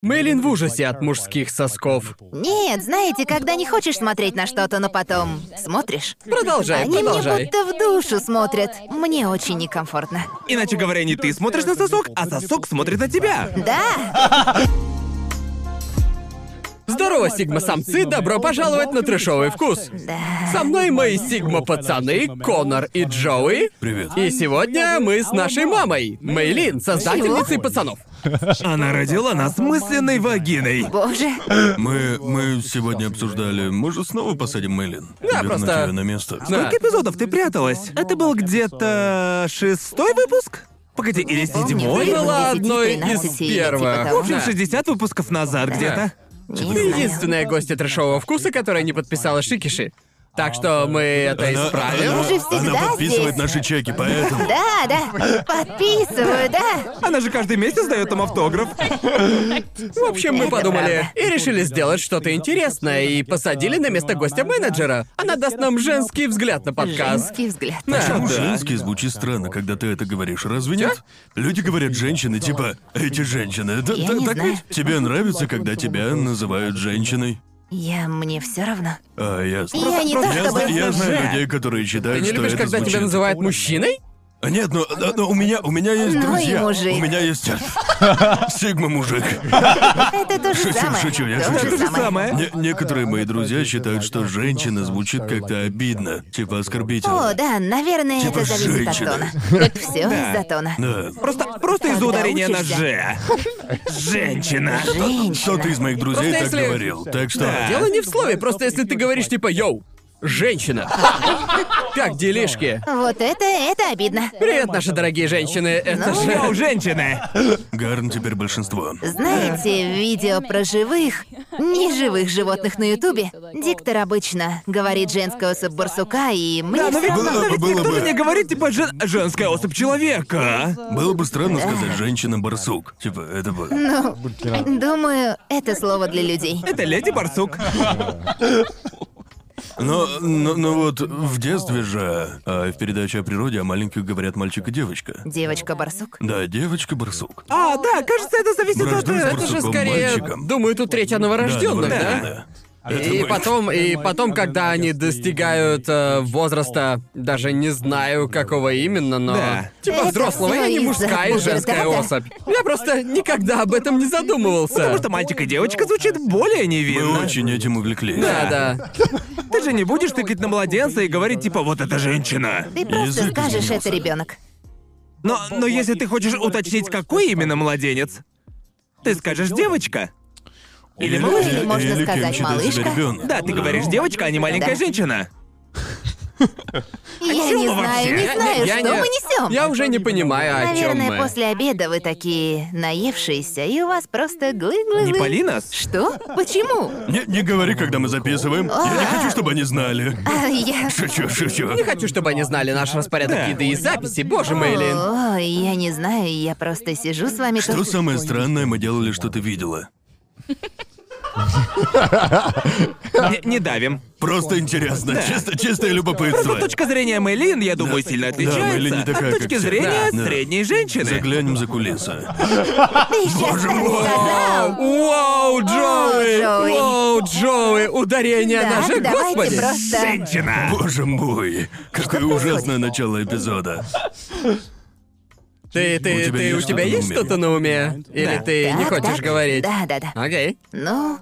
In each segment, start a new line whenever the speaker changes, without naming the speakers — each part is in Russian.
Мэйлин в ужасе от мужских сосков.
Нет, знаете, когда не хочешь смотреть на что-то, но потом смотришь.
Продолжай,
Они мне
продолжай.
будто в душу смотрят. Мне очень некомфортно.
Иначе говоря, не ты смотришь на сосок, а сосок смотрит на тебя.
Да,
Здорово, Сигма-самцы, добро пожаловать на трешовый вкус.
да.
Со мной мои Сигма-пацаны, Конор и Джоуи.
Привет.
И сегодня мы с нашей мамой, Мэйлин, создательницей
Чего?
пацанов.
Она родила нас мысленной вагиной.
Боже.
Мы, мы сегодня обсуждали, может, снова посадим Мэйлин?
Да,
Вернуть
просто-
ее на место.
Да.
Сколько эпизодов ты пряталась? Это был где-то шестой выпуск? Погоди, или
Помню,
седьмой?
было
Была
10,
одной
13
из
или типа
первых.
В
того.
общем,
Да.
60 выпусков назад где-то.
Ты
Не знаю.
единственная гостья трешового вкуса, которая не подписала шикиши. Так что мы это
Она,
исправим.
она-
же всегда
она подписывает
здесь.
наши чеки, поэтому...
Да, да. Подписываю, да.
Она же каждый месяц дает им автограф.
В общем, мы
Это
подумали
правда.
и решили сделать что-то интересное и посадили на место гостя менеджера. Она даст нам женский взгляд на подкаст.
Женский взгляд.
Да.
Почему женский звучит странно, когда ты это говоришь? Разве нет? Люди говорят женщины, типа, эти женщины. Да,
Я
да-
не
так
знаю.
ведь? Тебе нравится, когда тебя называют женщиной?
Я мне все равно.
А, ясно.
Я не то
Я,
чтобы...
зна- я знаю
Да.
людей, которые считают,
Ты не
что
любишь,
это
когда тебя
звучит.
называют мужчиной?
А, Нет, ну, да, но у меня, у меня есть
Ну и
друзья.
мужик.
У меня есть Сигма мужик.
Это то же
Шучу,
самое.
шучу, я
То
шучу.
Это
же
же
самое.
самое.
Не- некоторые мои друзья считают, что женщина звучит как-то обидно, типа
О,
оскорбительно.
да, наверное,
Типа
это зависит от
женщина.
тона. Как все из-за тона.
Да.
Просто, просто из-за
Когда
ударения на
учишься.
«ж». Женщина.
Кто-то
Женщина.
из моих друзей
Просто
так
если-
говорил, так что...
Дело не в слове, просто если ты говоришь типа «Йоу, женщина». Как делишки?
Вот это, это обидно.
Привет, наши дорогие женщины. Это
Ну,
же...
Йоу, женщины.
Гарн теперь большинство.
Знаете, видео про живых, неживых животных на Ютубе, диктор обычно говорит женского особь барсука, и мне
Да, А, ну, но
всё
ведь,
равно.
Было
но
бы,
ведь
было
никто же
бы.
не говорит, типа, «Жен- женская особь человека.
Было бы странно сказать «женщина-барсук». Типа, это бы...
Ну, думаю, это слово для людей.
Это леди Барсук.
Но, но, но вот в детстве же а, в передаче о природе о маленьких говорят мальчик и девочка.
Девочка-барсук.
Да, девочка-барсук.
А, да, кажется, это зависит от...
Вражда с
э,
Это же
Барсуком,
скорее...
мальчиком.
Думаю, тут речь о новорожденных, да?
новорождённая.
И
мы.
потом, и потом, когда они достигают э, возраста, даже не знаю, какого именно, но...
Да.
Типа
Это
взрослого, я
всё
не
из-за
мужская и женская
пубертата.
особь. Я просто никогда об этом не задумывался.
Ну, Потому что мальчик и девочка звучит более
Мы
невинно.
очень этим увлеклись.
Да, да.
Ты же не будешь тыкать на младенца и говорить, типа, вот это женщина.
Ты просто
Язык
скажешь, это
изменился.
ребенок.
Но, но если ты хочешь уточнить, какой именно младенец, ты скажешь девочка. Или малыш.
Или можно
или кем
сказать,
считает себя
малышка.
ребёнок.
Да, ты говоришь девочка, а не маленькая
Да.
женщина.
Я
чём
не
вы вообще?
знаю, не
Я-
знаю,
я
что
не-
мы несем.
Я уже не понимаю, о чем
Наверное,
мы.
после обеда вы такие наевшиеся, и у вас просто
Не
глы-глы-глы.
пали нас.
Что? Почему?
Не, не говори, когда мы записываем. Я не хочу, чтобы они знали.
А, я...
Шучу, шучу.
Не хочу, чтобы они знали наш распорядок
Да.
еды и записи. Боже мой, Лин.
О, я не знаю, я просто сижу с вами
Что
тут.
самое странное мы делали, что ты видела?
Не, не давим.
Просто интересно, чисто, чистое любопытство.
Просто точка зрения Мэйлин, я думаю,
Да.
сильно
Да,
отличается
Мэйлин не такая,
от точки
как все.
зрения
Да.
средней женщины.
Заглянем за кулисы.
Ты сейчас так сказал!
Вау, Джоуи!
Джоуи.
Вау, Джоуи! Ударение
Так,
ноже,
давайте
господи!
просто...
Женщина.
Боже мой, какое ужасное начало эпизода.
Ты, ты,
У тебя
ты,
есть
у тебя
что-то на
есть
уме?
что-то на уме? Или
Да.
ты не
Так,
хочешь
так.
говорить?
Да, да, да.
Окей.
Ну,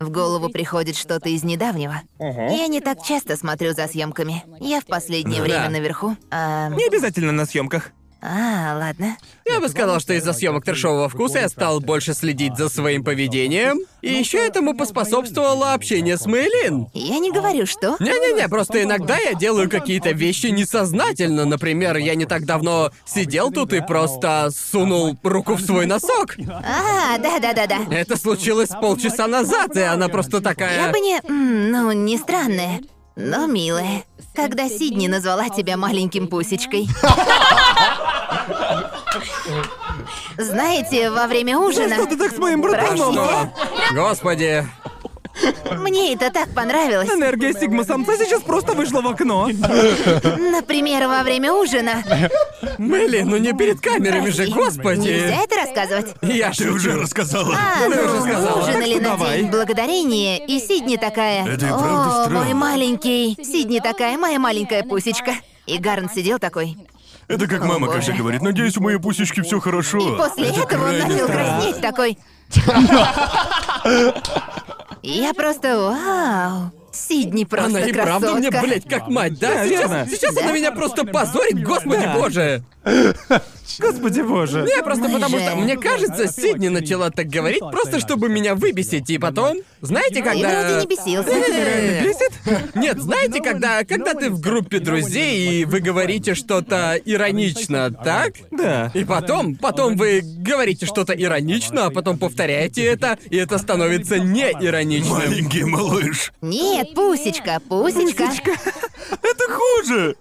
в голову приходит что-то из недавнего. Я не так часто смотрю за съемками. Я в последнее
Да.
время наверху. А,
Не обязательно на съемках.
а, ладно.
Я бы сказал, что из-за съемок трешового вкуса я стал больше следить за своим поведением, и еще этому поспособствовало общение с Мэйлин.
Я не говорю, что.
Не-не-не, просто иногда я делаю какие-то вещи несознательно. Например, я не так давно сидел тут и просто сунул руку в свой носок.
А, да, да, да, да.
Это случилось полчаса назад, и она просто
Я
такая...
бы не. м, Ну, не странная, но милая. Когда Сидни назвала тебя маленьким пусечкой. Знаете, во время ужина.
Что ты так с моим братаном?
Простите.
«А Господи,
Мне это так понравилось.
Энергия сигма-самца сейчас просто вышла в окно.
Например, во время ужина.
Мелли, ну не перед камерами же, господи!
Нельзя это рассказывать.
Я
Ты
шучу.
уже рассказала.
А,
я уже
ну,
сказала.
мы ужинали
Так что
на
давай.
День Благодарения, и Сидни такая.
Это и правда
О,
странно».
мой маленький. Сидни такая, моя маленькая пусечка. И Гарн сидел такой.
Это как мама, когда говорит, надеюсь, у моей пусечки все хорошо.
А. И после
это
этого он
крайне
начал
странно.
краснеть такой. Я просто вау. Сидни просто
Она и правда
красотка.
мне, блядь, как мать, да?
Наверное.
Сейчас, сейчас она меня просто позорит, господи
Да.
боже!
Господи боже.
Не, просто
Мы
потому
же-
что, мне кажется, Сидни начала так говорить, просто чтобы меня выбесить, и потом... Знаете,
И
когда...
вроде не бесился.
Не-не-не.
Бесит?
Нет, знаете, когда, когда ты в группе друзей, и вы говорите что-то иронично, так?
Да.
И потом, потом вы говорите что-то иронично, а потом повторяете это, и это становится не ироничным.
Маленький малыш.
Нет, пусечка, пусечка.
Это хуже.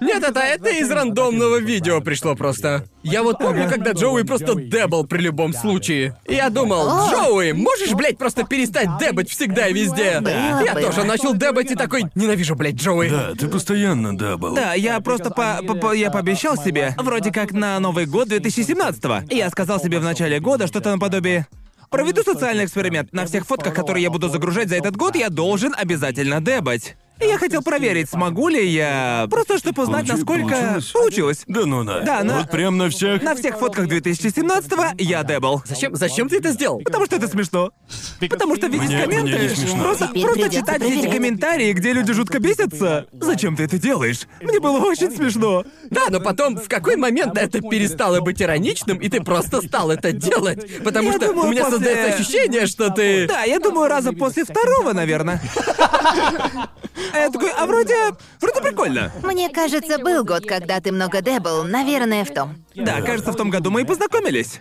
Нет, это, это из рандомного видео пришло просто. Я вот помню, когда Джоуи просто дебал при любом случае. И Я думал,
А.
О!
Джоуи, можешь, блядь, просто перестать дебать всегда и везде?
Да,
Я
было.
тоже начал дебать и такой, ненавижу, блядь, Джоуи.
Да, ты постоянно дабл.
Да, я просто по, по- по- я пообещал себе, вроде как на Новый год 2017 Я сказал себе в начале года что-то наподобие. Проведу социальный эксперимент. На всех фотках, которые я буду загружать за этот год, я должен обязательно дебать. И Я хотел проверить, смогу ли я... Просто чтобы узнать,
Получи-
насколько...
получилось?
Получилось.
Да ну на.
Да, на-
Вот прям на всех.
На всех фотках 2017 я дебал.
Зачем, зачем ты это сделал?
Потому что это смешно. Потому что видеть
Мне- мне не
комменты...
смешно.
Просто,
Теперь
просто
придётся
читать эти
проверять.
комментарии, где люди жутко бесятся. Зачем ты это делаешь? Мне было очень смешно.
Да, но потом в какой момент это перестало быть ироничным, и ты просто стал это делать? Потому
Я
что
думаю,
у меня
после-
создается ощущение, что ты...
Ну Да, я думаю, раза после второго, наверное. А я такой, а вроде... Вроде прикольно.
Мне кажется, был год, когда ты много дебл, наверное, в том.
Да, кажется, в том году мы и познакомились.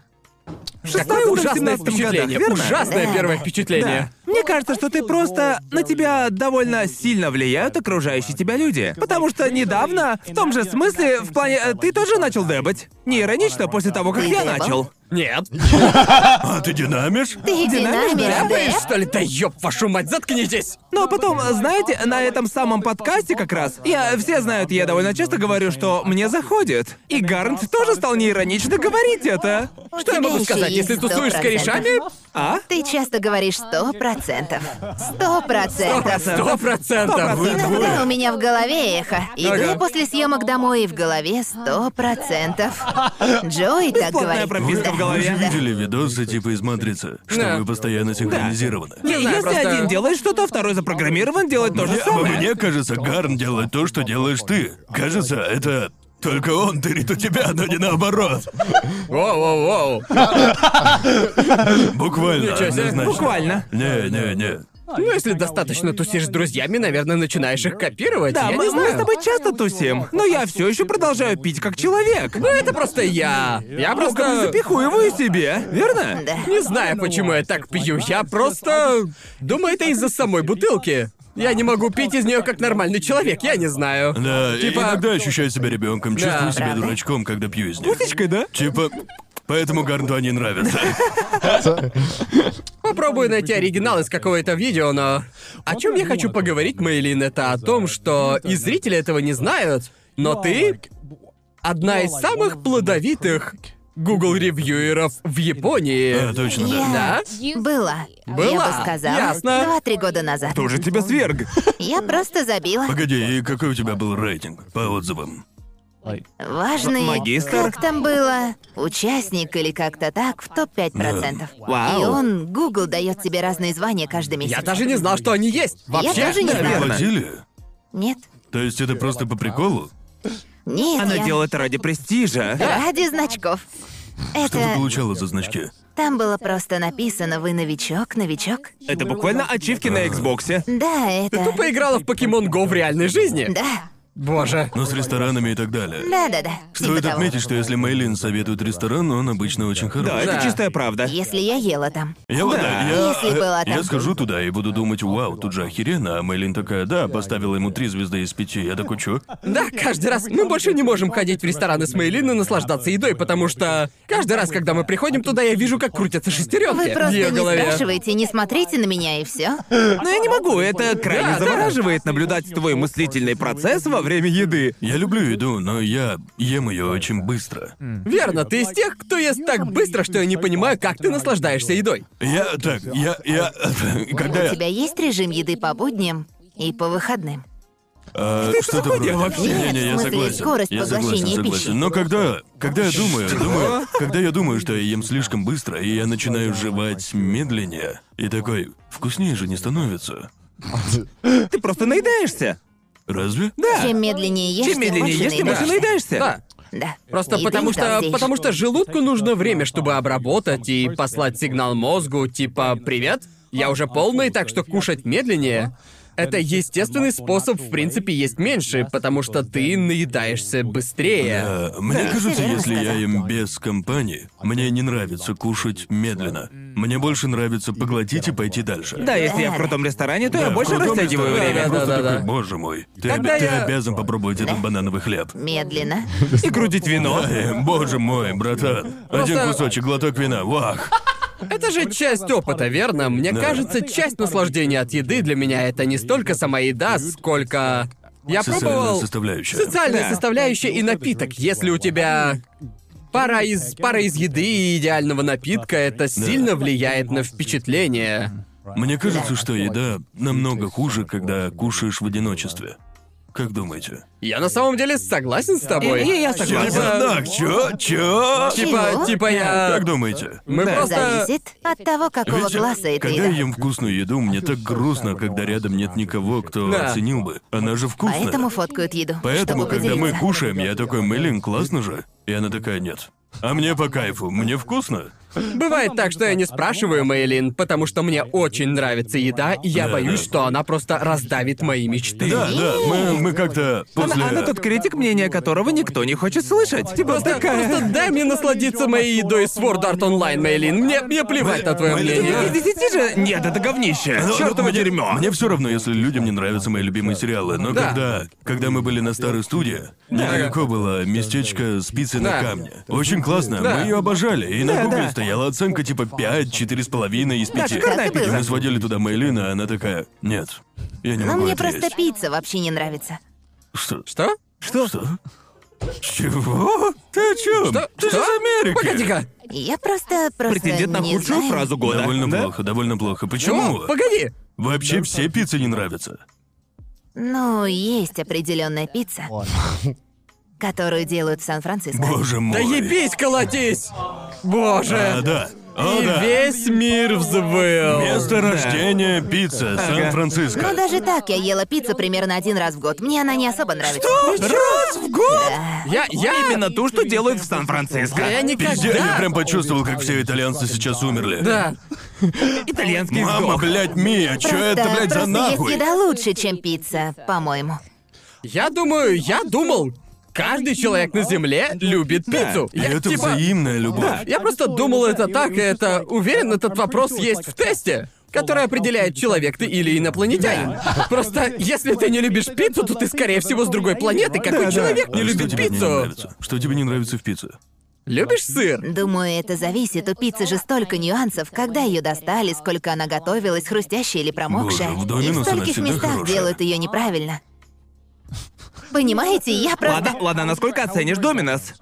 В
Какое
16-м,
ужасное
17-м
впечатление.
годах, верно?
Ужасное
Да.
первое впечатление.
Да. Мне кажется, что ты просто... На тебя довольно сильно влияют окружающие тебя люди. Потому что недавно, в том же смысле, в плане... э, Ты тоже начал дебать. Не иронично, после того, как
Ты
я
дебал?
начал.
Нет.
А ты динамишь?
Ты
Динамик,
динамик,
Ляпаешь,
Дэв.
что ли? Да ёб вашу мать, заткнитесь!
Но потом, знаете, на этом самом подкасте как раз, я все знают, я довольно часто говорю, что мне заходит. И Гарнт тоже стал неиронично говорить это.
Что я
тебя
могу
ещё
сказать,
есть
если тусуешь с
100%.
корешами?
А?
Ты часто говоришь сто процентов. Сто процентов.
Сто процентов.
Иногда у меня в голове эхо. Иду
Ага.
я после съемок домой и в голове сто процентов. Джой так
Бесплатная
говорит.
прописка в
Вы же
голове.
видели видосы типа из Матрицы, что
Да.
вы постоянно синхронизированы.
Не знаю,
Если
просто-
один делает что-то, второй запрограммирован делать то же
Мне, а
самое.
мне кажется, Гарн делает то, что делаешь ты. Кажется, это только он тырит у тебя, но не наоборот.
Воу-воу-воу.
Буквально,
Ничего себе.
однозначно.
Буквально.
Не-не-не.
Ну, если достаточно тусишь с друзьями, наверное, начинаешь их копировать.
Да,
я
мы,
не
мы
знаю.
с тобой часто тусим, но я все еще продолжаю пить как человек.
Ну, это просто я. Я просто...
Запихуеваю себе, верно?
Да.
Не знаю, почему я так пью. Я просто... Думаю, это из-за самой бутылки. Я не могу пить из нее как нормальный человек, я не знаю.
Да,
Типа-
иногда ощущаю себя ребенком, чувствую себя
Правда.
дурачком, когда пью из них.
Пусечкой, да?
Типа, поэтому Гарнту они нравятся.
Попробую найти оригинал из какого-то видео, но... О чем я хочу поговорить, Мейлин, это о том, что и зрители этого не знают, но ты одна из самых плодовитых Google ревьюеров в
Да,
Японии.
А, точно, да.
Да?
Была. Я
Была.
бы сказала.
Ясно.
Два-три года назад.
Кто же тебя сверг?
Я просто забила.
Погоди, и какой у тебя был рейтинг по отзывам?
Важный.
Магистр?
Как там было? Участник или как-то так в топ-5%.
Вау.
И он, Google, дает тебе разные звания каждый месяц.
Я даже не знал, что они есть. Вообще.
тоже не
Да.
знала.
Платили?
Нет.
То есть это просто по приколу?
Нет,
Она
я...
делает это ради престижа.
Ради значков.
Что ты
Это...
получала за значки?
Там было просто написано «Вы новичок, новичок».
Это буквально ачивки на Xbox.
Да, это...
Ты тупо играла в Покемон Go в реальной жизни.
Да.
Боже.
Но с ресторанами и так далее.
Да-да-да. типа
Стоит
того.
отметить, что если Мейлин советует ресторан, он обычно очень хороший.
Да, это
Да.
чистая правда.
Если я ела там.
Я, вот-
Да.
я, э,
Если была
я
там.
схожу туда и буду думать, вау, тут же охеренно, а Мэйлин такая, да, поставила ему три звезды из пяти. Я такой, чё?
Да, каждый раз. Мы больше не можем ходить в рестораны с Мейлин и наслаждаться едой, потому что каждый раз, когда мы приходим туда, я вижу, как крутятся
Вы
шестеренки в
просто
ее
не
голове.
спрашиваете, не смотрите на меня и все.
Но я не могу, это крайне
Да, да.
завораживает наблюдать твой мыслительный процесс во время еды.
Я люблю еду, но я ем ее очень быстро.
Верно, ты из тех, кто ест так быстро, что я не понимаю, как ты наслаждаешься едой.
Я так, я, я, когда
У
я,
тебя есть режим еды по будням и по выходным?
а, что-то вроде.
вообще?
Не, не, я
Нет, в смысле,
согласен.
скорость
я согласен,
поглощения
согласен.
пищи.
Но когда, когда я думаю, думаю, когда я думаю, что я ем слишком быстро, и я начинаю жевать медленнее, и такой, вкуснее же не становится.
Ты просто наедаешься.
Разве?
Чем медленнее ешь,
Чем медленнее
тем
ешь,
больше
тем больше
наедаешься.
наедаешься.
Да.
Да.
Просто
И
потому
ты
что,
толстеешь.
потому что желудку нужно время, чтобы обработать и послать сигнал мозгу, типа «Привет, я уже полный, так что кушать медленнее». Это естественный способ, в принципе, есть меньше, потому что ты наедаешься быстрее.
Э, Мне кажется,
верно
если я
сказал.
им без компании, мне не нравится кушать медленно. Мне больше нравится поглотить и пойти дальше.
Да, если я в крутом ресторане, то я
Да,
больше
в крутом
растягиваю
ресторане
время.
я просто
Да-да-да.
такой, боже мой, ты,
Когда
ты
я-
обязан попробовать этот банановый хлеб.
Медленно.
И крутить вино.
Ай, боже мой, братан. Один кусочек, глоток вина, вах.
Это же часть опыта, верно? Мне
Да.
кажется, часть наслаждения от еды для меня это не столько сама еда, сколько... Я
Социальная
пробовал...
составляющая.
Социальная
Да.
составляющая и напиток. Если у тебя пара из пара из еды и идеального напитка, это сильно влияет на впечатление.
Мне кажется, что еда намного хуже, когда кушаешь в одиночестве. Как думаете?
Я на самом деле согласен с тобой.
И- и я согласен.
Типа,
Так, чё? Чё?
Типа,
Чего?
типа я.
Как думаете?
Мы
Да.
просто.
Зависит от того, какого
Видите,
класса это
когда я
еда.
ем вкусную еду, мне так грустно, когда рядом нет никого, кто
Да.
оценил бы. Она же вкусная.
Поэтому фоткают еду,
Поэтому,
чтобы
когда мы
поделиться.
кушаем, я такой, Мелин, классно же. И она такая, нет. А мне по кайфу, мне вкусно.
Бывает так, что я не спрашиваю Мейлин, потому что мне очень нравится еда, и я
Да,
боюсь,
да.
что она просто раздавит мои мечты.
Да, да, мы, мы как-то после...
Она, она тот критик, мнение которого никто не хочет слышать. Типа
Просто,
такая...
просто дай мне насладиться моей едой из Sword Art Online, Мейлин. Мне, мне плевать на твое
Мэйлин,
мнение.
я-
Типа Из десяти же... Нет, это говнище.
Ну, ну,
Чёртово
мне-
дерьмо.
Мне все равно, если людям не нравятся мои любимые сериалы. Но
Да.
когда, когда мы были на старой студии, недалеко было местечко спицы
Да.
на камне. Очень классно,
Да.
мы ее обожали. И на
Да,
гугле
да.
стояла оценка типа 5, 4,5 из 5.
шикарная
Так и
и
было.
мы сводили туда Мейлин, а она такая, нет, я не
Но
могу
мне
это
просто
есть».
пицца вообще не нравится.
Что?
Что?
Что? Что? Чего? Ты о чем?
Что? Что?
Ты же из Америки.
Погоди-ка.
Я просто, просто
Претендент на
не
худшую
знаю.
фразу года.
Довольно
Да?
плохо, довольно плохо. Почему?
О, погоди.
Вообще все пиццы не нравятся.
Ну, есть определенная пицца, которую делают в Сан-Франциско.
Боже мой.
Да ебись, колотись. Боже.
А, да. О,
И
да.
весь мир взвыл.
Да.
Место рождения пицца, Сан-Франциско.
Ну
Но Ну, даже так я ела пиццу примерно один раз в год. Мне она не особо нравится.
Ну,
Раз в год!
Я,
Ну,
я
Именно то, что делают в Сан-Франциско.
Я никогда...
Пиздец, я прям почувствовал, как все итальянцы сейчас умерли.
Да.
Итальянский
Мама,
сдох.
блядь, Мия, чё
Просто-
это, блядь, за
просто
нахуй?
есть еда лучше, чем пицца, по-моему.
Я думаю, я думал, каждый человек на Земле любит пиццу.
И
Я,
это
типа,
взаимная любовь.
Я просто думал это так, и это... Уверен, этот вопрос есть в тесте, который определяет, человек ты или инопланетянин. Просто, если ты не любишь пиццу, то ты, скорее всего, с другой планеты. Какой
да.
человек
А
не
что
любит
тебе не
пиццу?
нравится? Что тебе не нравится в пицце?
Любишь сыр?
Думаю, это зависит. У пиццы же столько нюансов, когда ее достали, сколько она готовилась, хрустящая или промокшая.
Боже, в
И
Доминос
в
она
стольких
всегда
местах
хорошая.
делают ее неправильно. Понимаете, я правда.
Ладно, ладно, насколько оценишь Доминос?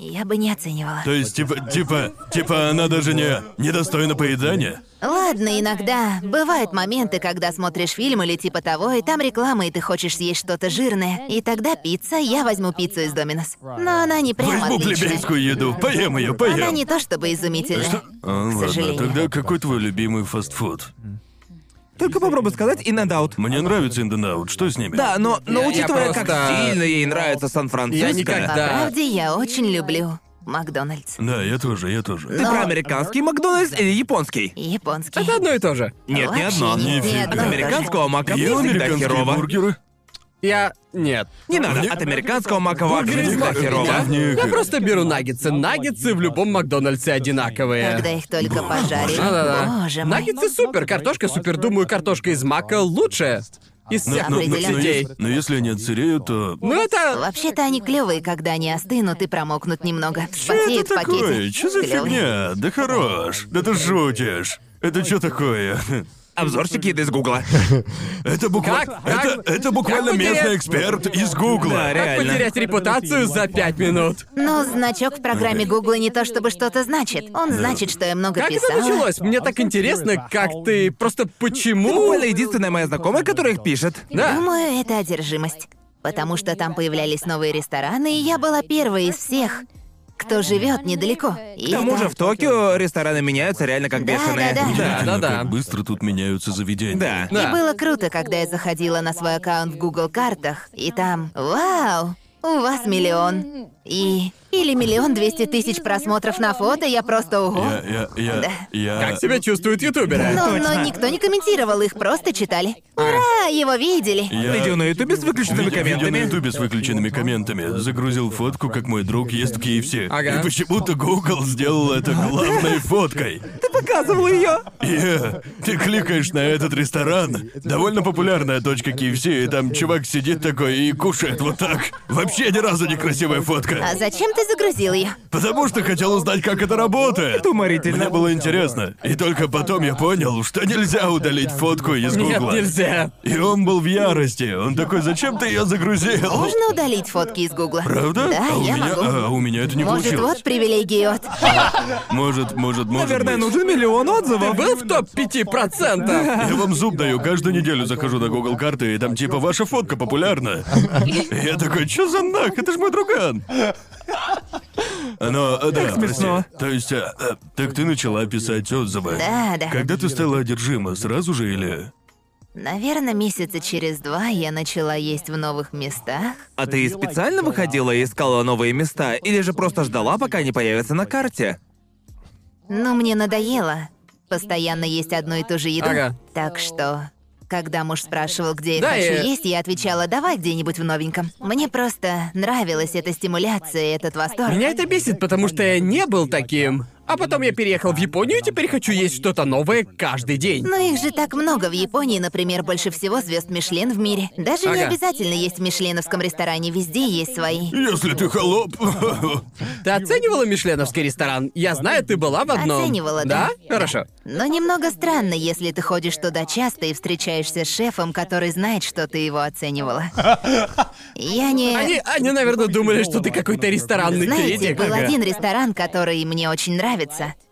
Я бы не оценивала.
То есть, типа, типа, типа, она даже не недостойна поедания?
Ладно, иногда бывают моменты, когда смотришь фильм или типа того, и там реклама, и ты хочешь съесть что-то жирное. И тогда пицца, я возьму пиццу из Доминос. Но она не прям
Возьму
отличная.
плебейскую еду, поем ее, поем.
Она не то чтобы изумительная.
А, ладно,
сожалению.
тогда какой твой любимый фастфуд?
Только попробуй сказать и надаут.
Мне нравится Инденаут, что с ними?
Да, но, но
Я- я
учитывая, как
просто-
сильно ей нравится Сан-Франциско,
Я никогда-
По
Да.
правде, я очень люблю Макдональдс.
Да, я тоже, я тоже.
Ты про американский Макдональдс или японский?
И Японский.
Это одно и то же.
Нет, ни
Вообще
одно.
ни- ни одно
Нифига.
От
даже.
американского мака мне
Ел
всегда
ну, американские
херово.
бургеры?
Я... Нет.
Не надо, от американского мака вообще всегда херово.
Да?
Я просто беру наггетсы. Наггетсы в любом Макдональдсе
Когда
одинаковые.
их только пожарили.
Да-да-да.
Боже мой.
Наггетсы супер, картошка супер. Думаю, картошка из мака лучше из
Ну,
Но,
всех
но- но- но
крутых
Определенно.
сетей.
если, но ну, если они отсыреют, то...
Ну это...
Вообще-то они клевые, когда они остынут и промокнут немного.
это
Вспотеют в
такое?
пакете.
Че за
Клёвые.
фигня? Да хорош. Да ты шутишь. Это что такое?
Обзорщик еды из Гугла.
Это буквально...
Как?
Это,
Как?
это буквально
Как потерять-
местный эксперт из Гугла.
Да,
Как
реально.
потерять репутацию за пять минут?
Но значок в программе Гугла не то чтобы что-то значит. Он значит, что я много
Как это
писала.
началось? Мне так интересно, как ты... Просто
Ну,
почему...
Буквально единственная моя знакомая, которая их пишет.
Да.
Думаю, это одержимость. Потому что там появлялись новые рестораны, и я была первой из всех, кто живет недалеко. И
К тому
это-
же в Токио рестораны меняются реально как
Да, да,
бешеные.
да.
Да,
Удивительно,
да.
как быстро тут меняются заведения.
Да.
И
Да.
было круто, когда я заходила на свой аккаунт в Google картах, и там «Вау, у вас миллион». И... Или миллион двести тысяч просмотров на фото, я просто ого.
Я, я, я, я...
Как себя чувствуют ютуберы?
Но,
точно.
но никто не комментировал, их просто читали.
А.
Ура, его видели.
я-
Видео на Ютубе с выключенными
Видео- Видео на
комментами.
Ютубе с выключенными комментами. Загрузил фотку, как мой друг ест в KFC.
Ага.
И почему-то Google сделал это главной фоткой.
Показывал ее.
Е, ты кликаешь на этот ресторан. Довольно популярная точка KFC, и там чувак сидит такой и кушает вот так. Вообще ни разу не красивая
А
фотка.
зачем ты загрузил ее?
Потому что хотел узнать, как это работает.
Это уморительно.
Мне было интересно. И только потом я понял, что нельзя удалить фотку из
Ну,
Нет,
Гугла.
нельзя.
И он был в ярости. Он такой, зачем ты ее загрузил?
Можно удалить фотки из Гугла.
Правда?
Да,
а у
я
меня,
могу.
а, у меня это не
Может,
получилось.
вот привилегии от.
Может, может, может.
Наверное,
быть.
нужен миллион
Ты
отзывов.
был в топ 5%?
Я вам зуб даю, каждую неделю захожу на Google карты, и там типа ваша фотка популярна. И Я такой, что за нах? Это ж мой друган. Но, э, да,
смешно.
прости. То есть, э, э, так ты начала писать отзывы.
Да, да.
Когда ты стала одержима, сразу же или...
Наверное, месяца через два я начала есть в новых местах.
А ты специально выходила и искала новые места, или же просто ждала, пока не появятся на карте?
Но мне надоело постоянно есть одну и ту же еду.
Ага.
Так что, когда муж спрашивал, где я
Да,
хочу
и-
есть, я отвечала, давай где-нибудь в новеньком. Мне просто нравилась эта стимуляция, и этот восторг.
Меня это бесит, потому что я не был таким. А потом я переехал в Японию и теперь хочу есть что-то новое каждый день.
Но их же так много в Японии, например, больше всего звезд Мишлен в мире. Даже не
Ага.
обязательно есть в Мишленовском ресторане, везде есть свои.
Если ты холоп.
Ты оценивала Мишленовский ресторан? Я знаю, ты была в одном.
Оценивала, да. Э,
Хорошо.
Но немного странно, если ты ходишь туда часто и встречаешься с шефом, который знает, что ты его оценивала. Я не...
Они, они, наверное, думали, что ты какой-то ресторанный
Знаете,
критик.
был
Ага. А?
один ресторан, который мне очень нравится.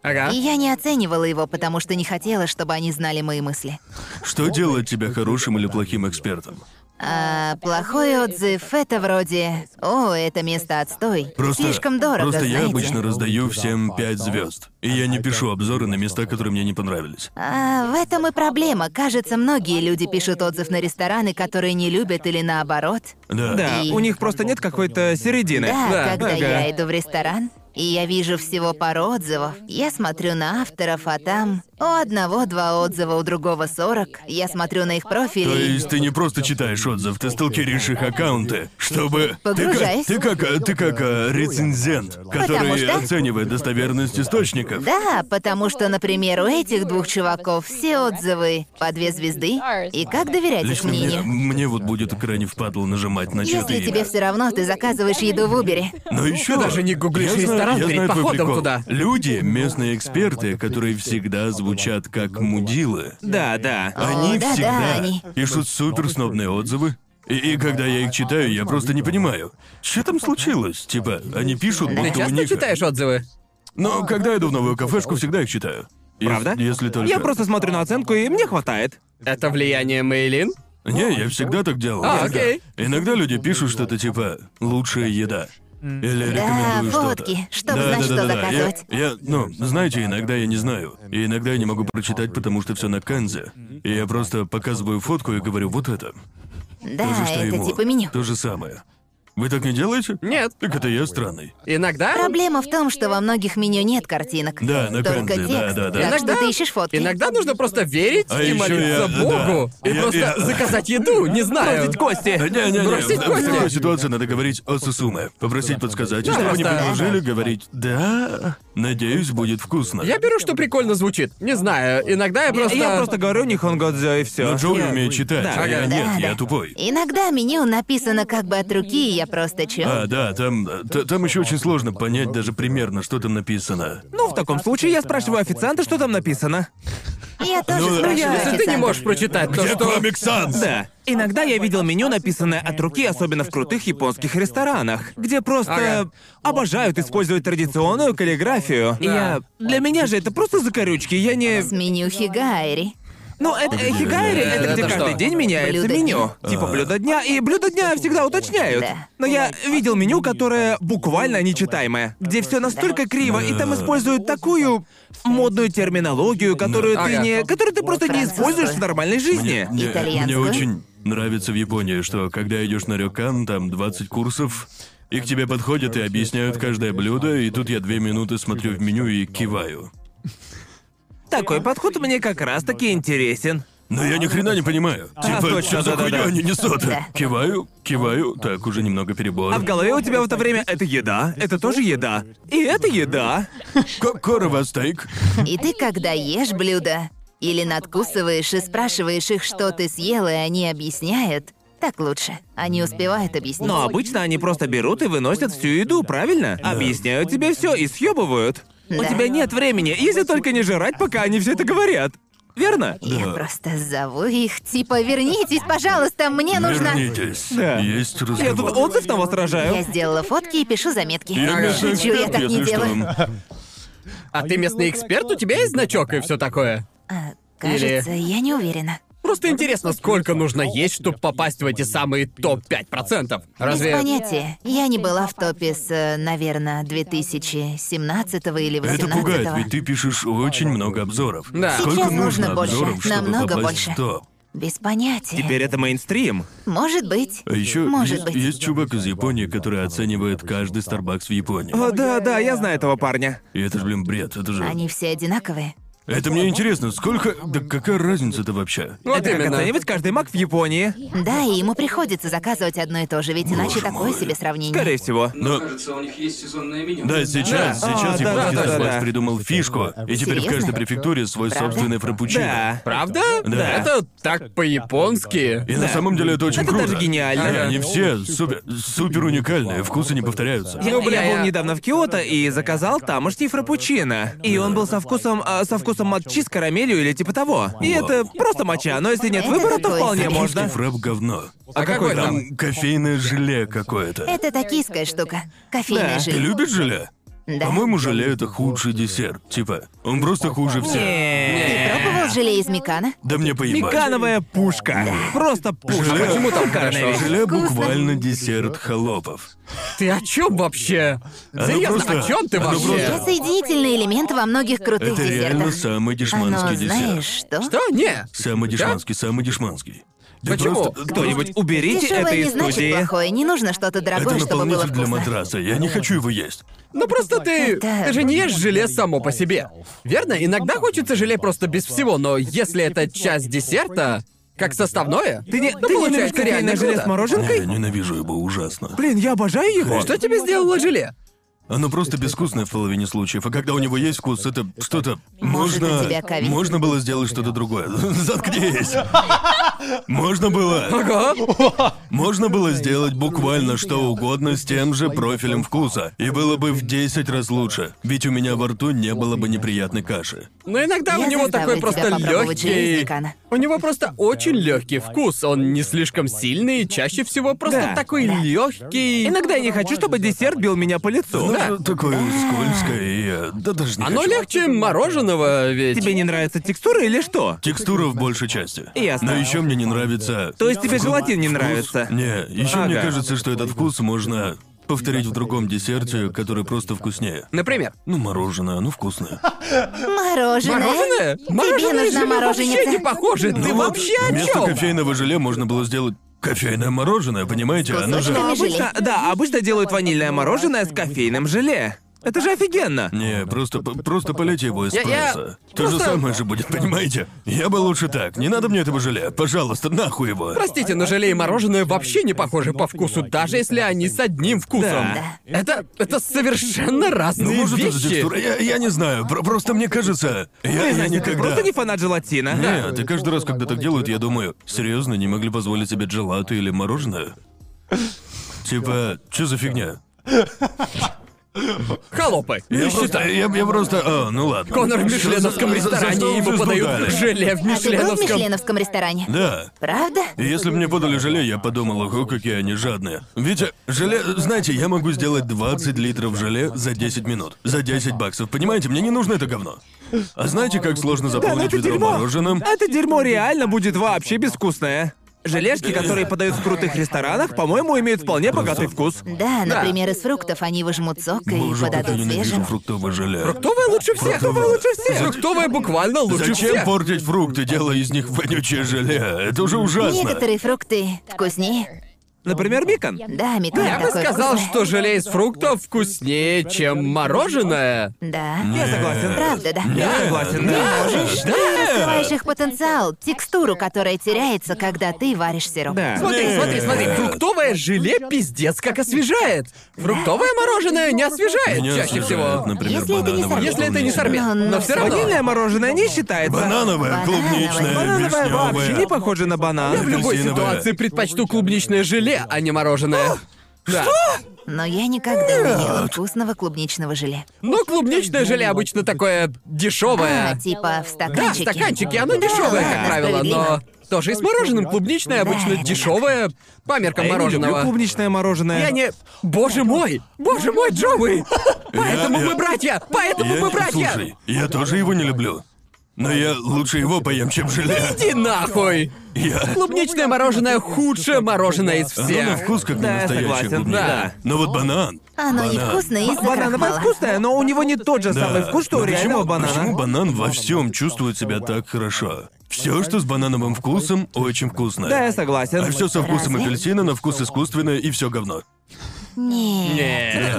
Ага.
И я не оценивала его, потому что не хотела, чтобы они знали мои мысли.
Что делает тебя хорошим или плохим экспертом?
А плохой отзыв — это вроде... О, это место отстой.
Просто,
Слишком дорого,
просто
знаете.
я обычно раздаю всем пять звезд. И я не пишу обзоры на места, которые мне не понравились.
А, в этом и проблема. Кажется, многие люди пишут отзыв на рестораны, которые не любят или наоборот.
Да.
Да,
И-
у них просто нет какой-то середины.
Да,
Да,
когда
ага.
я иду в ресторан, и я вижу всего пару отзывов. Я смотрю на авторов, а там у одного два отзыва, у другого 40. Я смотрю на их профили.
То
и-
есть ты не просто читаешь отзыв, ты сталкеришь их аккаунты, чтобы...
Погружаюсь.
Ты как, ты как, ты как э, рецензент, который
что-
оценивает достоверность источников.
Да, потому что, например, у этих двух чуваков все отзывы по две звезды. И как доверять их
Лично мне,
мнению?
мне вот будет крайне впадло нажимать на чьё-то
Если тебе
имя.
все равно, ты заказываешь еду в Убере.
Но еще
даже не гуглишь ресторан перед походом туда.
Люди, местные эксперты, которые всегда звучат как мудилы.
Да, да.
Они
да-да,
всегда
они.
пишут супер снобные отзывы. И, и когда я их читаю, я просто не понимаю, что там случилось. Типа, они пишут, будто
Ты
у
часто
них.
читаешь отзывы?
Но когда иду в новую кафешку, всегда их читаю. Ес-
Правда?
Если только.
Я просто смотрю на оценку, и мне хватает.
Это влияние Мейлин?
Не, я всегда так делал.
А,
Иногда-
окей.
Иногда люди пишут что-то типа «лучшая еда». Или
Да,
рекомендую что-то.
фотки, чтобы знать, что
Я-
заказывать.
Я, ну, знаете, иногда я не знаю. И иногда я не могу прочитать, потому что все на канзе. И я просто показываю фотку и говорю «вот это».
Да,
То же, что и
А, это
ему.
типа меню.
То же самое. Вы так не делаете?
Нет.
Так это я странный.
Иногда...
Проблема в том, что во многих меню нет картинок.
Да, на
Только
Кэнди,
текст.
да,
Так
да, да.
что
Иногда-
ты ищешь фотки.
Иногда нужно просто верить
А
и
ещё
молиться
я- да. А
Богу. И
Я-
просто
я-
заказать еду, не знаю.
Бросить кости.
Не-не-не,
Бросить
в
кости.
такой ситуации надо говорить о сусуме. Попросить подсказать, и
Да,
чтобы не
просто-
предложили, говорить «Да, надеюсь, будет вкусно».
Я беру, что прикольно звучит. Не знаю, иногда я просто...
Я просто говорю Нихон Годзё и
Но
все.
Ну, Джоуи умеет читать,
Да.
а я
Ага.
нет,
Да,
я
да.
тупой.
Иногда меню написано как бы от руки, и я просто чё?
А, да, там, э, т- там еще очень сложно понять даже примерно, что там написано.
Ну, в таком случае я спрашиваю официанта, что там написано.
Я тоже
Ну, да.
спрашиваю
Если ты не
официанта.
можешь прочитать то,
Где
что...
Comic Sans?
Да. Иногда я видел меню, написанное от руки, особенно в крутых японских ресторанах, где просто
Ага.
обожают использовать традиционную каллиграфию. И Я... Для меня же это просто закорючки, я не...
С меню Хигайри.
Ну, это э, хигайри,
Да,
это где
это
каждый
что?
день меняется
Блюдо
меню. Типа блюдо дня, и блюдо дня всегда уточняют.
Да.
Но я видел меню, которое буквально нечитаемое, где все настолько криво, и там используют такую модную терминологию, которую ты
Ага.
не. которую ты просто не
Французскую.
используешь в нормальной жизни.
Мне, мне
Итальянскую?
очень нравится в Японии, что когда идешь на рёкан, там 20 курсов, и к тебе подходят и объясняют каждое блюдо, и тут я две минуты смотрю в меню и киваю.
Такой подход мне как раз-таки интересен.
Но я ни хрена не понимаю. типа,
А, точно,
что за
да-да-да.
хуйню они несут? Киваю, киваю, так, уже немного перебор.
А в голове у тебя в это время это еда, это тоже еда. И это еда.
К- Корова стейк.
И ты, когда ешь блюдо, или надкусываешь и спрашиваешь их, что ты съел, и они объясняют, так лучше. Они успевают объяснить.
Но обычно они просто берут и выносят всю еду, правильно? Объясняют тебе все и съебывают. У
Да.
тебя нет времени, если только не жрать, пока они все это говорят. Верно?
Я просто зову их, типа, вернитесь, пожалуйста, мне нужно...
Вернитесь.
Да.
Есть разговор.
Я тут отзыв на вас
Я
рожаю.
сделала фотки и пишу заметки.
Я местный
Шучу, я
эксперт,
так не
если
делаю.
что.
А ты местный эксперт, у тебя есть значок и все такое?
А, Кажется, я не уверена.
Просто интересно, сколько нужно есть, чтобы попасть в эти самые топ-5%.
Без
Разве...
понятия. Я не была в топе с, э, наверное, 2017 или 2018.
Это пугает, ведь ты пишешь очень много обзоров.
Да.
Сколько
Сейчас
нужно
нужно больше,
обзоров, чтобы
намного
попасть
больше.
в топ?
Без понятия.
Теперь это мейнстрим.
Может быть.
А еще
Может
есть,
быть.
есть чувак из Японии, который оценивает каждый Starbucks в Японии.
О, да, да, я знаю этого парня.
И это же, блин, бред, это же.
Они все одинаковые.
Это мне интересно, сколько. Да какая разница-то вообще?
Вот
это как
именно.
оценивать каждый маг в Японии.
Да, и ему приходится заказывать одно и то же, ведь иначе такое себе сравнение.
Скорее всего.
Но
Кажется, у них есть сезонное меню.
Ну, да, сейчас,
Да.
сейчас
А, да, да,
японский
да,
Starbucks
да.
придумал фишку, и теперь в каждой
Серьезно?
префектуре свой
Правда?
собственный фраппучино.
Да.
Правда?
Да.
Это так по-японски.
И на самом деле это очень
Это
круто.
даже гениально.
И они все супер, супер уникальные, вкусы не повторяются.
Я,
Ну, бля,
я был
я-
недавно в Киото и заказал тамошний фрапучино. И он был со вкусом... а, со вкусом матчи с карамелью или типа того. И это просто моча, но если нет
Это
выбора, то
такой
вполне
себе.
можно.
Фрап говно.
А какой там?
Там кофейное желе какое-то.
Это токийская штука.
Да.
Кофейное
Ты
желе.
любишь желе?
Да.
По-моему, желе это худший десерт. Типа, он просто хуже всех.
Не.
Пробовал желе из мекана?
Да мне поебать.
Мекановая пушка. Просто пушка.
Желе-
а Почему там
Шикарная
хорошо?
вещь.
Желе буквально десерт холопов.
Ты о чем вообще?
Оно
Серьезно,
А ну просто- а
о чем ты
оно
вообще?
Это соединительный элемент во многих крутых
Это реально
десертах.
самый
Оно,
дешманский
знаешь что?
десерт.
Что? Не.
Самый дешманский, самый дешманский. Ты
Почему?
просто-
Кто-нибудь уберите это
Дешевое не
из
значит
студии.
плохое. Не нужно что-то
Это
дорогое, чтобы было
наполнитель для
вкусно.
матраса. Я не хочу его есть.
Ну просто ты...
Это-
Ты же не ешь желе само по себе. Верно? Иногда хочется желе просто без всего, но если это часть десерта, как составное,
Ты не,
то
ты
Ну,
не любишь
получается реально
кофейное желе с
круто.
Не,
мороженкой?
я ненавижу его ужасно.
Блин, я обожаю его.
Что тебе сделало желе?
Оно просто безвкусное в половине случаев, а когда у него есть вкус, это что-то...
Может, у
Можно...
тебя ковид?
Можно было сделать что-то другое. Заткнись! Можно было...
Ого.
Можно было сделать буквально что угодно с тем же профилем вкуса. И было бы в 10 раз лучше. Ведь у меня во рту не было бы неприятной каши.
Но Ну, иногда
Я
у него
заставлю
такой
тебя
просто
попробовать желе из
легкий.
мекана.
У него просто очень легкий вкус. Он не слишком сильный и чаще всего просто
Да.
такой
Да.
легкий.
Иногда я не хочу, чтобы десерт бил меня по лицу.
Оно же такое скользкое и... э, Да даже не
Оно
хочу.
легче мороженого, ведь.
Тебе не нравится текстура или что?
Текстура в большей части.
Ясно.
Но еще мне не нравится...
То есть тебе
вкус-
желатин не
вкус-
нравится?
Не, еще мне
Ага.
кажется, что этот вкус можно повторить в другом десерте, который просто вкуснее.
Например.
Ну, мороженое, оно вкусное.
Мороженое?
Мороженое? Мороженое
нужна
желе
мороженица?
вообще не похоже. Ты
Ну,
вообще о
Вместо
чем?
кофейного желе можно было сделать кофейное мороженое, понимаете? Оно же...
Кусочками?
Обычно, да, обычно делают ванильное мороженое с кофейным желе. Это же офигенно.
Не, просто, п- просто полейте его
Я- я
эспрессо. То же
просто-
самое же будет, понимаете? Я бы лучше так. Не надо мне этого желе. Пожалуйста, нахуй его.
Простите, но желе и мороженое вообще не похожи по вкусу, даже если они с одним вкусом.
Да.
Это это совершенно
Ну,
разные
может, это
вещи.
текстура? Я, я не знаю. Про- просто мне кажется... Я, я
Ты
никогда...
просто не фанат желатина. Да.
Нет, и а каждый раз, когда так делают, я думаю, серьезно, не могли позволить себе джелато или мороженое? Типа, что за фигня?
Холопы.
Я просто, я, я просто, а, ну ладно.
Конор в
Что за-
мишленовском
за- за что
ресторане,
вы
ему
звезду
подают
дали?
желе в
А ты был в
мишленовском.
Мишленовском ресторане?
Да.
Правда?
И если мне подали желе, я подумал, ого, какие они жадные. Витя, желе... Знаете, я могу сделать 20 литров желе за 10 минут. За 10 баксов, понимаете? Мне не нужно это говно. А знаете, как сложно
ну
заполнить
это
ведро
дерьмо.
мороженым?
Это дерьмо реально будет вообще безвкусное. Желешки, которые подают в крутых ресторанах, по-моему, имеют вполне богатый вкус.
Да, например, из фруктов они выжмут сок и
Боже, как я
подадут
ненавижу
свежим.
фруктовое желе.
Фруктовое лучше всех.
Фруктовое лучше
всех. Фруктовое буквально лучше
Зачем
всех.
портить фрукты, делая из них вонючее желе? Это уже ужасно.
Некоторые фрукты вкуснее.
Например, бекон.
Да, метан
Я бы
такой
сказал,
вкусный.
что желе из фруктов вкуснее, чем мороженое.
Да.
Я согласен.
Правда, да.
Я согласен, да.
Открываешь их потенциал, текстуру, которая теряется, когда ты варишь сироп.
Да.
Смотри, смотри, смотри, фруктовое желе пиздец как освежает. Фруктовое мороженое не освежает
Меня
чаще
раздражает,
всего.
например,
Если это не
банановое
сорбет.
Если это не
клубничное.
сорбет,
Но-
но
но
все равно.
Ванильное мороженое не считается.
Банановое,
Банановое.
клубничное,
Банановое вообще не
вишневое.
похоже на
Я в
банан.
любой
апельсиновое.
ситуации предпочту клубничное желе, а не мороженое. Да.
Но я никогда не ела вкусного клубничного желе.
Но Ну, клубничное желе обычно такое
А,
дешевое.
типа в
Да,
стаканчике.
стаканчики, оно дешевое,
да,
как правило, но.
справедливо.
Тоже и с мороженым клубничное обычно
Да, да,
дешевое по меркам
А Я не люблю
мороженого.
клубничное мороженое.
Я не... Боже мой! Боже мой, Джоуи! Поэтому
Я-
мы братья! Поэтому
Я,
мы братья!
слушай, я тоже его не люблю. Но я лучше его поем, чем желе.
Иди нахуй!
Я...
Клубничное мороженое худшее мороженое из
Оно на
всех.
вкус как
Да, ну
не
я
настоящее
согласен,
клубничное.
да.
Но вот банан...
Оно
банан.
невкусное из-за
Банановое
крахмала.
вкусное, но у него не тот же
Да.
самый вкус, что
Но
у реального
почему,
банана.
Почему банан во всем чувствует себя так хорошо? Все, что с банановым вкусом, очень вкусно.
Да, я согласен.
А все со вкусом
Разве?
апельсина на вкус искусственное и все говно.
Нет.
Э,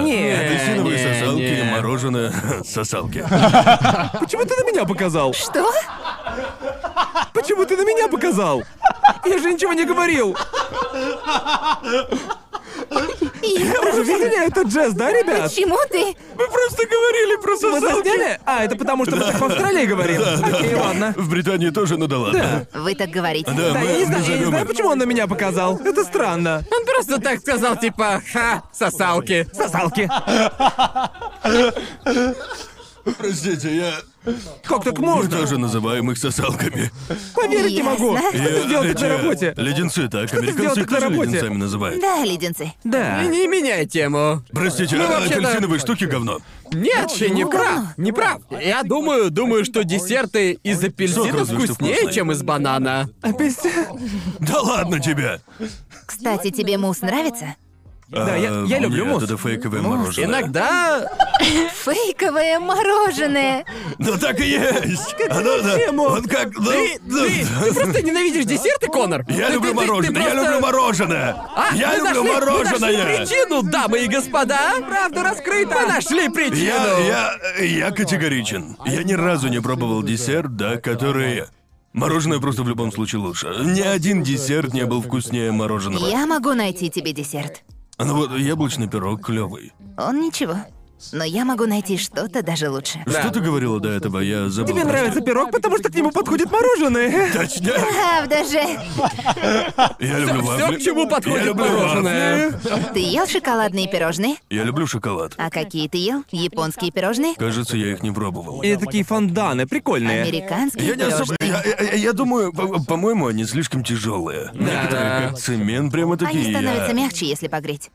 Нет.
Нет.
Апельсиновые
не,
сосалки,
не.
мороженое, сосалки.
Почему ты на меня показал?
Что?
Почему ты на меня показал? Я же ничего не говорил. Вы видели этот жест, да, ребят?
Почему ты?
Вы просто говорили про сосалки. Вы засняли? А, это потому, что мы так в Австралии говорим. Окей, ладно.
В Британии тоже, ну да ладно.
Вы так говорите.
Да,
Да,
мы,
я не знаю,
мы
я не
живем-
знаю, почему он на меня показал. Это странно.
Он просто так сказал, типа, ха, сосалки.
Сосалки.
Простите, я...
Как так
Мы
можно?
тоже называем их сосалками.
Поверить не могу.
Ясно.
Что ты
Я
сделал так на
эти
работе?
Леденцы, так?
сделал
Американцы их
так на
тоже
работе?
леденцами называют.
Да, леденцы.
Да.
Не меняй тему.
Простите,
Ну,
а
вообще-то-
апельсиновые штуки говно.
Нет, я не прав, не прав. Я думаю, думаю, что десерты из апельсина
разве что
вкуснее,
вкусный.
чем из банана.
Апельсин.
Да ладно тебе!
Кстати, тебе мусс нравится?
Да, я- я
А,
люблю
нет,
мусс.
это фейковое мороженое.
Иногда...
Фейковое мороженое.
Да так и есть! Оно, да,
мог?
он как... ну,
Ты,
ну,
ты, ты просто ненавидишь десерты, Конор?
Я
Ты-
люблю
ты- ты- ты
мороженое! Я
просто-
люблю мороженое!
А,
Я
мы
люблю
нашли- мы
мороженое!
нашли причину, дамы и господа! Правда раскрыта! Мы нашли причину!
Я, я, я категоричен. Я ни разу не пробовал десерт, да, который... Мороженое просто в любом случае лучше. Ни один десерт не был вкуснее мороженого.
Я могу найти тебе десерт.
Ну вот, яблочный пирог клевый.
Он ничего. Но я могу найти что-то даже лучше.
Что ты говорила до этого? Я забыл.
Тебе нравится пирог, потому что к нему подходит мороженое.
Точняк!
Правда же.
Я люблю
Всё,
вафли.
к чему
Я
подходит
люблю
мороженое.
Ты ел шоколадные пирожные?
Я люблю шоколад.
А какие ты ел? Японские пирожные?
Кажется, я их не пробовал.
И такие фонданы, прикольные.
Американские
Я не особо.
пирожные?
Я, я- я думаю, по- по-моему, они слишком тяжелые. Некоторые как цемент прямо
Они
такие.
становятся
я-
мягче, если погреть.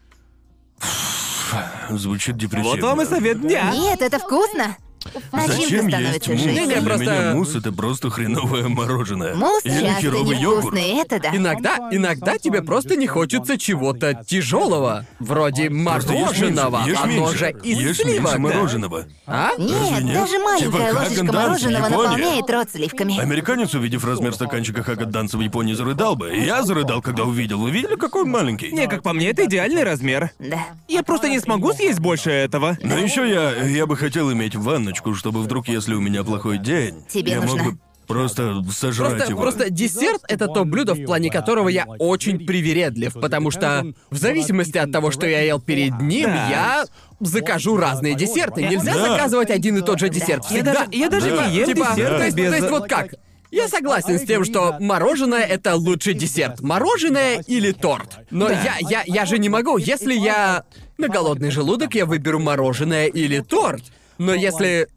Звучит депрессивно.
Вот вам и совет дня.
Нет, это вкусно. А Начинка
Зачем есть
становится
мусс?
жидкой.
Не-не,
Для
просто-
меня мусс это просто хреновое мороженое.
Мусс
Или
часто
херовый йогурт.
невкусный, это да.
Иногда, иногда тебе просто не хочется чего-то тяжелого, вроде
Просто ешь меньше,
мороженого. а
ешь
Оно
меньше,
же из
Ешь меньше
сливок.
мороженого.
А?
Разве
Нет,
нет?
даже маленькая
Типа
ложечка
Häagen-Dazs в
мороженого
Японии.
наполняет рот сливками.
Американец, увидев размер стаканчика Хагадданса в Японии, зарыдал бы. И я зарыдал, когда увидел. Вы видели, какой он маленький?
Не, как по мне, это идеальный размер.
Да.
Я просто не смогу съесть больше этого.
Но еще я, я бы хотел иметь ванночку, чтобы вдруг, если у меня плохой день,
Тебе
я
нужна.
мог бы просто сожрать
Просто,
его.
просто десерт — это то блюдо, в плане которого я очень привередлив, потому что в зависимости от того, что я ел перед ним,
Да.
я закажу разные десерты. Нельзя
Да.
заказывать один и тот же десерт
Я
всегда.
даже, я даже
Да.
не ем
Типа,
десерты
то, есть,
без...
то есть вот как? Я согласен с тем, что мороженое это лучший десерт. Мороженое или торт. Но я, я, я же не могу, если я на голодный желудок, я выберу мороженое или торт.
Ну,
Но если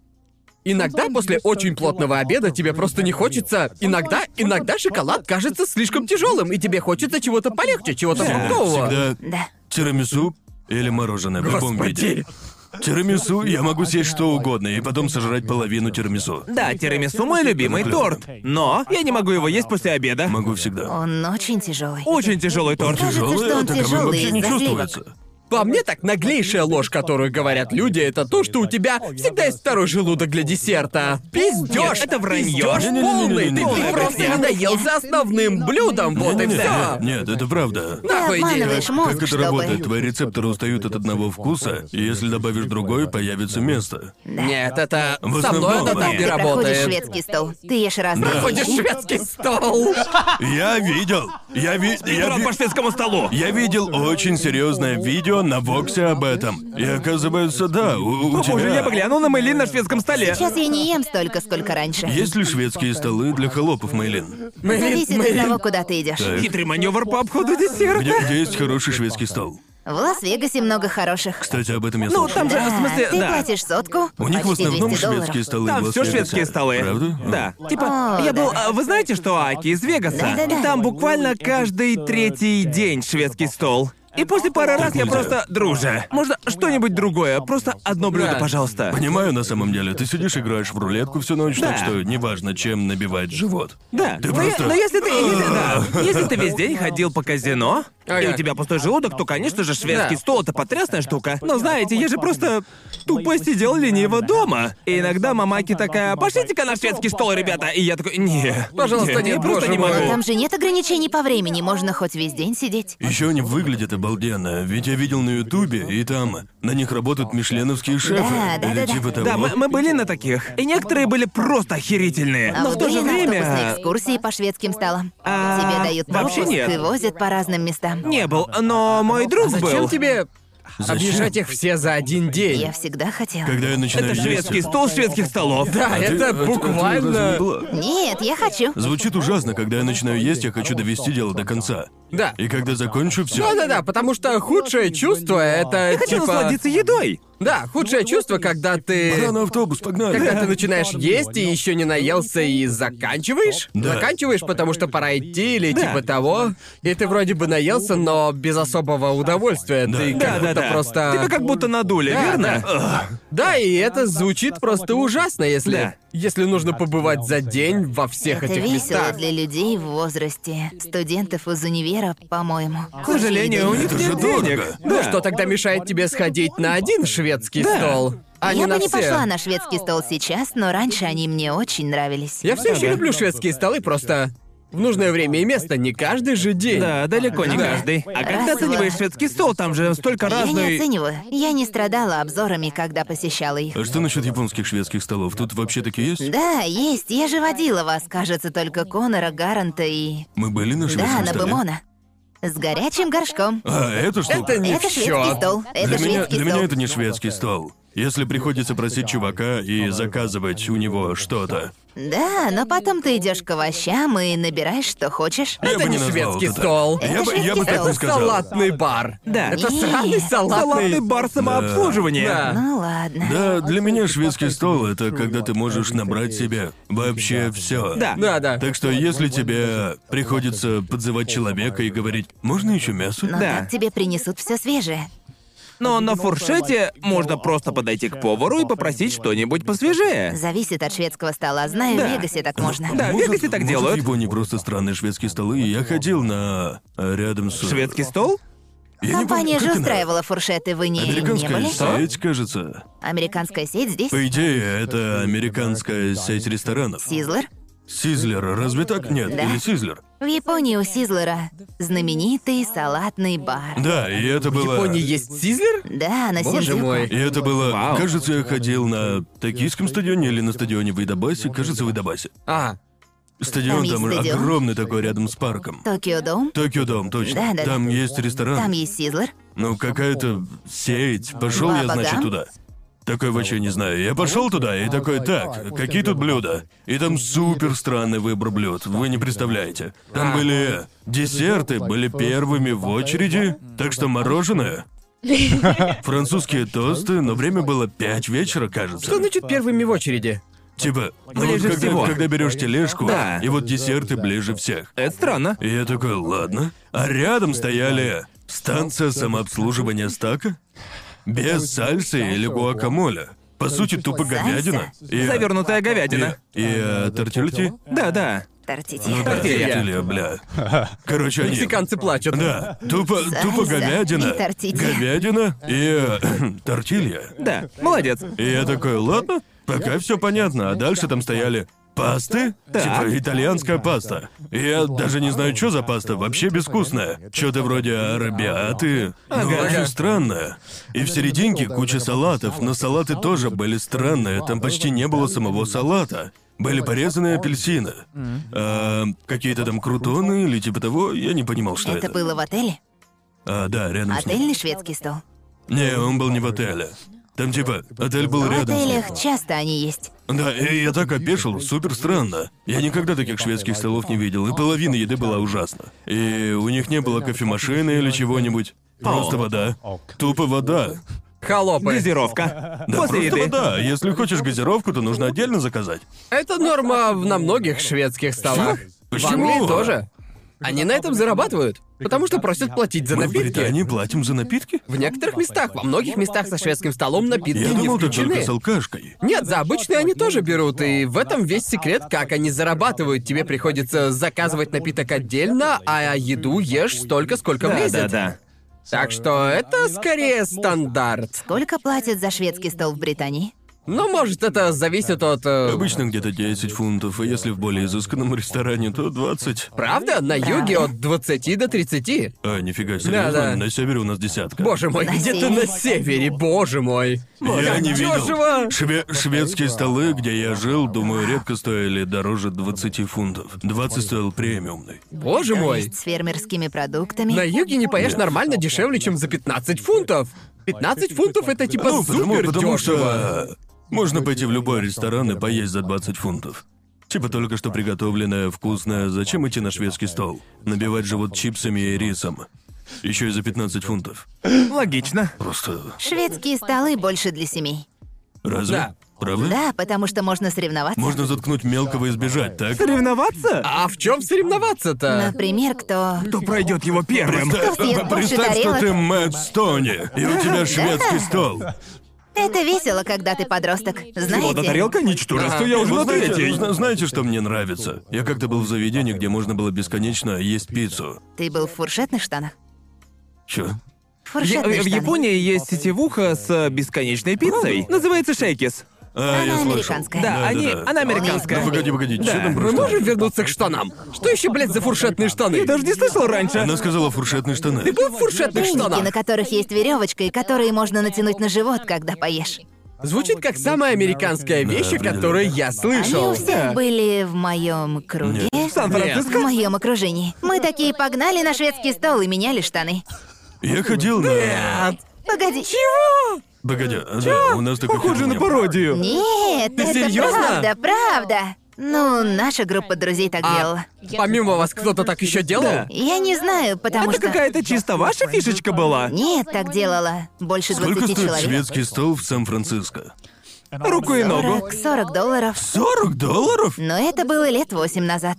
Иногда после очень плотного обеда тебе просто не хочется. Иногда, иногда шоколад кажется слишком тяжелым, и тебе хочется чего-то полегче, чего-то
Всегда-
фруктового.
Всегда
Да.
тирамису или мороженое в любом виде.
Господи.
Тирамису я могу съесть что угодно и потом сожрать половину тирамису.
Да, тирамису мой любимый торт. Но я не могу его есть после обеда.
Могу всегда.
Он очень тяжелый.
Очень тяжелый торт.
Кажется, что
Тяжелое,
он
таковым
тяжелый
вообще не
из-за сливок.
чувствуется.
По мне, так наглейшая ложь, которую говорят люди, это то, что у тебя всегда есть второй желудок для десерта. Пиздешь!
Нет, это вранье.
Пиздешь полный! Ты,
Не-не-не-не-не-не.
ты просто надоел за основным блюдом, вот и
Не-не-не,
все.
Нет, нет, это правда.
Ты
Нахуй иди.
обманываешь мозг,
Как это
чтобы...
работает? Твои рецепторы устают от одного вкуса, и если добавишь другой, появится место.
Нет, это
В
со мной
основном
это так
нет.
не
Ты проходишь
работает.
шведский стол. Ты ешь разные
Ходишь
вещи.
шведский стол.
Я видел! Я ви... Я,
Дрон
ви-
по шведскому столу.
я видел очень серьезное видео на Воксе об этом. И оказывается, да, у, у
О, боже, я бы
тебя...
глянул на Мэйлин на шведском столе.
Сейчас я не ем столько, сколько раньше.
Есть ли шведские столы для холопов, Мейлин?
Зависит от
Мэйлин.
того, куда ты идешь.
Так.
Хитрый маневр по обходу десерта.
Где, где есть хороший шведский стол?
В Лас-Вегасе много хороших.
Кстати, об этом я
Ну,
слышал.
там же, в смысле,
ты
да.
платишь сотку,
У них в
почти
основном
200 долларов.
шведские столы.
Там
в
все
Лас-Вегасе.
шведские столы.
Правда?
Да.
А.
Типа,
О,
я был.
да.
а, Вы знаете, что Аки из Вегаса?
Да-да-да.
И там буквально каждый третий день шведский стол. И после пары раз я
нельзя.
просто, друже, можно что-нибудь другое, просто одно блюдо,
Да.
пожалуйста.
Понимаю, на самом деле, ты сидишь, играешь в рулетку всю ночь,
Да.
так что неважно, чем набивать живот.
Да.
Ты
но,
просто-
я- но если ты, если, да, если ты весь день ходил по казино, и
Ага.
у тебя пустой желудок, то, конечно же, шведский
А Да.
стол это потрясная штука. Но знаете, я же просто тупо сидел лениво дома. И иногда мамаки такая, пошлите-ка на шведский стол, ребята. И я такой, не.
Пожалуйста,
не,
нет,
я просто
боже
не
мой».
могу.
Там же нет ограничений по времени, можно хоть весь день сидеть.
Еще они выглядят обалденно, ведь я видел на Ютубе, и там на них работают мишленовские шефы.
Да, да,
или
да, да.
типа того.
Да, мы, мы были на таких. И некоторые были просто охерительные.
А
Но
вы
в то же
были на автобусной
время...
экскурсии по шведским столам?
А,
Тебе дают
вообще
пропуск
нет.
и возят по разным местам.
Не был, но мой друг был.
А Зачем тебе
Зачем?
объезжать их все за один день?
Я всегда хотела.
Когда я начинаю
Это
есть-
шведский стол шведских столов.
Да,
А ты- а
это
ты- а ты разве не
буквально...
была?
Нет, я хочу.
Звучит ужасно, когда я начинаю есть, я хочу довести дело до конца.
Да.
И когда закончу, все.
Да-да-да, потому что худшее чувство — это
Я хочу
типа-
насладиться Ну, едой.
Да, худшее чувство, когда
Пора
ты...
ну,
на автобус, погнали.
Когда ты начинаешь есть и еще не наелся и заканчиваешь?
Да.
Заканчиваешь, потому что пора идти или
Да.
типа того. И ты вроде бы наелся, но без особого удовольствия.
Да.
Ты как
Да, да,
будто
да.
просто...
Тебя как будто надули,
Да,
верно?
Да, и это звучит просто ужасно, если...
Да.
Если нужно побывать за день во всех
Это
этих
весело
местах.
для людей в возрасте. Студентов из универа, по-моему.
К сожалению, у них
же
нет денег.
дорого.
Ну что тогда мешает тебе сходить на один шведский
Да.
стол, а
Я
не на
бы не
все?
пошла на шведский стол сейчас, но раньше они мне очень нравились.
Я все еще
Ага.
люблю шведские столы, просто в нужное время и место, не каждый же день.
Да, далеко не
Да.
каждый. А
Раз
когда ты
в-
оцениваешь шведский стол, там же столько
Я не
разной...
оцениваю. Я не страдала обзорами, когда посещала их.
А что насчет японских шведских столов? Тут вообще такие есть?
Да, есть. Я же водила вас, кажется, только Конора, Гаранта и...
Мы были на
Да,
шведском
на
столе.
Бемона. С горячим горшком.
А, это что?
Это не в
Это шведский
счет.
стол. Это
для меня,
шведский
для меня
стол.
это не шведский стол. Если приходится просить чувака и заказывать у него что-то.
Да, но потом ты идешь к овощам и набираешь, что хочешь.
Я
Это
бы
не
не назвал
шведский
это так.
стол.
Я бы, я бы
шведский стол.
так не
Это
сказал.
салатный бар.
Да.
Это
Нет.
сраный
Салатный
салатный
бар самообслуживания.
Да.
Ну ладно.
Да, для меня шведский стол это когда ты можешь набрать себе вообще все.
Да.
Да, да.
Так что если тебе приходится подзывать человека и говорить, можно еще мясо?
Но
Да.
так тебе принесут все свежее.
Но на фуршете можно просто подойти к повару и попросить что-нибудь посвежее.
Зависит от шведского стола. Знаю, в Вегасе так можно.
Да, в Вегасе так делают.
В Японии просто странные шведские столы, и я ходил на... э, рядом с...
Шведский стол?
Я не помню,
Компания же
как она?
устраивала фуршеты, вы не, не
Американская
были?
сеть, кажется.
Американская сеть здесь?
По идее, это американская сеть ресторанов.
Сизлер?
Сизлер, разве так? Нет,
Да.
или Сизлер?
В Японии у Сизлера знаменитый салатный бар.
Да, и это
В
было...
Японии есть Сизлер?
Да, на
Боже
Синдзюку.
мой.
И это было...
Вау.
Кажется, я ходил на токийском стадионе или на стадионе в Идабасе, кажется, в Идабасе.
А,
Там
Стадион
есть
там
стадион?
огромный такой рядом с парком.
Токио Дом.
Токио Дом, точно.
Да-да-да.
Там есть ресторан.
Там есть Сизлер.
Ну, какая-то сеть. Пошел я,
Баба
значит,
Гам?
туда. Такой вообще не знаю. Я пошел туда и такой, так, какие тут блюда? И там супер странный выбор блюд, вы не представляете. Там были десерты, были первыми в очереди, так что мороженое. Французские тосты, но время было 5 вечера, кажется.
что значит первыми в очереди?
Типа, ну вот
Ближе
когда,
всего.
когда берешь тележку,
Да.
и вот десерты ближе всех.
Это странно.
И я такой, ладно. А рядом стояли станция самообслуживания стака? Без сальсы или гуакамоле. По сути, тупо
Сальса?
говядина. И,
Завернутая говядина.
и, и тортильти?
Да-да.
Тортилья.
Ну Да,
Тортилья.
тортилья, бля. Короче, они...
Мексиканцы плачут.
Да, тупо, тупо говядина.
и тортилья.
Говядина и э, тортилья.
Да, молодец.
И я такой, ладно, пока все понятно. А дальше там стояли пасты, типа итальянская паста. И Я даже не знаю, что за паста, вообще безвкусная. Что-то вроде арабиаты, но очень странная. И в серединке куча салатов, но салаты тоже были странные, там почти не было самого салата. Были порезанные апельсины. А, какие-то там крутоны или типа того, я не понимал, что это.
Это было в отеле?
А, да, рядом с ним.
Отельный шведский стол.
Не, он был не в отеле. Там типа, отель был
В
рядом. с ним.
отелях часто они есть.
Да, и я так опешил, супер странно. Я никогда таких шведских столов не видел, и половина еды была ужасна. И у них не было кофемашины или чего-нибудь. Просто вода. Тупо вода.
Холопы.
Газировка.
Да,
После
просто
еды.
вода. Если хочешь газировку, то нужно отдельно заказать.
Это норма в- на многих шведских столах. В
Почему?
Англии тоже. Они на этом зарабатывают, потому что просят платить за
Мы в
напитки.
Британии платим за напитки?
В некоторых местах, во многих местах со шведским столом напитки
Я
не
думал, это только
включены.
с алкашкой.
Нет, за обычные они тоже берут, и в этом весь секрет, как они зарабатывают. Тебе приходится заказывать напиток отдельно, а еду ешь столько, сколько
Да,
влезет.
да, да.
Так что это скорее стандарт.
Сколько платят за шведский стол в Британии?
Но может это зависит от... э,
Обычно где-то 10 фунтов, а если в более изысканном ресторане, то 20.
Правда? На юге от 20 до 30.
А, нифига, серьезно?
да.
На севере у нас десятка.
Боже мой,
На
где ты
севере.
на севере, боже мой.
Я
Как
не
дёшево!
видел. Шве- шведские столы, где я жил, думаю, редко стоили дороже 20 фунтов. 20 стоил премиумный.
Боже
То
мой.
есть с фермерскими продуктами?
На юге не поешь нормально дешевле, чем за 15 фунтов. 15 фунтов это типа
Ну, потому,
супер
потому
дёшево.
что можно пойти в любой ресторан и поесть за 20 фунтов. Типа только что приготовленное, вкусное. Зачем идти на шведский стол? Набивать живот чипсами и рисом. Еще и за 15 фунтов.
Логично.
Просто...
Шведские столы больше для семей.
Разве?
Да.
Правда?
Да, потому что можно соревноваться.
Можно заткнуть мелкого и сбежать, так?
Соревноваться?
А в чем соревноваться-то?
Например, кто...
Кто пройдет его первым?
Кто съест больше
Представь, что
тарелок?
ты Мэтт Стони, и у тебя шведский стол.
Это весело, когда ты подросток. Знаете?
Вода тарелка ничтожество, я уже
Вы
на
знаете,
третьей.
зна- знаете, что мне нравится? Я как-то был в заведении, где можно было бесконечно есть пиццу.
Ты был в фуршетных штанах?
Чё?
Я-
Фуршетные
В
штаны.
Японии есть сетевуха с э, бесконечной пиццей. Называется шейкис.
А,
Она
я слышал.
американская.
Да, они, она
Да Ну,
американская.
погоди, погоди, что
Да.
там про
Мы
штаны?
можем вернуться к штанам? Что еще, блядь, за фуршетные штаны?
Я даже не слышал раньше.
Она сказала фуршетные штаны.
Ты был в фуршетных
Треники, на
штанах?
которых есть веревочка и которые можно натянуть на живот, когда поешь.
Звучит как самая американская вещь, о
определенно.
которой я
Они
слышал.
у всех были в моем круге.
В Сан-Франциско?
В моем окружении. Мы такие погнали на шведский стол и меняли штаны.
Я ходил на...
Погоди.
Погоди, а, да, у нас такой
Похоже на пародию.
Нет, это
серьёзно?
правда, правда. Ну, наша группа друзей так делала.
Помимо вас кто-то так еще делал?
Да.
Я не знаю, потому
Это
что...
какая-то чисто ваша фишечка была.
Нет, так делала больше 20
Сколько стоит
человек.
шведский стол в Сан-Франциско?
Руку и ногу.
40 долларов.
40 долларов?
Но это было лет 8 назад.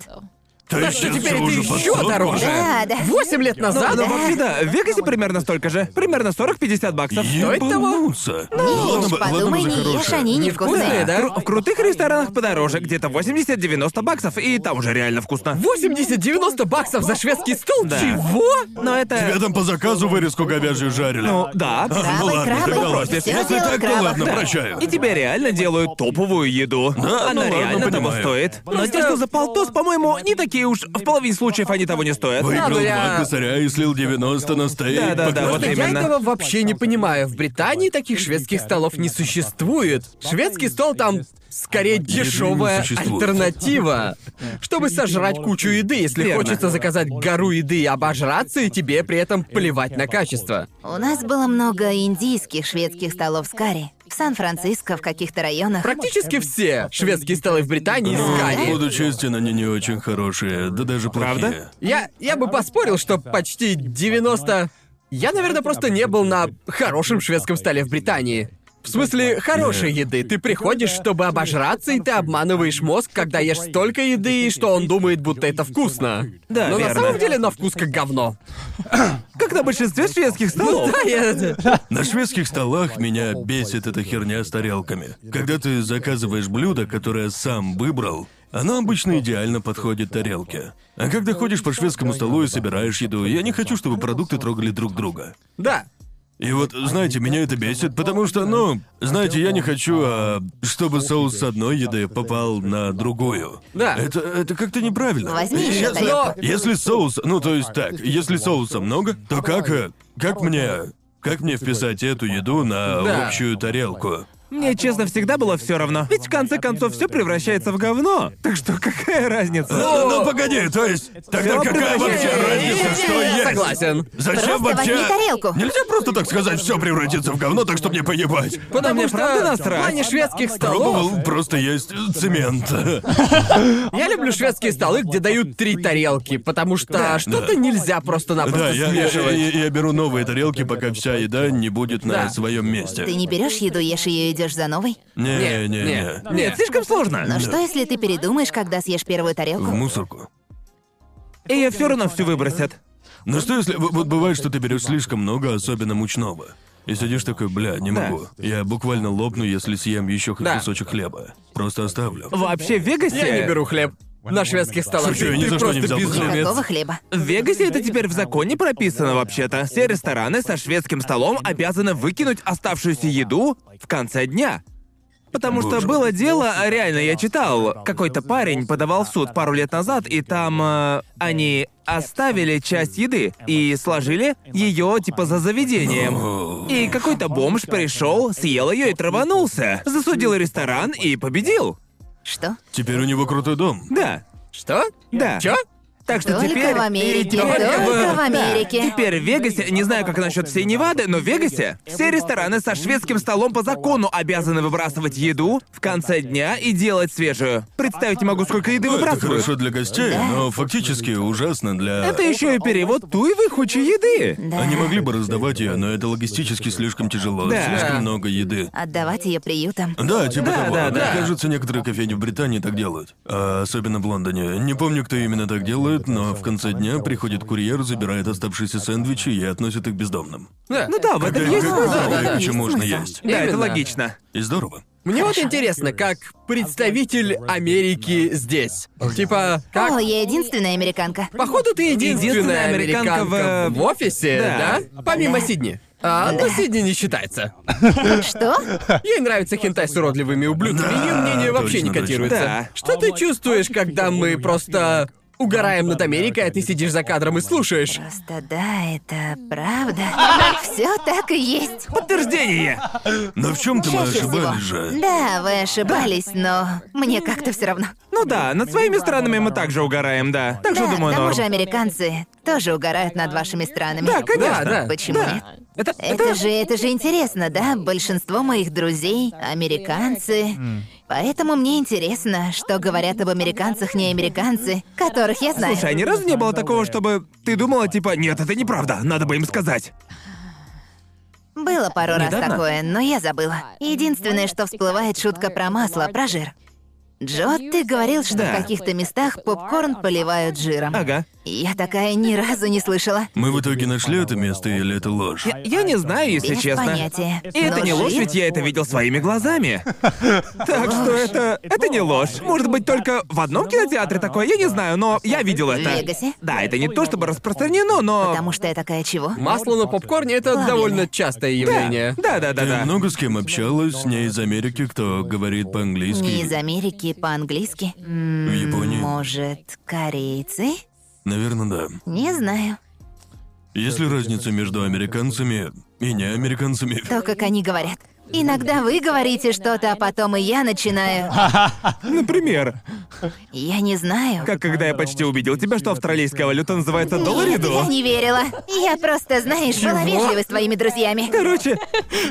То
Так
есть
что
сейчас
теперь
всё
это
уже под
еще
40 уже.
дороже.
Да, да.
Восемь лет назад.
Ну,
да.
вообще, да, в Вегасе примерно столько же. Примерно 40-50 баксов.
Стоит того?
Ебануться.
Эй,
Ладно бы- ладно бы
Ну, подумай,
за
не ешь,
хорошее.
они
Вкусные,
невкусные.
да?
Кру- в крутых ресторанах подороже, где-то 80-90 баксов, и там уже реально вкусно.
80-90 баксов за шведский стол?
Да.
Чего?
Но
Тебя
это...
там по заказу вырезку говяжью жарили.
Ну, да.
Крабы,
ну ладно,
крабы.
тогда ладно.
Всё
Если
дело в
так, то
крабах.
ладно,
Да.
прощаю.
И тебе реально делают топовую еду.
Да, ну
Она
ладно,
реально того
понимаю.
стоит. Но те, что за полтос, по-моему, не такие уж. В половине случаев они того не стоят.
Выиграл
ну я-
два косаря и слил 90 на стейк.
Да-да-да,
Потому
вот
что-
Я
именно.
этого вообще не понимаю. В Британии таких шведских столов не существует. Шведский стол там скорее
Еды не
дешевая
существует.
альтернатива. Чтобы сожрать кучу еды, если
Верно.
хочется заказать гору еды и обожраться, и тебе при этом плевать на качество.
У нас было много индийских шведских столов с карри. В Сан-Франциско, в каких-то районах.
Практически все шведские столы в Британии
Ну,
с карри.
Буду честен, они не очень хорошие, да даже плохие.
Правда?
Я, я бы поспорил, что почти 90... Я, наверное, просто не был на хорошем шведском столе в Британии. В смысле, хорошей еды. Э, Ты приходишь, чтобы обожраться, и ты обманываешь мозг, когда ешь столько еды, что он думает, будто это вкусно.
Да,
Но Ну, на
верно.
самом деле на вкус как говно.
Как на большинстве шведских столов.
Да, я-
На шведских столах меня бесит эта херня с тарелками. Когда ты заказываешь блюдо, которое сам выбрал, оно обычно идеально подходит тарелке. А когда ходишь по шведскому столу и собираешь еду, я не хочу, чтобы продукты трогали друг друга.
Да.
И вот, знаете, меня это бесит, потому что, ну, знаете, я не хочу, а, чтобы соус с одной еды попал на другую.
Да.
Это, это как-то неправильно.
Возьми ещё
Если-
тарелку.
Если соус, ну то есть так, если соуса много, то как, э, как мне, как мне вписать эту еду на
Да.
общую тарелку?
Мне, честно, всегда было все равно. Ведь в конце концов все превращается в говно. Так что какая разница?
Ну, ну, погоди, то есть, тогда
ну,
Всё
какая вообще
превращается.
разница, что
Я
есть?
Согласен.
Зачем
Просто
вообще?
возьми тарелку.
Нельзя просто так сказать, все превратится в говно, так что мне поебать.
Потому
мне
что
правда насрать.
в плане шведских столов
Пробовал просто есть цемент.
я люблю шведские столы, где дают три тарелки, потому что что-то нельзя
Да,
А
просто-напросто
я, я-
смешивать.
я- я беру новые тарелки, пока вся еда не будет на
Да.
своем месте.
Ты не берешь еду, ешь ее и идешь за новой?
Не, не, не.
Ну,
Нет, слишком сложно.
Но что, если ты передумаешь, когда съешь первую
В
тарелку?
мусорку.
И я все равно все выбросят.
Ну что если... в- Вот бывает, что ты берешь слишком много, особенно мучного. И сидишь такой, бля, не
Да.
могу. Я буквально лопну, если съем еще хоть
Да.
кусочек хлеба. Просто оставлю.
Вообще в Вегасе...
Я не беру хлеб. На шведских столах
Слушай,
ты,
я ни
ты
за что
просто
не взял бы хлеб.
безумец.
Какого хлеба?
В Вегасе это теперь в законе прописано вообще-то. Все рестораны со шведским столом обязаны выкинуть оставшуюся еду в конце дня. Потому что
Боже.
было дело, а реально я читал, какой-то парень подавал в суд пару лет назад, и там э, они оставили часть еды и сложили ее типа за заведением. И какой-то бомж пришел, съел ее и траванулся. Засудил ресторан и победил.
Что?
Теперь у него крутой дом.
Да,
Что?
да.
Чё?
Так что
Только
теперь...
в Америке,
и только в-
только в
Да.
Америке.
Теперь в Вегасе, не знаю, как насчет всей Невады, но в Вегасе все рестораны со шведским столом по закону обязаны выбрасывать еду в конце дня и делать свежую. Представить не могу, сколько еды
Ну, это
выбрасывают.
хорошо для гостей, но фактически ужасно для...
Это еще и перевод туевой кучи еды.
Да.
Они могли бы раздавать ее, но это логистически слишком тяжело,
Да.
слишком много еды.
Отдавать ее приютам.
Да, типа
Да,
того.
да,
Мне
да.
кажется, некоторые кофейни в Британии так делают. А особенно в Лондоне. Не помню, кто именно так делает, но в конце дня приходит курьер, забирает оставшиеся сэндвичи и относит их бездомным.
Да.
Ну да, в этом есть
Как
смысл.
мало
Да,
их еще
А, есть
можно
смысл.
есть.
это
Именно.
логично.
И здорово.
Мне вот интересно, как представитель Америки здесь. Типа,
О,
как...
я единственная американка.
Походу, ты
Единственная
единственная
американка
американка в,
в-
в офисе,
Да.
да? Помимо Сидни. А, но Сидни не считается.
Что?
Ей нравится хентай с уродливыми ублюдками,
Да,
ее мнение вообще
точно,
не котируется.
точно. Да.
Что ты чувствуешь, когда мы просто угораем над Америкой, а ты сидишь за кадром и слушаешь?
Просто да, это правда. Все так и есть.
Подтверждение!
Но в чем-то мы
Чаще всего.
ошибались же.
Да, вы ошибались, но мне как-то все равно.
Ну да, над своими странами мы также угораем, да. Так что
да,
думаю,
к тому
норм.
же американцы тоже угорают над вашими странами.
Да, конечно.
Да, да.
Почему
Да.
нет?
Это,
Это, же, это же интересно, да? Большинство моих друзей американцы. Поэтому мне интересно, что говорят об американцах не американцы, которых я знаю.
Слушай, а ни разу не было такого, чтобы ты думала, типа, нет, это неправда, надо бы им сказать.
Было пару раз
а недавно?
такое, но я забыла. Единственное, что всплывает, шутка про масло, про жир. Джо, ты говорил, что
Да.
в каких-то местах попкорн поливают жиром.
Ага.
Я такая ни разу не слышала.
Мы в итоге нашли это место или это ложь?
Я, я не знаю, если
Без
честно.
понятия.
И это
Но
не ложь,
жир-
ведь я это видел своими глазами. Так что это... Это не ложь. Может быть, только в одном кинотеатре такое, я не знаю, но я видел это.
В Вегасе?
Да, это не то чтобы распространено, но...
Потому что я такая чего?
Масло на попкорне это
Плавленое.
довольно частое явление.
Да, да, да,
Ты
да.
много с кем общалась, не из Америки, кто говорит по-английски?
Не из Америки, по-английски. М,
В Японии?
Может, корейцы?
Наверное, да.
Не знаю.
Есть ли разница между американцами и неамериканцами?
То, как они говорят. Иногда вы говорите что-то, а потом и я начинаю.
Например,
Я не знаю.
как когда я почти убедил тебя, что австралийская валюта называется
Нет,
доллариду.
я не верила. Я просто, знаешь, была вежлива с твоими друзьями.
Короче,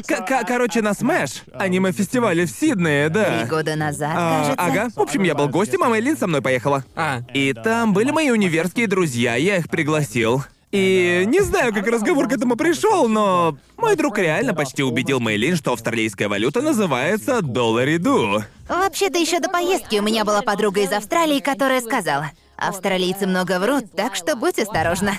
к- к- короче, на Smash, аниме-фестивале в Сиднее,
Три
да.
года назад,
А,
кажется.
ага. В общем, я был гостем, а Мэйлин со мной поехала.
А,
И там были мои универские друзья, я их пригласил. И не знаю, как разговор к этому пришел, но мой друг реально почти убедил Мэйлин, что австралийская валюта называется доллариду.
Вообще-то еще до поездки у меня была подруга из Австралии, которая сказала, австралийцы много врут, так что будь осторожна.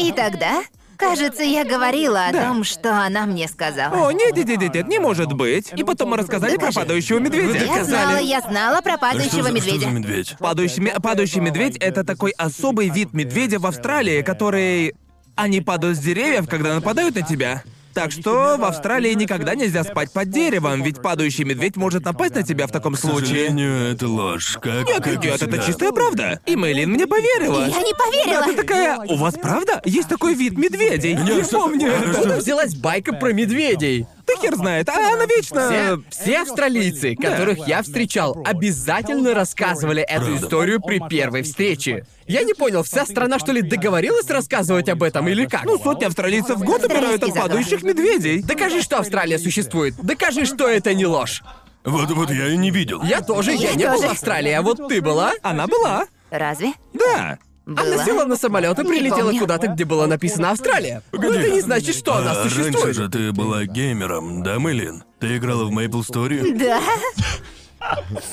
И тогда, кажется, я говорила о том, что она мне сказала.
О, нет, нет, нет, нет, не может быть. И потом мы рассказали про
Докажи.
падающего медведя.
Я знала, я знала про
А что
падающего
за, что за
медведя.
медведь?
Падающий, ме- падающий медведь — это такой особый вид медведя в Австралии, который... Они падают с деревьев, когда нападают на тебя. Так что в Австралии никогда нельзя спать под деревом, ведь падающий медведь может напасть на тебя в таком
К
случае.
сожалению, это ложь. Как,
Нет,
как
нет,
и
нет, это
всегда.
чистая правда. И Мэйлин мне поверила.
Я не поверила.
Она такая, у вас правда? Есть такой вид медведей. Не помню.
откуда
это».
взялась байка про медведей?
Да хер знает, а она
Все,
вечно...
все австралийцы,
Да.
которых я встречал, обязательно рассказывали эту
Правда.
историю при первой встрече. Я не понял, вся страна что ли договорилась рассказывать об этом или как?
Ну, сотни австралийцев в год умирают от
Австралийский заговор.
падающих медведей.
Докажи, что Австралия существует. Докажи, что это не ложь.
Вот, вот я и не видел.
Я тоже, я,
Я
не был в
тоже.
Австралии, а вот ты была.
Она была.
Разве?
Да.
Было.
Она села на самолет и
Не
прилетела
помню.
куда-то, где было написано Австралия. Но
Погоди.
это не значит, что она
А раньше же
существует.
ты была геймером, да, Мэйлин? Ты играла в Maple Story?
Да.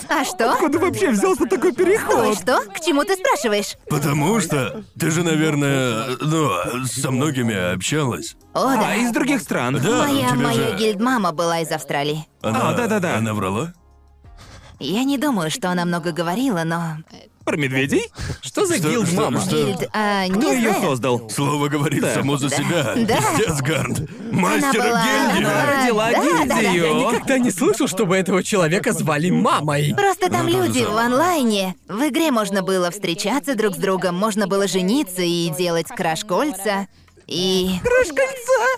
А что?
Откуда вообще взялся такой
Ой,
переход?
что? К чему ты спрашиваешь?
Потому что ты же, наверное, ну, со многими общалась.
О, да.
А, из других стран.
Да, у
Моя,
тебя
моя
же...
гильдмама была из Австралии.
Она...
А, да-да-да.
Она врала?
Я не думаю, что она много говорила, но...
Про медведей?
Что за
Что-
гилд
что-
мама?
что-
Гильд... а, не
Кто ее
знаю.
создал?
Слово говорит само за себя.
Да.
Пиздец, Гард. Мастер
была-
гильдии.
она была-
Родила
Да, да, да.
Я
гильдию.
никогда не слышал, чтобы этого человека звали мамой.
Просто там
Ну, да,
люди
да.
в онлайне. В игре можно было встречаться друг с другом, можно было жениться и делать краш-кольца. И... Краш-кольца?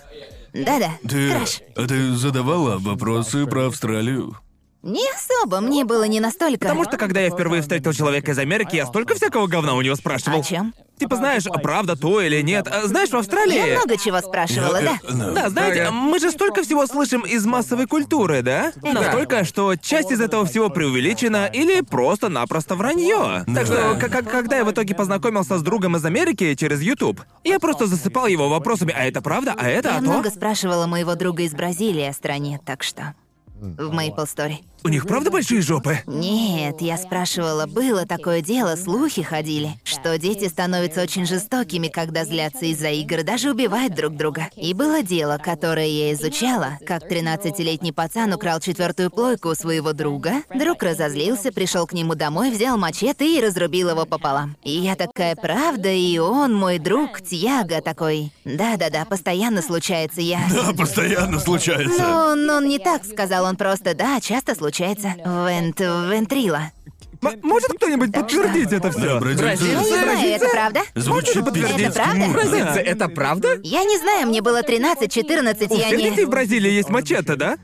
Да-да,
Ты...
краш.
А ты задавала вопросы про Австралию?
Не особо, мне было не настолько.
Потому что когда я впервые встретил человека из Америки, я столько всякого говна у него спрашивал.
О чем?
Типа, знаешь, а правда то или нет? А Знаешь, в Австралии...
Я много чего спрашивала, да.
Э, ну,
Да, знаете,
Ага.
мы же столько всего слышим из массовой культуры, да? Настолько, что часть из этого всего преувеличена или просто-напросто вранье. Так что, к- к- когда я в итоге познакомился с другом из Америки через YouTube, я просто засыпал его вопросами, а это правда, а это,
Я
а то.
много спрашивала моего друга из Бразилии о стране, так что... В Maple Story.
У них правда большие жопы?
Нет, я спрашивала, было такое дело, слухи ходили, что дети становятся очень жестокими, когда злятся из-за игр, даже убивают друг друга. И было дело, которое я изучала, как 13-летний пацан украл четвертую плойку у своего друга. Друг разозлился, пришел к нему домой, взял мачете и разрубил его пополам. И я такая, правда, и он, мой друг, Тьяго такой. Да-да-да, постоянно случается, я...
Да, постоянно случается.
Ну, ну, он не так сказал, он просто, да, часто случается. Вент... Вентрила.
М- может кто-нибудь подтвердить это
Да,
все?
Я не
Бразильцы.
бразильцы.
знаю, это правда?
Звучит
Это
пиздецки
правда?
мудро.
Бразильцы, это правда?
Я не знаю, мне было 13-14,
У
я
всех
не...
детей в Бразилии есть мачете, да?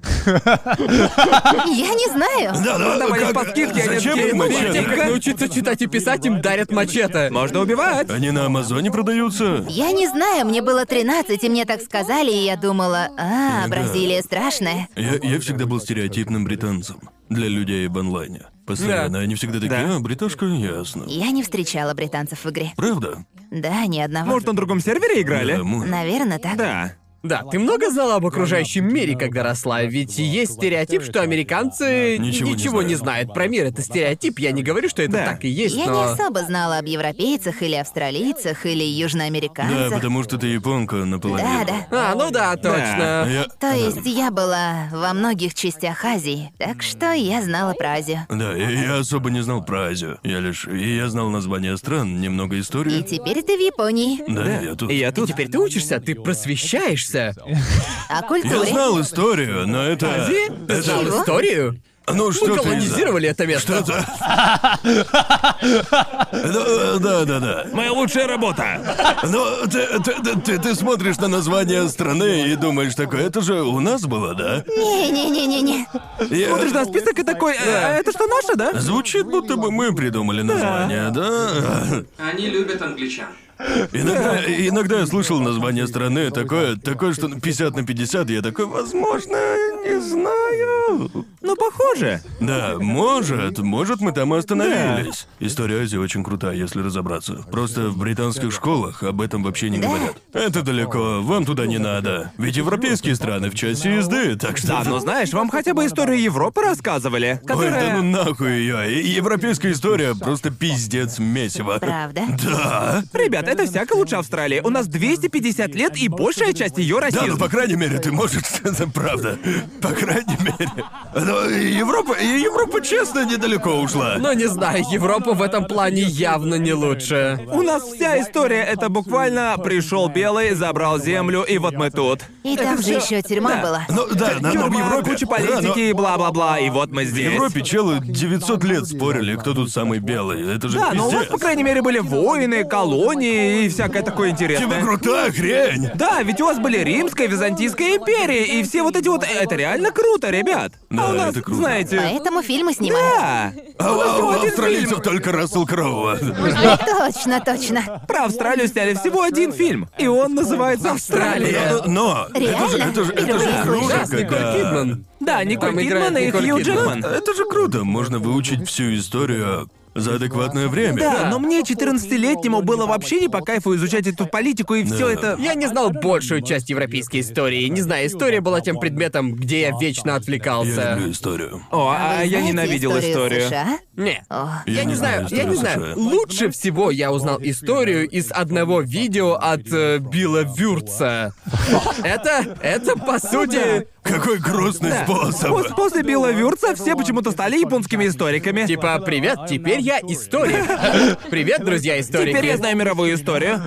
Я не знаю.
Да, да,
Давали
как-
по скидке, они
Зачем
такие,
им
ну,
мачете?
Перед тем, как
Мачете.
научиться читать и писать, им дарят мачете.
Можно убивать.
Они на Амазоне продаются?
Я не знаю, мне было 13, и мне так сказали, и я думала, а,
Да.
Бразилия страшная.
Я, я всегда был стереотипным британцем для людей в онлайне. Постоянно. Они всегда такие,
Да.
а, бриташка, ясно.
Я не встречала британцев в игре.
Правда? Э,
Да, ни одного.
Может, на другом сервере играли?
Да, может.
Наверное, так.
Да.
Да, ты много знала об окружающем мире, когда росла? Ведь есть стереотип, что американцы
Ничего
ничего,
не
не
знают.
знают про мир. Это стереотип, я не говорю, что это
Да.
так и есть,
Я не
но...
особо знала об европейцах или австралийцах или
Да,
южноамериканцах.
потому что ты японка наполовину.
Да, да.
А, ну да,
А
точно.
Я...
То есть я была во многих частях Азии, так что я знала про Азию.
Да, я, я особо не знал про Азию. Я лишь... и Я знал названия стран, немного истории.
И теперь ты в Японии.
Да, я тут.
И я
И
тут.
теперь ты учишься, ты просвещаешься.
О
Я
культуре.
знал историю, но это...
Ты? Ты
Это-
знал
Чего?
историю?
Ну
Мы
что ты...
колонизировали это место.
Что-то... Да, да, да, да.
Моя лучшая работа.
Ну, ты, ты- ты- ты- ты смотришь на название страны и думаешь такое, это же у нас было, да?
Не-не-не-не-не.
Я-
Смотришь на список и такой, «Э, а это что, наше, да?
Звучит, будто бы мы придумали название, да?
Они любят англичан.
Иногда, иногда я слышал название страны такое, такое, что 50 на 50, я такой, возможно, не знаю.
Ну, похоже.
Да, может, может, мы там и остановились. История Азии очень крутая, если разобраться. Просто в британских школах об этом вообще не говорят. Это далеко, вам туда не надо. Ведь европейские страны в часе езды, так что...
Да, но А, ну, знаешь, вам хотя бы историю Европы рассказывали,
Ой,
которая...
да ну нахуй ее. Европейская история просто пиздец месиво.
Правда?
Да.
Ребят, это всяко лучше Австралии. У нас 250 лет, и большая часть ее
Да,
расизм.
ну по крайней мере ты можешь, это правда. По крайней мере. Но Европа, Европа честно недалеко ушла.
Но не знаю, Европа в этом плане явно не лучше.
У нас вся история это буквально пришел белый, забрал землю, и вот мы тут.
И там же еще тюрьма была.
Ну да, да, но в
Тюрьма,
Европе...
куча
Да, но
политики и бла-бла-бла, и вот мы
В
здесь.
Европе челы 900 лет спорили, кто тут самый белый. Это же
Да,
пиздец.
но у вас, по крайней мере, были войны, колонии и всякое такое
Типа
интересное.
крутая хрень.
Да, ведь у вас были Римская, Византийская империи, и все вот эти вот... э, Это реально круто, ребят.
Да,
а у нас,
это круто.
знаете...
Поэтому фильмы снимают.
Да,
А у- а у
один
австралийцев
фильм.
только Рассел Кроу.
Точно, точно.
про Австралию сняли всего один фильм, и он называется «Австралия».
Но, но это же, это же, это же
Реально?
круто,
Да, с Николь
когда...
Кидман.
Да, Николь
Там играет
Кидман и
Николь
Хью
Кидман.
Джекман.
Это же круто, можно выучить всю историю за адекватное время.
Да, но мне, 14-летнему, было вообще не по кайфу изучать эту политику и все
Да.
это.
Я не знал большую часть европейской истории. Не знаю, история была тем предметом, где я вечно
Я
отвлекался.
люблю историю.
О, а
Вы
я
знаете
ненавидел историю.
США?
Не.
О,
Я не знаю, я не знаю. Лучше всего я узнал историю из одного видео от э, Билла Вюрца. Это, это по сути,
Какой грустный
Да.
способ.
Пос- После Билла Вюрца все почему-то стали японскими историками.
типа, привет, теперь я историк. Привет, друзья историки.
Теперь я знаю мировую историю.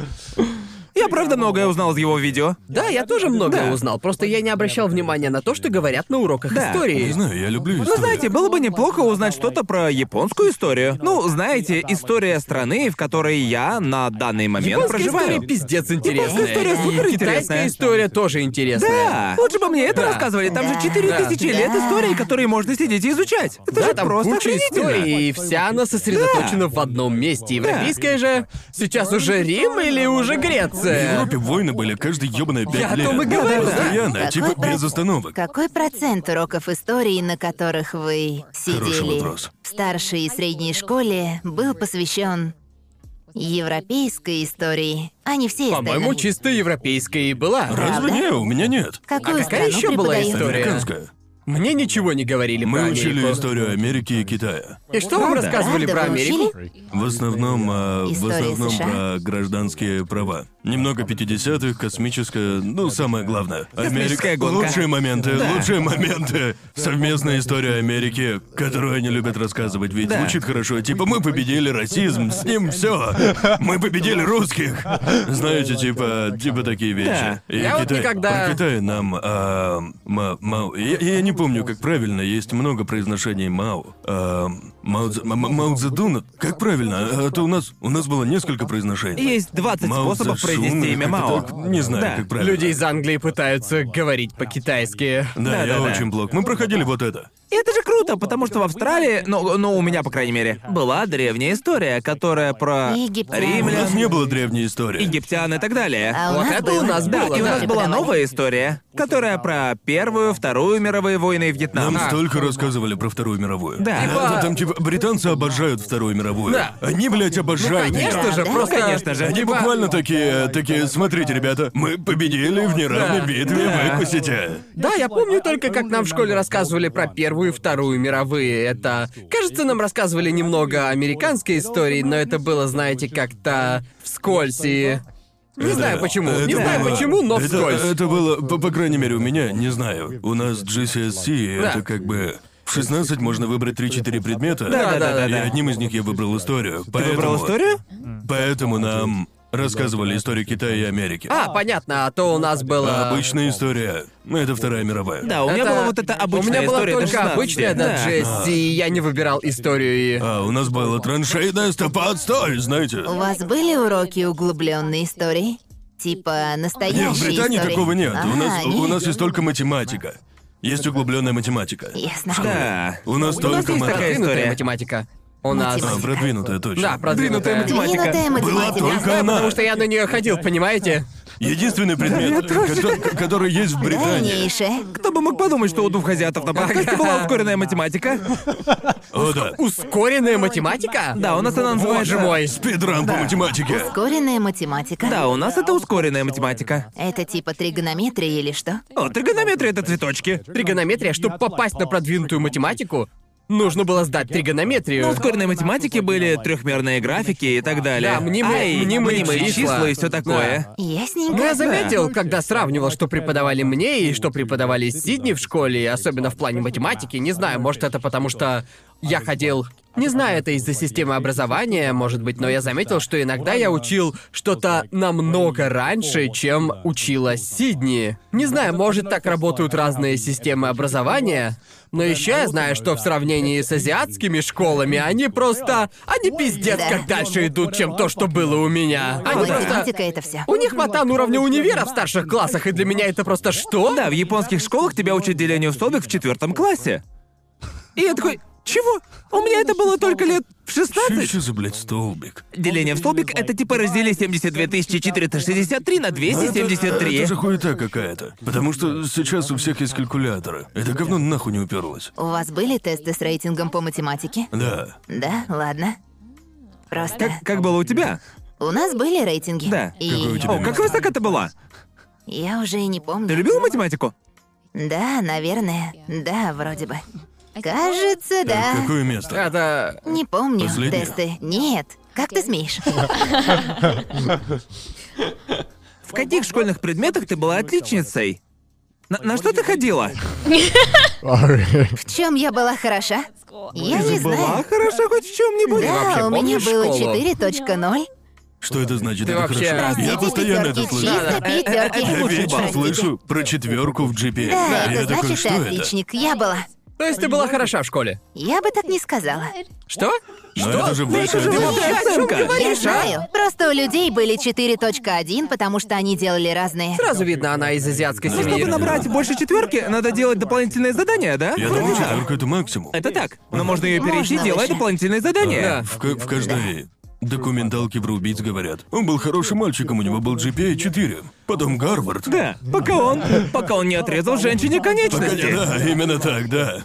Я правда многое узнал из его видео.
Да, я тоже многое
Да.
узнал, просто я не обращал внимания на то, что говорят на уроках
Да.
истории.
Не знаю, я люблю
Ну,
историю.
знаете, было бы неплохо узнать что-то про японскую историю. Ну, знаете, история страны, в которой я на данный момент
Японская
проживаю.
история пиздец интересная.
история
И
суперинтересная.
китайская история тоже интересная.
Да, лучше бы мне это
Да.
рассказывали. Там
Да.
же 4000
Да.
лет
Да.
истории, которые можно сидеть и изучать. Это
Да,
же
там
просто
куча
охренительно.
историй, и вся она сосредоточена
Да.
в одном месте. Европейская же сейчас уже Рим или уже
В
Греция?
Европе войны были каждые ёбаные пять
э, Я о
лет.
том и говорю.
Постоянно,
Какой
типа
про-
без остановок.
Какой процент уроков истории, на которых вы сидели
вопрос.
в старшей и средней школе, был посвящен европейской истории, а не всей
По-моему,
остальной?
чисто европейская и была.
Разве
Правда?
не? У меня нет.
Какую
А какая
страну
еще была
преподают?
история?
Американская.
Мне ничего не говорили
Мы
про
учили
Америку.
историю Америки и Китая.
И что вам
Правда?
рассказывали
Правда,
про
вы
Америку?
учили?
В основном, э, в
История
основном
США?
про гражданские права. Немного 50-х, космическая, ну, самое главное.
Космическая
Америка.
гонка.
Лучшие моменты, лучшие моменты. Совместная история Америки, которую они любят рассказывать, ведь
Да.
звучит хорошо. Типа, мы победили расизм, с ним все. Мы победили русских. Знаете, типа, типа такие вещи.
Да.
И
Я вот
Китай-
никогда-
про Китай нам... а, Ма- Мао- Я, я не помню, как правильно, есть много произношений Мао. А, Мао, Цзе- Ма- Ма- Мао Цзэдуна. Как правильно? А то у нас, у нас было несколько произношений.
Есть 20
Мао
способов
Цзэшун,
произнести
как-то
имя Мао.
так, не знаю,
Да.
как правильно.
Люди из Англии пытаются говорить по-китайски.
Да, я
Да-да-да.
очень блок. Мы проходили вот это.
И это же круто, потому что в Австралии, ну, ну у меня, по крайней мере, была древняя история, которая про
Египтян.
У
римлян,
нас не было древней истории.
египтян и так далее.
А у
Вот
нас
это
было.
у нас
Да,
было,
и у
да.
нас была новая история, которая про Первую, Вторую мировые войны и Вьетнам.
Нам
А,
столько рассказывали про Вторую мировую.
Да.
Это там типа британцы обожают Вторую мировую.
Да.
Они, блядь, обожают её.
Конечно же,
Да,
просто...
конечно же.
Они
Типа,
буквально такие, такие, смотрите, ребята, мы победили в неравной
Да.
битве,
Да.
выкусите.
Да, я помню только, как нам в школе рассказывали про Первую и Вторую мировые. Это... Кажется, нам рассказывали немного американской истории, но это было, знаете, как-то вскользь и... Не знаю почему. Не
Э,
Это
знаю
было-
почему, но
это,
вскользь.
это было, по, по крайней мере, у меня, не знаю. У нас GCSC, и
Да.
это как бы... В 16 можно выбрать 3-4 предмета.
Да, да, да,
И
да.
одним из них я выбрал историю.
Ты выбрал историю?
Поэтому нам рассказывали историю Китая и Америки.
А, понятно, а то у нас было...
А обычная история. Ну, это Вторая мировая.
Да, Ну, у меня
Это-
была вот эта
У
обычная
меня была
история. до
только
16.
обычная, да,
Да.
Джесси, и я не выбирал историю и...
А у нас было траншейное стопа отстой, знаете.
У вас были уроки углубленной истории? Типа настоящие
Нет, в Британии
истории?
такого нет.
А,
у, нас,
нет.
у нас есть только математика. Есть углубленная математика.
Ясно.
Да.
У нас
У нас
только
есть
мат-
такая
Продвинутая
история.
математика. У нас...
А,
Математика.
продвинутая точно.
Да, продвинутая
Двинутая
математика.
Двинутая
Была
математика.
только она.
Потому что я на нее ходил, понимаете?
Единственный предмет, кото- который, есть в Британии.
Умнейшая.
Кто бы мог подумать, что у двухазиатов на подкасте была ускоренная математика?
О, да.
Ускоренная математика?
Да, у нас она называется...
Боже мой.
Спидран по математике.
Ускоренная математика.
Да, у нас это ускоренная математика.
Это типа тригонометрия или что?
О, тригонометрия — это цветочки.
Тригонометрия, чтобы попасть на продвинутую математику, нужно было сдать
На
тригонометрию.
ускоренной математике были трехмерные графики и так далее.
Да, мнимые-
Ай,
мнимые числа.
числа и все такое.
Ясненько.
Но Ну, я заметил, когда сравнивал, что преподавали мне и что преподавали Сидни в школе, особенно в плане математики, не знаю, может это потому что я ходил... Не знаю, это из-за системы образования, может быть, но я заметил, что иногда я учил что-то намного раньше, чем учила Сидни. Не знаю, может так работают разные системы образования, но еще я знаю, что в сравнении с азиатскими школами они просто... Они пиздец
Да.
как дальше идут, чем то, что было у меня. Они просто...
Математика это все.
У них матан уровня универа в старших классах, и для меня это просто что?
Да, в японских школах тебя учат делению столбик в четвертом классе. И я такой, чего? У меня это было только лет в
Что
16.
еще за, блядь, столбик?
Деление в столбик — это типа раздели 72 463 на
А Ну, Это,
273.
это же хуета какая-то. Потому что сейчас у всех есть калькуляторы. Это говно нахуй не уперлось.
У вас были тесты с рейтингом по математике?
Да.
Да, ладно. Просто
Как, как было у тебя?
у нас были рейтинги.
Да.
И
Какой у тебя?
О, как высока ты была?
я уже и не
Ты
помню.
любила математику?
Да, наверное. Да, вроде бы. Кажется, да.
Так, какое место?
Это...
Не помню
Последнее?
тесты. Нет. Как ты смеешь?
В каких школьных предметах ты была отличницей? На, на что ты ходила?
В чем я была хороша? Я не
Была
знаю.
хороша А хоть в чем-нибудь.
Да, у меня
помнишь
было
школу?
4.0.
Что это значит?
Ты
это
вообще-
хорошо. Я
Простите,
постоянно это
пятёрки,
слышу.
Чисто
Да-да.
пятёрки.
Э, э, э,
Я
Лучше
вечно
бал.
слышу про четверку в GPA.
Да,
Я
это
такой,
значит,
что
ты
это?
отличник. Я была.
То есть ты была хороша в школе?
Я бы так не сказала.
Что?
Но это же
Это же
выше.
высокая оценка.
Я знаю. Просто у людей были 4.1, потому что они делали разные.
Сразу видно, она из азиатской
Ну, чтобы
семьи. Хм,
набрать больше четверки, надо делать дополнительные задания, да?
Я
Вроде
думаю,
так.
четверка это максимум.
Это так. Но можно ее
Можно
перейти, делая
выше.
дополнительные задания.
В, ка- в каждой документалке про убийц говорят. Он был хорошим мальчиком, у него был GPA 4. Потом Гарвард.
Да. Пока он. Пока он не отрезал женщине
Пока не-
конечности.
да, именно так, да.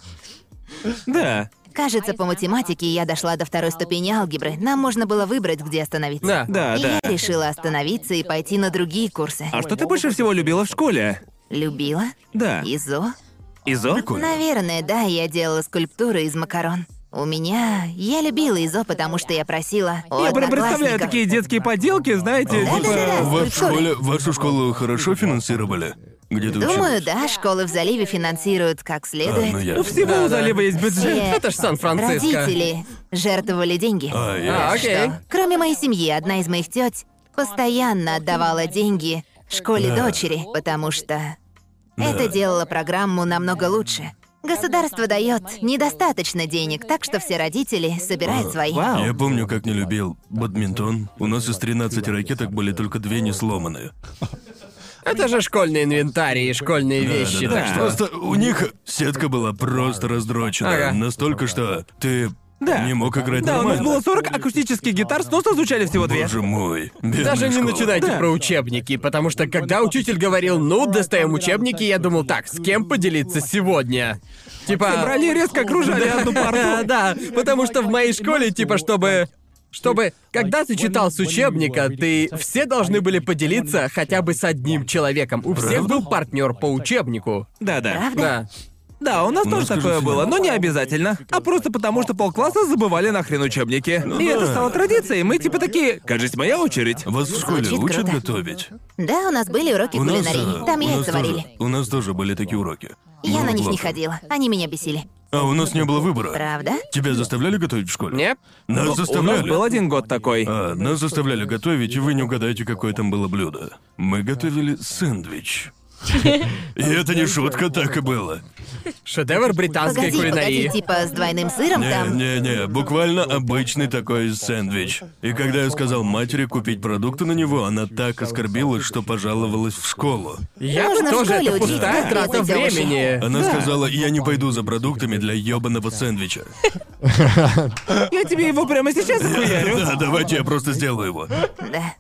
Да.
Кажется, по математике я дошла до второй ступени алгебры. Нам можно было выбрать, где остановиться.
Да.
Да,
И
да.
я решила остановиться и пойти на другие курсы.
А что ты больше всего любила в школе?
Любила?
Да.
Изо?
Изо?
Наверное, да, я делала скульптуры из макарон. У меня... Я любила изо, потому что я просила у
Я прям представляю
одноклассников.
такие детские поделки, знаете,
Да, да, да.
типа...
В вашей
скульптуры.
школе, вашу школу хорошо финансировали? Где ты
Думаю,
училась?
да, школы в заливе финансируют как
А,
следует.
ну я-
У всего у залива есть бюджет.
Все
Это ж Сан-Франциско.
родители жертвовали деньги.
А, я-
А, окей.
Кроме моей семьи, одна из моих теть постоянно отдавала деньги школе дочери, потому что это делало программу намного лучше. Государство дает недостаточно денег, так что все родители собирают свои.
Я
Вау.
помню, как не любил бадминтон. У нас из 13 ракеток были только две не сломанные.
Это же школьный инвентарь и школьные вещи,
Да-да-да.
так что...
Просто у них сетка была просто раздрочена.
Ага.
Настолько, что ты
Да.
не мог играть
Да, у нас
нормально.
было 40 акустических гитар, с носа звучали всего две.
Боже мой. бедная
Даже не
школа.
начинайте
Да.
про учебники, потому что когда учитель говорил, ну, достаем учебники, я думал, так, с кем поделиться сегодня? Типа...
Собрали, резко окружали одну
Да,
парту.
да, потому что в моей школе, типа, чтобы... Чтобы, когда ты читал с учебника, ты все должны были поделиться хотя бы с одним человеком. У всех был партнер по учебнику.
Да-да.
Правда?
Да.
Да, у нас
Ну,
тоже
скажи
такое
себе.
было, но не обязательно. А просто потому, что полкласса забывали нахрен учебники. И это
Ну да.
стало традицией. Мы типа такие, кажется, моя очередь.
Вас в школе
Звучит
учат
круто.
готовить?
Да, у нас были уроки
У нас,
кулинарии.
э,
Там
у нас
яйца
тоже-
варили.
У нас тоже были такие уроки.
Я
Ну,
на них не
ладно.
ходила. Они меня бесили.
А у нас не было выбора.
Правда?
Тебя заставляли готовить в школе?
Не?
Нас
Ну, У нас
заставляли.
был один год такой.
Ну, А, нас заставляли готовить, и вы не угадаете, какое там было блюдо. Мы готовили сэндвич. И это не шутка, так и было.
Шедевр
А
британской
Погоди,
кулинарии.
погоди, типа с двойным сыром там.
Не-не-не, буквально обычный такой сэндвич. И когда я сказал матери купить продукты на него, она так оскорбилась, что пожаловалась в школу.
Я бы
Нужно в
тоже,
школе
это
учить,
пустая
как
трата
резать овощи.
времени.
Она сказала, я не пойду за продуктами для ёбаного сэндвича.
Я тебе его прямо сейчас охуярю.
Да, давайте я просто сделаю его.
Да.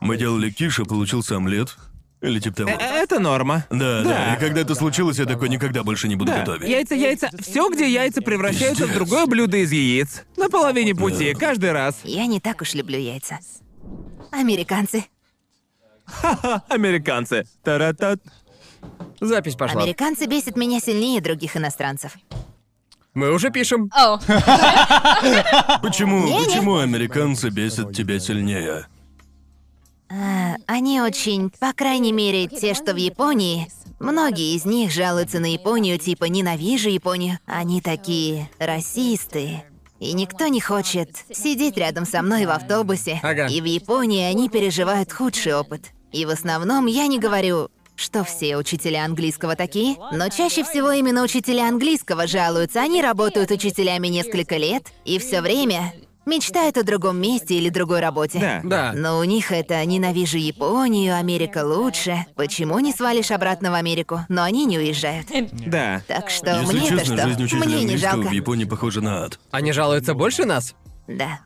Мы делали киш, и получился омлет. Или типа того.
Э, Это норма.
Да, да. И когда это случилось, я такой никогда больше не буду
Да.
готовить.
Яйца, яйца. Все, где яйца превращаются в другое блюдо из яиц. На половине пути, каждый раз.
Я не так уж люблю яйца. Американцы.
Американцы. Таратат.
Запись пошла.
Американцы бесят меня сильнее других иностранцев.
Мы уже пишем.
О,
Почему, почему американцы бесят тебя сильнее?
А, Они очень, по крайней мере, те, что в Японии. Многие из них жалуются на Японию, типа «ненавижу Японию». Они такие расисты. И никто не хочет сидеть рядом со мной в автобусе.
Ага.
И в Японии они переживают худший опыт. И в основном я не говорю, что все учителя английского такие, но чаще всего именно учителя английского жалуются. Они работают учителями несколько лет и все время мечтают о другом месте или другой работе.
Да.
Да.
Но у них это «ненавижу Японию, Америка лучше». Почему не свалишь обратно в Америку? Но они не уезжают.
Да.
Так что
Если
мне-то
честно, жизнь
что?
учителя
Мне не
английского
жалко.
в Японии похожа на ад.
Они жалуются больше нас?
Да.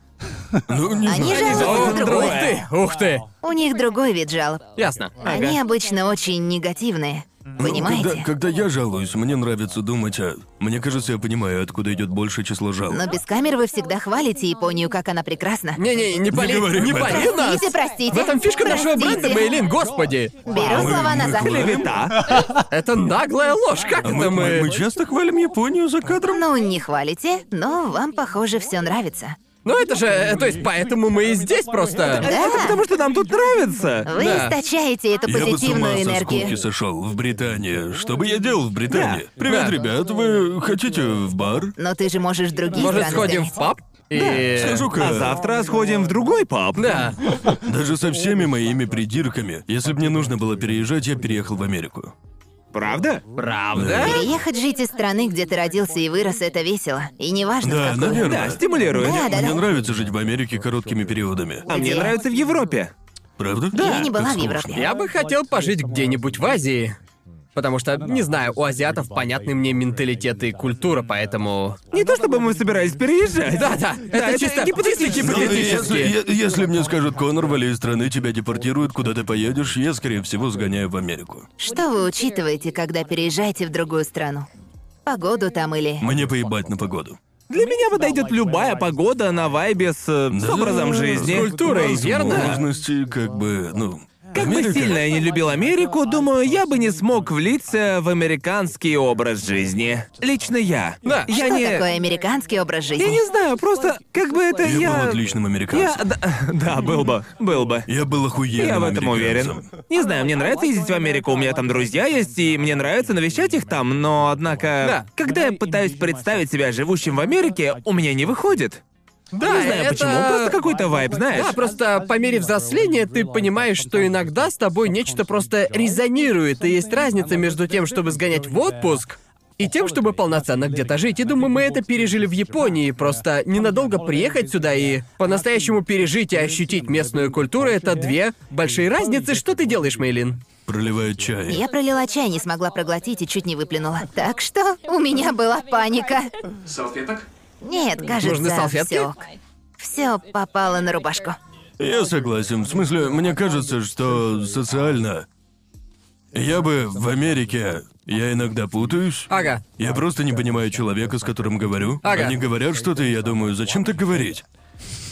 Ну, не
Они
знаю.
жалуются на
Ух
другое.
ты, ух ты.
У них другой вид жалоб.
Ясно.
Они обычно очень негативные.
Ну,
Понимаете?
Когда, когда я жалуюсь, мне нравится думать о... Мне кажется, я понимаю, откуда идет большее число жалоб.
Но без камер вы всегда хвалите Японию, как она прекрасна.
Не-не, не пали,
говори
не
об этом.
пали нас.
Простите, простите.
В этом фишка нашего
Простите.
бренда, Бейлин, господи.
Беру слова назад.
Клевета.
Это наглая ложь, как это
А мы, мы- мы
мы?
часто хвалим Японию за кадром.
Ну, не хвалите, но вам, похоже, все нравится.
Ну это же, э, то есть поэтому мы и здесь просто.
Да,
Это потому, что нам тут нравится.
вы
да.
источаете эту
Я бы с ума
позитивную
со
энергию.
скуки сошел в Британии. Что бы я делал в Британии? Привет,
Да.
ребят, вы хотите в бар?
Но ты же можешь другие
Может
страны
сходим
сгонять.
в паб? И...
Схожу-ка.
А завтра сходим в другой паб.
Да.
Даже со всеми моими придирками, если бы мне нужно было переезжать, я переехал в Америку.
Правда?
Правда?
Переехать жить из страны, где ты родился и вырос, это весело. И неважно,
Да,
в какую.
наверное.
Да, стимулирует.
Да, да,
Мне
да.
нравится жить в Америке короткими периодами.
А мне
Где?
нравится в Европе.
Правда?
Я не была
Как
в
скучно.
Европе.
Я бы хотел пожить где-нибудь в Азии. Потому что, не знаю, у азиатов понятны мне менталитет и культура, поэтому...
Не то чтобы мы собирались переезжать.
Да-да, это чисто
гипотетически.
чисто
Ну,
гипотетически.
если, е- если мне скажут, Конор, вали из страны, тебя депортируют, куда ты поедешь, я, скорее всего, сгоняю в Америку.
Что вы учитываете, когда переезжаете в другую страну? Погоду там или...
Мне поебать на погоду.
Для меня подойдет любая погода на вайбе с, э, с
Да.
образом
С
жизни.
Культурой, верно?
Возможности, как бы, ну...
Как бы
Америка-
сильно я не любил Америку, думаю, я бы не смог влиться в американский образ жизни. Лично я.
Да.
Я
Что
не...
такое американский образ
Я
жизни?
не знаю, просто как бы это
Я,
я...
был отличным
я...
американцем.
Да, да, был бы, был бы.
Я, был охуенным
Я в этом
американцем.
уверен. Не знаю, мне нравится ездить в Америку, у меня там друзья есть, и мне нравится навещать их там, но однако,
Да.
когда я пытаюсь представить себя живущим в Америке, у меня не выходит.
Да,
не знаю
это-
почему, просто какой-то вайб, знаешь.
Да, просто по мере взросления ты понимаешь, что иногда с тобой нечто просто резонирует, и есть разница между тем, чтобы сгонять в отпуск, и тем, чтобы полноценно где-то жить. И думаю, мы это пережили в Японии. Просто ненадолго приехать сюда и по-настоящему пережить и ощутить местную культуру — это две большие разницы. Что ты делаешь, Мейлин?
Проливает чай.
Я пролила чай, не смогла проглотить и чуть не выплюнула. Так что у меня была паника.
Салфеток?
Нет, кажется,
Нужны салфетки?
все. Все попало на рубашку.
Я согласен. В смысле, мне кажется, что социально... Я бы в Америке... Я иногда путаюсь.
Ага.
Я просто не понимаю человека, с которым говорю.
Ага.
Они говорят что-то, и я думаю, зачем так говорить?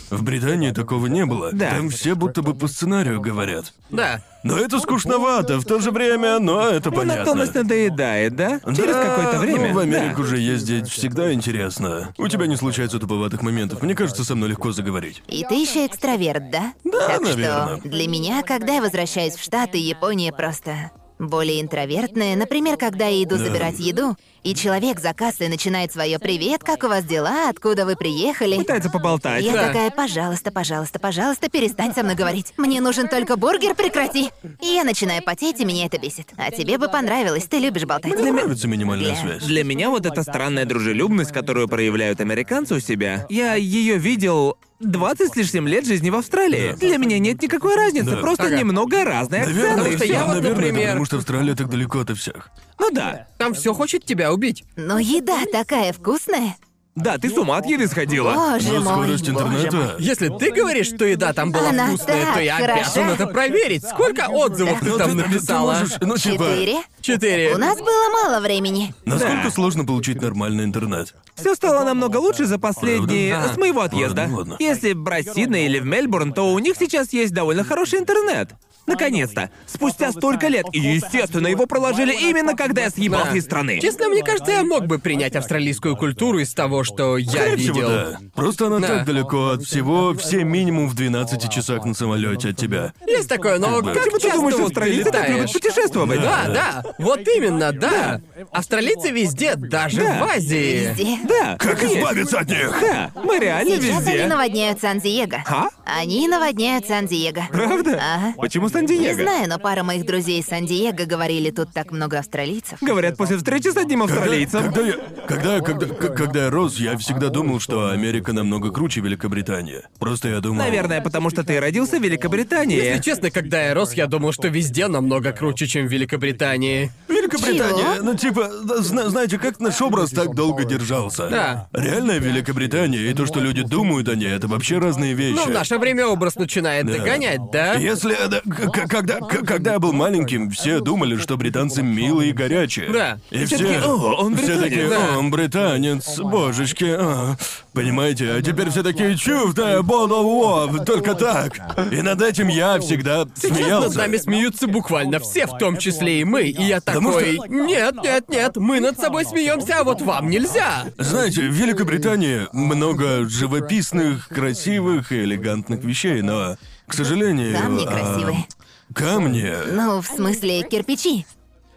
В Британии такого не было.
Да.
Там все будто бы по сценарию говорят.
Да.
Но это скучновато, в то же время, но это
Ну,
понятно.
монотонность надоедает, да? Через
Да,
какое-то время.
Ну, в
да.
Америку же ездить всегда интересно. У тебя не случается туповатых моментов. Мне кажется, со мной легко заговорить.
И ты еще экстраверт, да?
Да,
так
наверное.
что для меня, когда я возвращаюсь в Штаты, Япония просто более интровертная. Например, когда я иду забирать еду, и человек за кассой начинает свое «Привет, как у вас дела? Откуда вы приехали?»
Пытается поболтать.
Я
Да.
такая, пожалуйста, пожалуйста, пожалуйста, перестань со мной говорить. Мне нужен только бургер, прекрати. И я начинаю потеть, и меня это бесит. А тебе бы понравилось, ты любишь болтать.
Мне нравится минимальная
Бля.
связь.
Для меня вот эта странная дружелюбность, которую проявляют американцы у себя, я ее видел 20 с лишним лет жизни в Австралии. Для меня нет никакой разницы,
Да.
просто
Ага.
немного разные
Наверное,
Потому
акценты. и
что
всё.
я
всё.
вот,
Наверное, это
например-
потому что Австралия так далеко от всех.
Ну да.
Там все хочет тебя убить.
Но еда такая вкусная.
Да, ты с ума от еды сходила.
Боже
Но
мой.
скорость интернета.
Если ты говоришь, что еда там была
Она
вкусная, то я
так
обязан
хороша.
это проверить. Сколько отзывов
Ну,
ты там
ты- ты
написала?
можешь- ну, типа,
Четыре.
Четыре.
У нас было мало времени.
Насколько сложно получить нормальный интернет?
Все стало намного лучше за последние...
Правда?
с моего отъезда.
Ладно, ладно.
Если брать Сидней или в Мельбурн, то у них сейчас есть довольно хороший интернет. Наконец-то. Спустя столько лет. И, естественно, его проложили именно когда я съебался
Да.
из страны.
Честно, мне кажется, я мог бы принять австралийскую культуру из того, что я
Скорее
видел.
всего, да. Просто она
Да.
так далеко от всего, все минимум в 12 часах на самолете от тебя.
Есть такое, но
Как
как,
бы.
Почему ты
часто
думаешь,
вот
австралийцы так
летаешь?
любят путешествовать?
Да, да, вот именно, да.
Да.
Австралийцы везде, даже
Да.
в Азии.
Везде.
Да.
Как
есть.
избавиться от них?
Да, мы реально
Сейчас
везде.
они наводняют Сан-Диего.
А?
Они наводняют Сан-Диего.
Правда?
Ага.
Почему
Не
Сан-Диего?
знаю, но пара моих друзей из Сан-Диего говорили, тут так много австралийцев.
Говорят, после встречи с одним австралийцем.
Когда я, когда, когда, к- когда я рос, я всегда думал, что Америка намного круче Великобритании. Просто я думал...
Наверное, потому что ты родился в Великобритании.
Если честно, когда я рос, я думал, что везде намного круче, чем в Великобритании.
Великобритания,
Чего?
ну типа, да, зна- знаете, как наш образ так долго держался?
Да.
Реальная Великобритания и то, что люди думают о ней, это вообще разные вещи.
Но в наше время образ начинает догонять,
А?
да?
Если да, к- к- когда, к- когда я был маленьким, все думали, что британцы милые и горячие.
Да.
И
все
все,
такие, «О, он
все такие,
британец».
«О, он британец, божечки. а». Понимаете, а теперь все такие чувствия, бодов только так. И над этим я всегда
Сейчас над
смеялся.
нами смеются буквально все, в том числе и мы. И я
Потому
такой,
что-
нет, нет, нет, мы над собой смеемся, а вот вам нельзя.
Знаете, в Великобритании много живописных, красивых и элегантных вещей, но, к сожалению...
Камни
а,
красивые.
камни...
Ну, в смысле, кирпичи.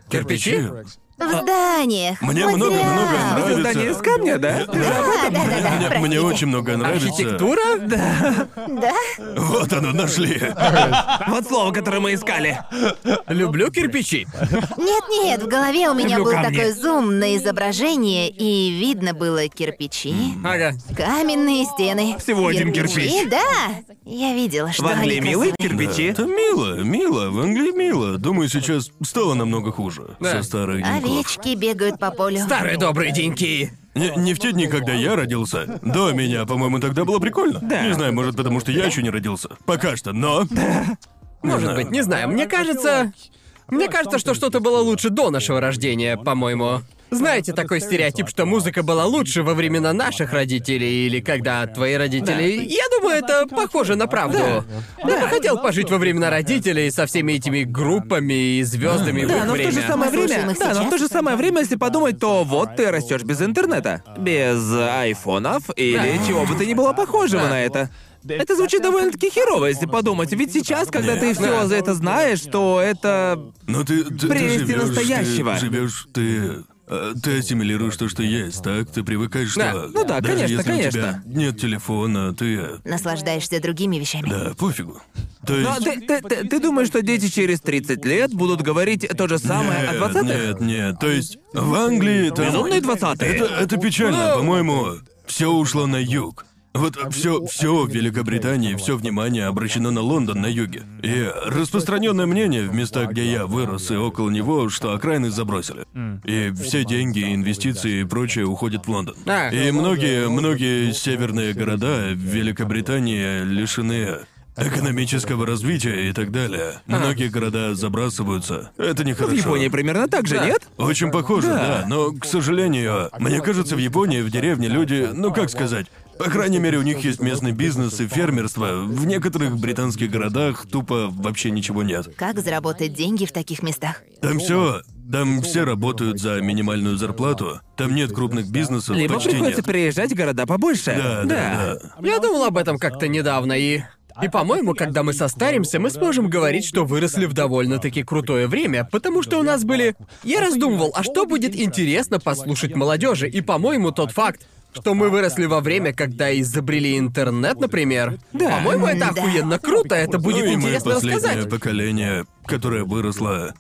Кирпичи?
А.
В зданиях.
Мне
по
много-много
деревам.
Это
нравится.
здание из камня, да?
Да, да, да, да,
Мне,
простите.
мне очень много нравится.
Архитектура? Да.
Вот оно, нашли.
Вот слово, которое мы искали.
Люблю кирпичи.
Нет-нет, в голове у меня
Люблю
был
камни.
такой зум на изображение, и видно было кирпичи,
Ага.
каменные стены.
Всего один
Кирпичи,
кирпич.
да. Я видела, что
В Англии
они
милые
красивые.
кирпичи.
Это мило, мило, в Англии мило. Думаю, сейчас стало намного хуже
Да.
со старых деньков.
Овечки бегают по полю.
Старые добрые деньки.
Не, не в те дни, когда я родился. До меня, по-моему, тогда было прикольно. Не знаю, может, потому что я еще не родился. Пока что, но...
Может быть, не знаю. Мне кажется... Мне кажется, что что-то было лучше до нашего рождения, по-моему. Знаете, такой стереотип, что музыка была лучше во времена наших родителей или когда твои родители... Я думаю, это похоже на правду. Я бы хотел пожить во времена родителей со всеми этими группами и звездами в
Да,
их
но в то же
время.
самое
Мы слушаем
время.
их
Да, но в
сейчас.
то же самое время, если подумать, то вот ты растешь без интернета, без айфонов или чего бы то ни было похожего на это. Это звучит довольно-таки херово, если подумать. Ведь сейчас, когда ты все за это знаешь, то это.
Но ты... ты, ты
Прелести
живешь,
настоящего.
Ты живешь, ты... э, Ты ассимилируешь то, что есть, так? Ты привыкаешь, что...
Да.
Ну да,
даже
конечно,
если у
конечно.
тебя нет телефона, ты... э,
Наслаждаешься другими вещами.
Да, пофигу. То есть...
Но Ну, а ты, ты- ты- ты думаешь, что дети через 30 лет будут говорить то же самое о 20-х?
Нет, нет, то есть в Англии... там-
Безумные 20-е.
Э, Это, это печально, по-моему, все ушло на юг. Вот все, все в Великобритании, все внимание обращено на Лондон на юге. И распространенное мнение в местах, где я вырос и около него, что окраины забросили. И все деньги, инвестиции и прочее уходят в Лондон.
А.
И многие, многие северные города в Великобритании лишены экономического развития и так далее. Многие города забрасываются. Это
В
нехорошо.
Японии примерно так же,
Да.
нет?
Очень похоже, да. но, к сожалению, мне кажется, в Японии, в деревне люди, ну как сказать, по крайней мере, у них есть местный бизнес и фермерство. В некоторых британских городах тупо вообще ничего нет.
Как заработать деньги в таких местах?
Там все, там все работают за минимальную зарплату, там нет крупных бизнесов,
Либо
почти
приходится
нет.
переезжать в города побольше.
Да, да, да.
Я думал об этом как-то недавно, и... И, по-моему, когда мы состаримся, мы сможем говорить, что выросли в довольно-таки крутое время, потому что у нас были... Я раздумывал, а что будет интересно послушать молодежи? И, по-моему, тот факт, что мы выросли во время, когда изобрели интернет, например.
Да.
По-моему, это
Да.
охуенно круто, это будет
ну, и мы
интересно
последнее
рассказать.
поколение, которое выросло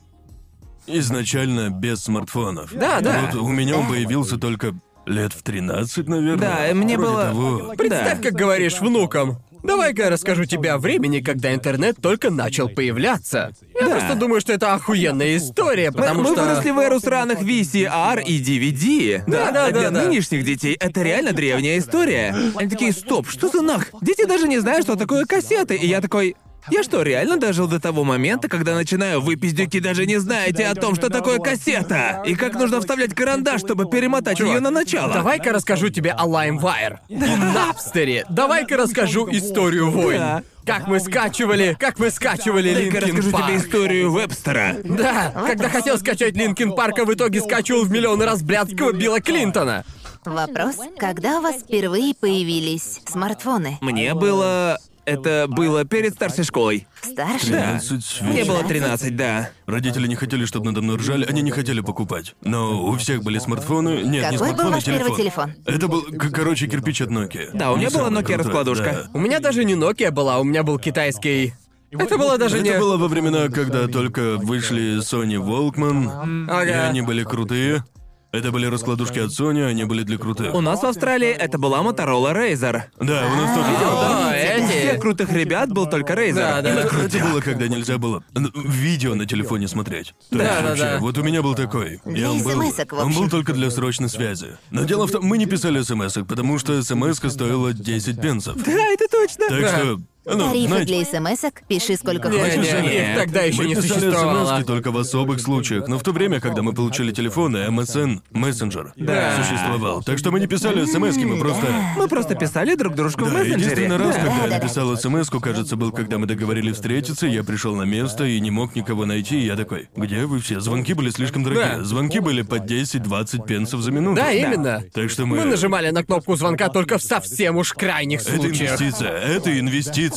изначально без смартфонов.
Да, да.
Вот у меня он появился только лет в 13, наверное.
Да, и мне
Вроде
было-
того.
Представь, как говоришь внукам. Давай-ка я расскажу тебе о времени, когда интернет только начал появляться. Я
Да.
просто думаю, что это охуенная история,
Мы,
потому
мы
что...
выросли в эру сраных VCR и DVD.
Да, да,
Для
да, да.
нынешних детей это реально древняя история. Они такие, стоп, что за нах? Дети даже не знают, что такое кассеты. И я такой, я что, реально дожил до того момента, когда начинаю, вы, пиздюки, даже не знаете о том, что такое кассета? И как нужно вставлять карандаш, чтобы перемотать ее на начало?
Давай-ка расскажу тебе о LimeWire и Napsterе. Давай-ка расскажу историю войн.
Да.
Как мы скачивали, как мы скачивали
Дай-ка
Линкин
расскажу тебе
Парк.
историю Вебстера.
Да, когда хотел скачать Линкин Парк, а в итоге скачивал в миллион раз блядского Билла Клинтона.
Вопрос, когда у вас впервые появились смартфоны?
Мне было... Это было перед старшей школой.
Старше?
13
Мне
вечера.
было 13, да.
Родители не хотели, чтобы надо мной ржали, они не хотели покупать. Но у всех были смартфоны. Нет, не
Какой был
смартфоны,
ваш
телефон.
первый телефон?
Это был, к- короче, кирпич от Nokia.
Да, у меня
Не
была
самый
Nokia
крутой,
раскладушка.
У меня даже не Nokia была, у меня был китайский... Это было
да.
даже не...
Это было во времена, когда только вышли Sony Walkman, и
Ага.
они были крутые. Это были раскладушки от Sony, они были для крутых.
У нас в Австралии это была Motorola Razer.
Да, у нас тоже
А,
было.
У всех
эти...
крутых ребят был только Razer.
Да, да.
Так круто было, когда нельзя было н- видео на телефоне смотреть. То
Да,
есть
да,
вообще,
да.
вот у меня был такой. И
Для
он был,
смс-ок, в
он был
общем.
только для срочной связи. Но дело в том, мы не писали смс потому что смс стоила 10 пенсов.
Да, это точно.
Так что, ну,
Тарифы
знаете,
для смс-ок? Пиши сколько
Не,
хочешь.
не,
Нет.
их тогда еще
мы
не
писали
существовало.
смс только в особых случаях, но в то время, когда мы получили телефоны, MSN, мессенджер
Да.
существовал. Так что мы не писали смс мы просто...
Мы просто писали друг дружку в
Да,
мессенджере.
единственный раз,
Да.
когда я написал смс кажется, был, когда мы договорились встретиться, я пришел на место и не мог никого найти, и я такой, где вы все? Звонки были слишком дорогие.
Да.
Звонки были по 10-20 пенсов за минуту.
Да, именно.
Так что мы...
Мы нажимали на кнопку звонка только в совсем уж крайних
Это
случаях.
инвестиция, это инвестиция.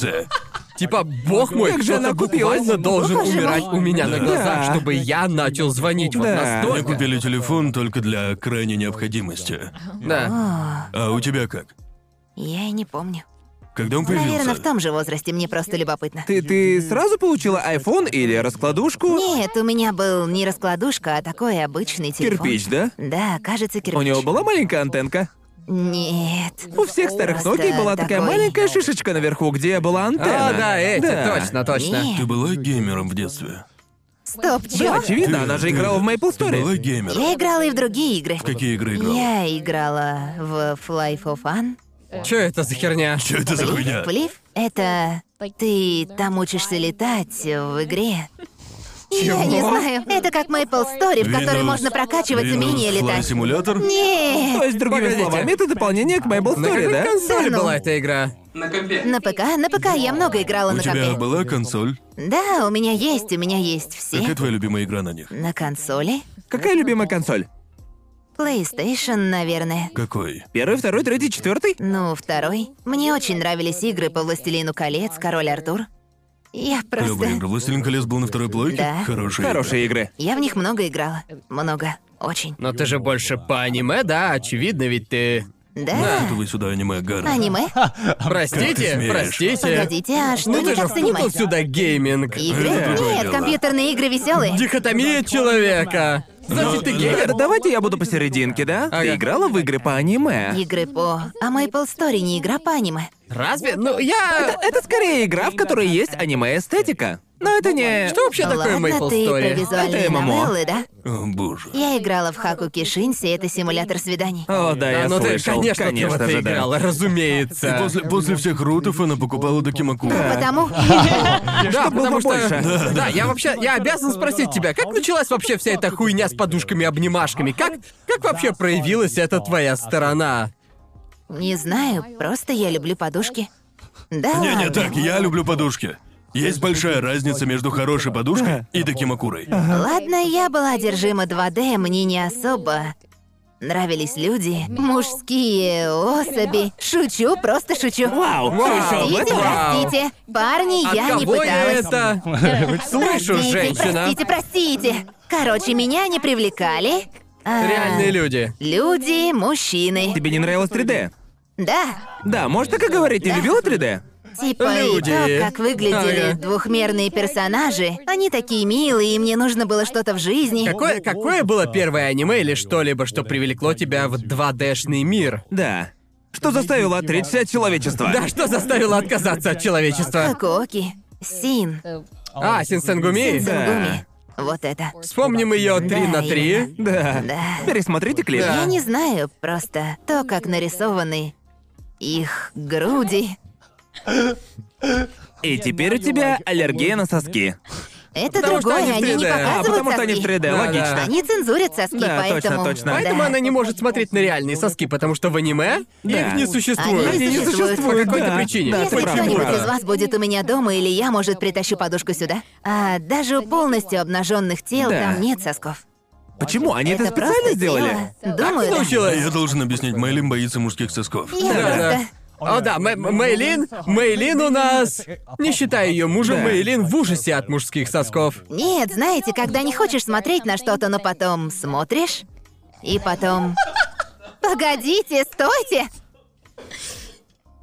Типа, бог мой,
Как же
кто-то
она купилась?
буквально должен
Боже мой.
умирать у меня на
Да.
глазах, чтобы я начал звонить. Вот
Да.
Мы
настолько.
купили телефон только для крайней необходимости.
Да.
А у тебя как?
Я и не помню.
Когда он появился?
Наверное, в том же возрасте, мне просто любопытно.
Ты, ты сразу получила iPhone или раскладушку?
Нет, у меня был не раскладушка, а такой обычный телефон.
Кирпич, да?
Да, кажется, кирпич.
У него была маленькая антенка.
Нет.
У всех старых
Просто
Nokia была такая
такой-
маленькая шишечка наверху, где была антенна.
А, да, эти,
Да.
точно, точно.
Нет.
Ты была геймером в детстве?
Стоп, чё?
Да, очевидно,
Ты-
она же
ты-
играла в Maple
Ты была
Story.
геймером?
Я играла и в другие игры.
В какие игры играл?
Я играла в Fly for Fun.
Чё это за херня?
Что это за хуйня?
Плив — это... Ты там учишься летать в игре. Я не знаю. Это как Maple Story, в которой
Windows-
можно прокачивать умение
Windows Flight
летать.
симулятор?
Нет.
То есть, другими
Погодите.
словами, это дополнение к Maple
На
Story,
какой
да?
консоли
Да ну.
была эта игра?
На компе.
На ПК, на ПК я много играла
У
на
тебя
компе.
была консоль?
Да, у меня есть, у меня есть все.
Какая твоя любимая игра на них?
На консоли.
Какая любимая консоль?
PlayStation, наверное.
Какой?
Первый, второй, третий, четвертый?
Ну, второй. Мне очень нравились игры по Властелину колец, Король Артур. Я
Клевая игра.
просто...
Властелин колец был на второй плойке?
Да.
Хорошая. игра.
Хорошие игры.
Я в них много играла. Много. Очень.
А
Но ты же больше по аниме, да, очевидно, ведь ты...
Да?
Вы сюда аниме, Гара.
Аниме?
Как ты
Простите,
смеешь?
простите.
Погодите, а что
Ну
не
ты же
так с аниме?
впутал сюда гейминг.
Игры?
Это другое
Нет,
дело.
компьютерные игры веселые.
Дихотомия человека. Значит, ты
Э,
геймер?
Давайте я буду посерединке, да?
Ага.
Ты играла в игры по аниме?
Игры по... А Maple Story не игра по аниме.
Разве? Ну, я...
Э, Это скорее игра, в которой есть аниме-эстетика. Но это не...
Что вообще такое
Ладно,
Maple
ты про
Story?
визуальные
Это ММО.
новеллы, да?
О, боже.
Я играла в Хаку Кишинси, это симулятор свиданий.
О, да, я
ну ты,
слышал.
конечно, ты в
конечно
это
же, да.
играла, разумеется.
После, после всех рутов она покупала Докимаку.
Потому...
Да,
было
потому что...
больше.
Да, я вообще... Я обязан спросить тебя, как началась вообще вся эта хуйня с подушками-обнимашками? Как... Как вообще проявилась эта твоя сторона?
Не знаю, просто я люблю подушки. Да
Не-не,
ладно.
так, я люблю подушки. Есть большая разница между хорошей подушкой и Докимакурой.
Ладно, я была одержима 2D, мне не особо нравились люди, мужские особи. Шучу, просто шучу.
Вау, слышал об
Простите,
этом?
Вау.
простите. Парни, я
От
не
кого я
пыталась.
это... Слышу,
Простите,
женщина.
Простите, простите. Короче, меня не привлекали. а,
Реальные люди.
Люди, мужчины.
Тебе не нравилось 3D?
Да.
Да, может так и говорить, ты любила 3D?
Типа
Люди.
и то, как выглядели
Ага.
двухмерные персонажи. Они такие милые, и мне нужно было что-то в жизни.
Какое, какое было первое аниме или что-либо, что привлекло тебя в 2D-шный мир?
Да. Что заставило отречься от человечества?
Да, что заставило отказаться от человечества?
Кококи. Син.
А, Синсенгуми?
Да.
Вот это.
Вспомним ее 3 на 3.
Да.
Да.
Пересмотрите клип.
Да.
Я не знаю, просто то, как нарисованы их груди.
И теперь у тебя аллергия на соски.
Это
Потому что
другое,
они в
они, не
3D. А,
показывают
А, потому что
соски.
они в 3D,
Да,
логично.
да.
Они цензурят соски,
Да, точно,
поэтому...
точно.
Поэтому
Да.
она не может смотреть на реальные соски, потому что в аниме
Да.
их не существует.
Они не
не
существуют.
по какой-то
Да.
причине.
Да,
Если
ты прав,
кто-нибудь
прав.
из вас будет у меня дома, или я, может, притащу подушку сюда. А даже у полностью обнаженных тел
Да.
там нет сосков.
Почему? Они это,
просто
специально сделали? Ну,
тело. Думаю, да.
Научилась.
Я должен объяснить, Мэйлин боится мужских сосков.
Ну, Я
Да, да.
просто...
О, да, Мэ-
ну,
Мэ- Мэйлин, Мэйлин у нас, не считая ее мужем,
Да.
Мэйлин в ужасе от мужских сосков.
Нет, знаете, когда не хочешь смотреть на что-то, но потом смотришь, и потом... Погодите, стойте!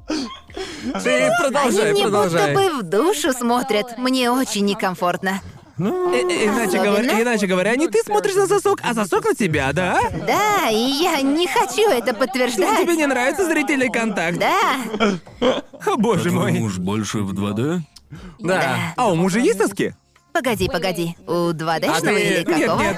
Ты продолжай,
Они мне
продолжай.
будто бы в душу смотрят. Мне очень некомфортно.
И- и- Э, Иначе, говоря,
Особенно?
иначе говоря, не ты смотришь на сосок, а сосок на тебя, да?
Да, и я не хочу это подтверждать.
Тебе не нравится зрительный контакт?
Да,
О, боже
Твой
мой.
муж больше в 2D?
Да.
А у мужа есть соски?
погоди, погоди. У 2D-шного
А ты-
или какого?
нет.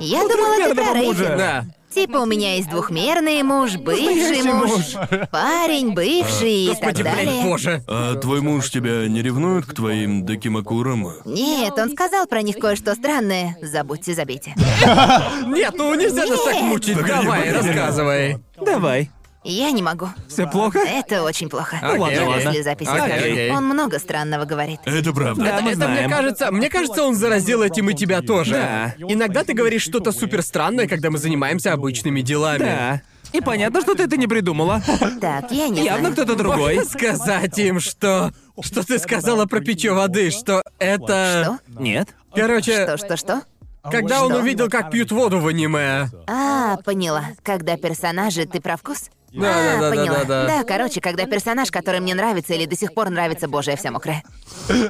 Я думала, ты про
трёхмерного мужа.
рейтинг.
Да.
Типа у меня есть двухмерный муж, бывший муж, парень, бывший и так
Господи, блин,
далее.
боже.
А твой муж тебя не ревнует к твоим Докимакурам?
Нет, он сказал про них кое-что странное. Забудьте, забейте.
Нет, ну нельзя же так
Нет.
мучить.
Погоди,
Давай,
погоди.
рассказывай.
Давай.
Я не могу.
Все плохо?
Это очень плохо.
Окей,
ладно.
Если запись
Окей,
оставить.
окей.
Он много странного говорит.
Это правда.
Да, мы
Это мне
знаем.
кажется, мне кажется, он заразил этим и тебя тоже.
Да.
Иногда ты говоришь что-то супер странное, когда мы занимаемся обычными делами.
Да. И понятно, что ты это не придумала.
Так, я не
Явно
знаю.
кто-то другой.
Можно сказать им, что... Что ты сказала про питье воды, что это...
Что?
Нет.
Короче,
Что, что, что?
когда он
Что?
увидел, как пьют воду в аниме...
А, поняла. Когда персонажи, ты про вкус?
Да,
а,
да, да,
поняла.
да, да.
короче, когда персонаж, который мне нравится или до сих пор нравится, боже, я вся мокрая.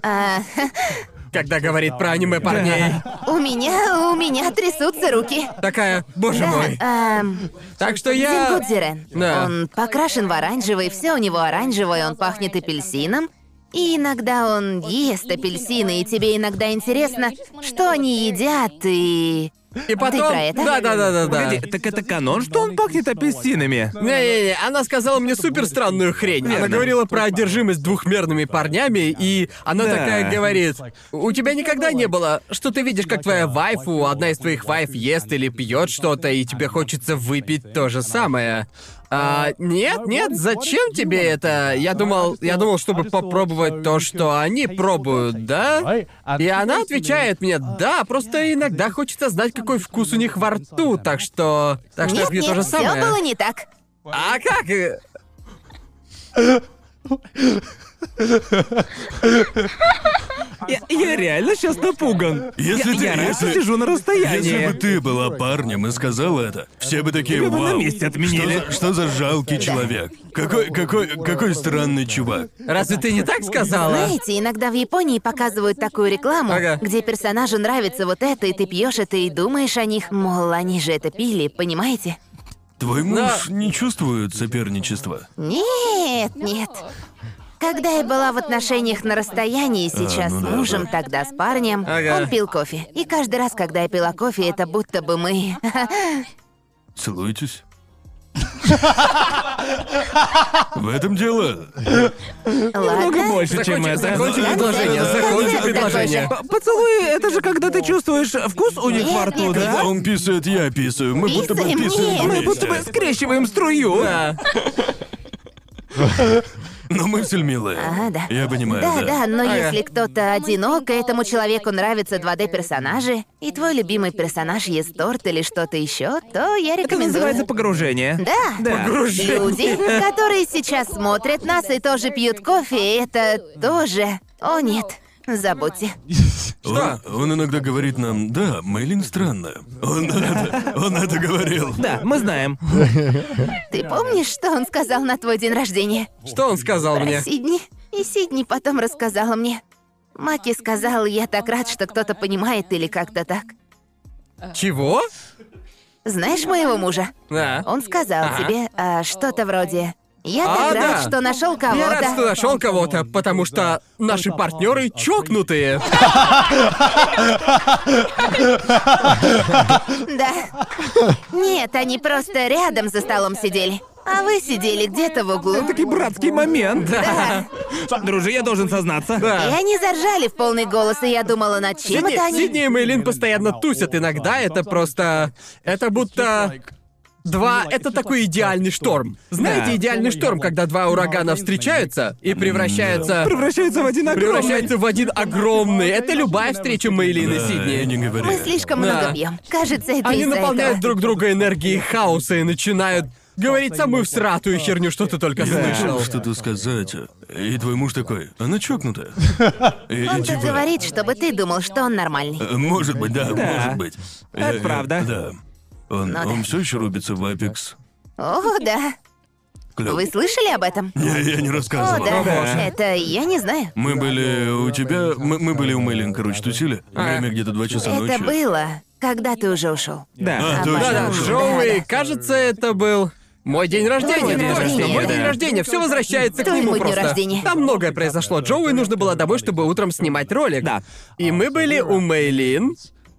А,
Когда говорит про аниме парней.
у меня, у меня трясутся руки.
Такая, боже мой.
Да, эм,
Так что
Дзингу
я...
Дзирен.
Да.
Он покрашен в оранжевый, все у него оранжевое, он пахнет апельсином. И иногда он ест апельсины, и тебе иногда интересно, что они едят, и...
И потом...
про это?
Да, да, да, да, да.
Погоди, так это канон, что он пахнет апельсинами?
Не-не-не, она сказала мне супер странную хрень. Она
Верно.
говорила про одержимость двухмерными парнями, и она
Да.
такая говорит, у тебя никогда не было, что ты видишь, как твоя вайфу, одна из твоих вайф ест или пьет что-то, и тебе хочется выпить то же самое. А, нет, нет, зачем тебе это? Я думал, я думал, чтобы попробовать то, что они пробуют, да? И она отвечает мне, да, просто иногда хочется знать, какой вкус у них во рту, так что... Так что я
Нет,
пью
нет,
то же
все
самое.
было не так.
А как? э,
Я, Я реально сейчас напуган.
Если
я,
ты-
я раз
если-
сижу на расстоянии.
Если бы ты была парнем и сказала это, все бы такие
Тебя бы на
«Вау,
месте
что
отменили».
за, что за жалкий человек? Какой, какой, какой странный чувак.
Разве ты не так сказала?
Знаете, иногда в Японии показывают такую рекламу,
Ага.
где персонажу нравится вот это, и ты пьешь это и думаешь о них, мол, они же это пили, понимаете?
Твой муж не чувствует соперничества.
Нет, нет. Когда я была в отношениях на расстоянии, сейчас
ну
с
да,
мужем, тогда с парнем,
Ага.
он пил кофе. И каждый раз, когда я пила кофе, это будто бы мы...
Целуйтесь. В этом дело.
Много
Ладно?
больше, чем это.
закончи предложение, закончи
Закончи.
предложение.
П- Поцелуй, это же когда ты чувствуешь вкус у них во рту,
Когда
да?
он писает, я писаю. Мы будто бы
Писаем,
писаем
нет.
вместе.
Мы будто бы скрещиваем струю.
Да.
Но мысль милая.
А, да.
Я понимаю,
Да,
да.
да, но
Ага.
если кто-то одинок, и этому человеку нравятся 2D-персонажи, и твой любимый персонаж ест торт или что-то еще, то я
Это
рекомендую.
называется погружение.
Да.
Да.
Люди, которые сейчас смотрят нас и тоже пьют кофе, это тоже... О, нет, забудьте.
Он, он иногда говорит нам, да, Мэйлин странная. Он это, он это говорил.
Да, мы знаем.
Ты помнишь, что он сказал на твой день рождения?
Что он сказал
Про
мне?
Сидни. И Сидни потом рассказала мне. Маки сказал, я так рад, что кто-то понимает или как-то так.
Чего?
Знаешь моего мужа?
Да.
Он сказал
Ага.
тебе а, что-то вроде. Я
А,
так рад,
да.
что нашел
Я рад, что
кого-то.
нашел кого-то, потому что наши партнеры чокнутые.
Да. Нет, они просто рядом за столом сидели. А вы сидели где-то в углу.
Такой братский момент.
Да.
Друже, я должен сознаться.
И
Да.
они заржали в полный голос, и я думала, над чем это
Сидни,
они.
Сидни и Мейлин постоянно тусят иногда, это просто... Это будто... Два — это такой идеальный шторм. Знаете,
Да.
идеальный шторм, когда два урагана встречаются и превращаются...
Превращается в один огромный.
Превращаются в один огромный. Это любая встреча Мейлин и
Да, и не
Сидни.
говори.
Мы слишком
Да.
много пьем. Кажется, это
Они
из-за
наполняют
этого.
друг друга энергией хаоса и начинают говорить самую всратую херню, что ты только
Хотел
слышал.
что-то сказать. И твой муж такой, она чокнутая. И- и
Он так
типа,
говорит, чтобы ты думал, что он нормальный.
«Э, Может быть, да, может быть. Я-
Это
я-
правда.
Да.
Ну,
Он, он все еще рубится в Apex.
О, да.
Клёв.
Вы слышали об этом?
Не, я не
О,
рассказывал.
да.
Да.
Это я не знаю.
Мы были у тебя, мы, мы были у Мэйлин, короче, тусили. Время где-то два часа
А. Это
ночи.
было, когда ты уже ушел.
Да.
А,
А,
точно.
Да-да,
точно.
Да-да.
Джоуи, кажется, это был мой день рождения,
Твой день
точно,
рождения,
мой
да.
день рождения, все возвращается к
Твоему
нему
дню
просто.
рождения.
Там многое произошло. Джоуи нужно было домой, чтобы утром снимать ролик.
Да.
И мы были у Мейлин.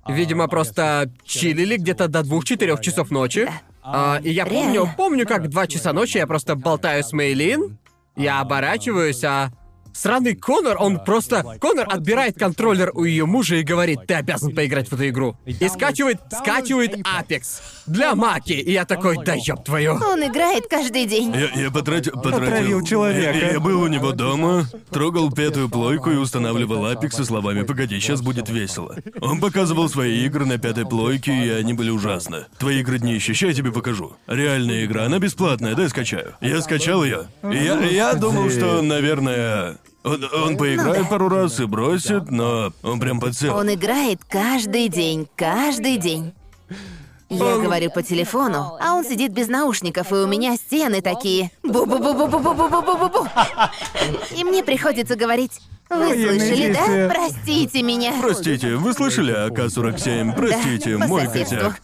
А, Видимо, просто чилили где-то до двух-четырех часов ночи. А, и я помню,
Реально.
помню, как в два часа ночи я просто болтаю с Мейлин, я оборачиваюсь, а сраный Конор, он просто... Конор отбирает контроллер у ее мужа и говорит, ты обязан поиграть в эту игру. И скачивает, скачивает Apex для Маки. И я такой, да ёб твою.
Он играет каждый день.
Я, я потратил, потратил...
Отравил человека.
Я, я был у него дома, трогал пятую плойку и устанавливал апик со словами «Погоди, сейчас будет весело». Он показывал свои игры на пятой плойке, и они были ужасны. Твои игры днище, ща я тебе покажу. Реальная игра, она бесплатная, дай скачаю. Я скачал ее. Я, я думал, что, наверное... Он, он поиграет пару раз и бросит, но он прям подсел.
Он играет каждый день, каждый день. Я говорю по телефону, а он сидит без наушников, и у меня стены такие. Бу-бу-бу-бу-бу-бу-бу-бу-бу-бу. И мне приходится говорить. Вы слышали, да? Простите меня.
Простите, вы слышали ак-47? Простите,
по
мой
соседству.
котяк.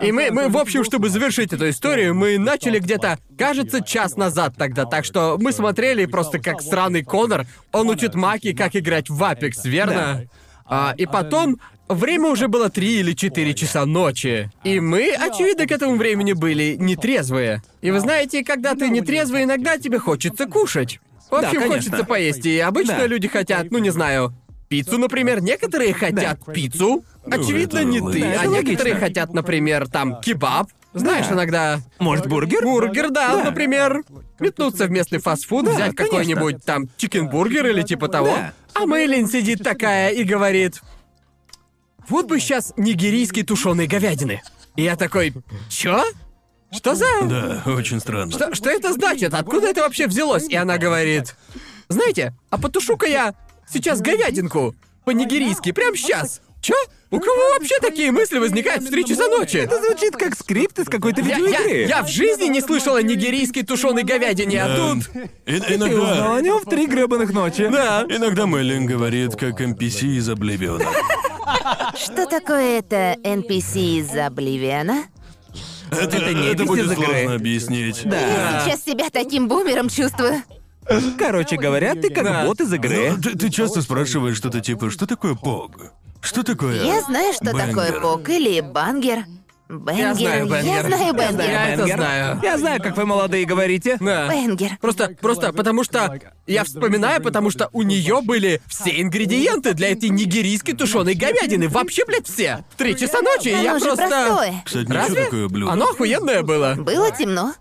И мы, мы, в общем, чтобы завершить эту историю, мы начали где-то, кажется, час назад тогда, так что мы смотрели просто как сраный Конор, он учит Маки, как играть в Apex, верно? А, и потом, время уже было 3 или 4 часа ночи, и мы, очевидно, к этому времени были нетрезвые. И вы знаете, когда ты нетрезвый, иногда тебе хочется кушать. В
Да,
общем,
конечно.
хочется поесть, и обычно
Да.
люди хотят, ну не знаю, пиццу, например, некоторые хотят пиццу, очевидно,
это
не
логично.
ты,
Да,
а
Ну, это
некоторые
логично.
хотят, например, там кебаб. Знаешь, иногда
Может, бургер?
бургер, да, например, метнуться в местный фастфуд, взять
конечно.
какой-нибудь там чикенбургер или типа того.
Да.
А Мэйлин сидит такая и говорит, вот бы сейчас нигерийский тушеной говядины. И я такой, чё? Что за...
Да, очень странно.
Что, что это значит? Откуда это вообще взялось? И она говорит, знаете, а потушу-ка я сейчас говядинку. по-нигерийски прямо сейчас. Чё? У кого вообще такие мысли возникают в 3 часа ночи?
Это звучит как скрипт из какой-то
Я, я,
видеоигры.
я в жизни не слышал о нигерийской тушеной говядине, а
Эм,
тут...
и-
Ты узнал
иногда...
о нем в три гребаных ночи. Да.
Иногда Мэйлин говорит, как NPC из Обливиона.
Что такое это NPC из Обливиана?
Это,
не
это
NPC
будет
из игры.
сложно объяснить.
Да.
Сейчас себя таким бумером чувствую.
Короче говоря, ты как
Да.
бот из игры.
Ну, ты, ты часто спрашиваешь что-то типа, что такое пог? Что такое?
Я знаю, что такое
бэнгер?»
пок или бангер. Бенгер.
Я знаю
Я
бэнгер.
знаю
Я
бэнгер.
знаю. это
Бенгер.
знаю.
Я знаю, как вы молодые говорите.
Да.
Бэнгер.
Просто, просто потому что я вспоминаю, потому что у нее были все ингредиенты для этой нигерийской тушеной говядины. Вообще, блядь, все. В три часа ночи, и я
Оно же
просто...
простое.
Кстати,
Разве?
ничего такое блюдо.
Оно охуенное было.
Было темно,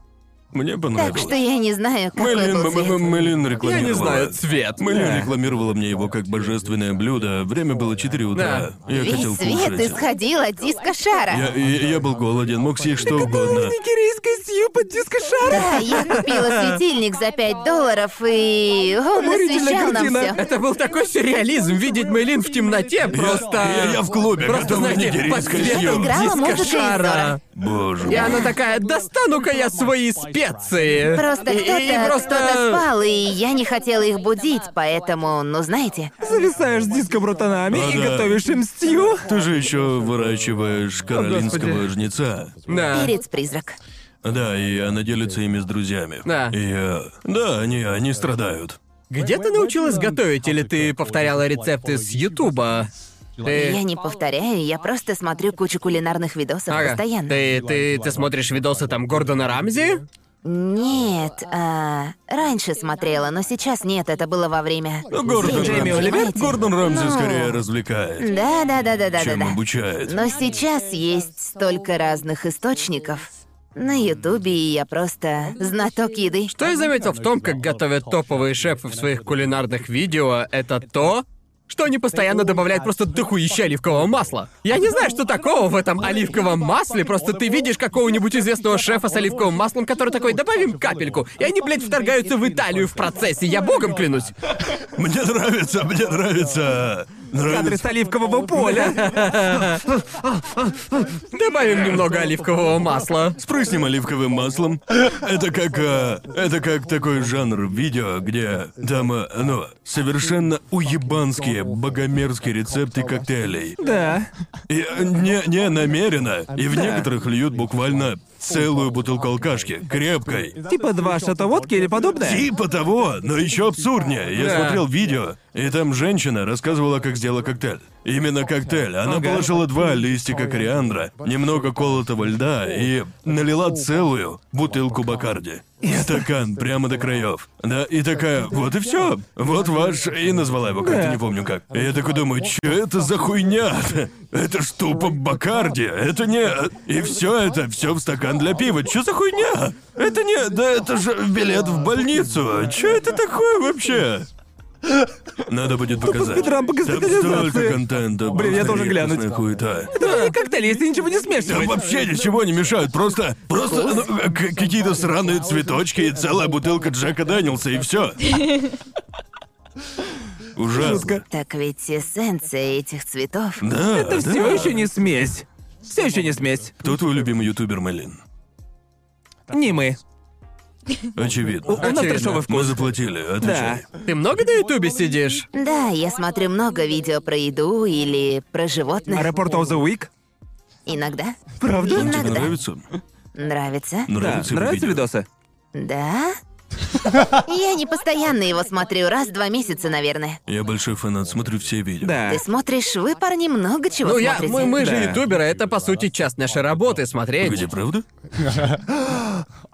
Мне
так
понравилось.
что я не знаю, какой
Мэйлин,
был
М-
цвет.
М- Мэйлин
Я
рекламировала.
не знаю, цвет.
Мэйлин
Да.
рекламировала мне его как божественное блюдо. Время было 4 утра. Я хотел
Весь свет
кушать.
исходил от диска шара.
Я, я- я был голоден, мог съесть что угодно.
Нигерийская сью под дискошара.
Да, я купила светильник за 5 долларов, и он освещал нам
картина.
все.
Это был такой сюрреализм, видеть Мэйлин в темноте,
Я-
просто...
Я, я в клубе,
Просто,
готовый
знаете, под
нигерийское
светом
сью.
Играла музыка
диска
из
шара.
Зора.
Боже
И
мой.
она такая, достану-ка я свои специи.
Просто
И- и-
кто-то,
и просто...
кто-то спал, и я не хотела их будить, поэтому, ну знаете,
Зависаешь с диско братанами
Ну
и
да.
готовишь им стью.
Ты же еще выращиваешь каролинского жнеца.
Да.
перец-призрак.
Да, и она делится ими с друзьями.
Да.
И, э, да, они, они страдают.
Где ты научилась готовить, или ты повторяла рецепты с Ютуба?
Э.
Ты...
Я не повторяю, я просто смотрю кучу кулинарных видосов
Ага.
постоянно.
Э.
Ты, ты, ты смотришь видосы там Гордона Рамзи?
Нет, а, раньше смотрела, но сейчас нет, это было во время.
Ну, Гордон
Зрелищ,
Джейми
Рамзи.
Оливер?
понимаете?
Гордон Рамзи
Ну,
скорее развлекает,
Да, да, да, да, да, да,
чем
да.
обучает.
Но сейчас есть столько разных источников. На Ютубе и я просто знаток еды.
Что я заметил в том, как готовят топовые шефы в своих кулинарных видео, это то, что они постоянно добавляют просто дохуища оливкового масла. Я не знаю, что такого в этом оливковом масле, просто ты видишь какого-нибудь известного шефа с оливковым маслом, который такой, добавим капельку, и они, блядь, вторгаются в Италию в процессе, я богом клянусь.
Мне нравится, мне нравится.
Кадры с
Нравится.
оливкового поля.
Добавим немного оливкового масла.
Спрыснем оливковым маслом. Это как, э, это как такой жанр видео, где там, э, ну, совершенно уебанские, богомерзкие рецепты коктейлей.
Да.
И э, не, не намеренно. И в некоторых льют буквально целую бутылку алкашки, крепкой.
Типа два шата водки или подобное.
Типа того, но еще абсурднее. Я
Да.
смотрел видео, и там женщина рассказывала, как сделала коктейль. Именно коктейль. Она
Ага.
положила два листика кориандра, немного колотого льда и налила целую бутылку Бакарди. И стакан прямо до краев. Да, и такая, вот и все. Вот ваш. И назвала его как-то, не помню как. И я такой думаю, что это за хуйня? Это ж тупо Бакарди. Это не. э, И все это, все в стакан для пива. Что за хуйня? Это не. Да это же билет в больницу. Что это такое вообще? Надо будет показать.
Трампа
Там
госпитализации.
столько контента.
Блин, я
просто
должен глянуть.
редкостная Хуета.
Да, и коктейль, если ничего не
Там
смешивать.
вообще ничего не мешают, просто, просто ну, к- какие-то сраные цветочки и целая бутылка Джека Дэнилса и все. Ужасно.
Так ведь эссенция этих цветов.
Да,
Это
да.
все еще не смесь. Все еще не смесь.
Кто твой любимый ютубер, Малин?
Не мы.
Очевидно.
У нас
Очевидно.
трешовый
Мы
вкус.
заплатили,
Да.
отвечай.
Ты много на Ютубе сидишь?
Да, я смотрю много видео про еду или про животных.
Аэропорт of the Week.
Иногда.
Правда?
Тебе
Иногда.
нравится?
Нравится.
Да.
Нравится его
Нравятся
видео?
видосы?
Да? Я не постоянно его смотрю, раз в два месяца, наверное.
Я большой фанат, смотрю все видео.
Да.
Ты смотришь, вы, парни, много чего
Ну я,
смотрите.
мы, мы же
Да.
ютуберы, это по сути часть нашей работы смотреть.
Погоди, правда?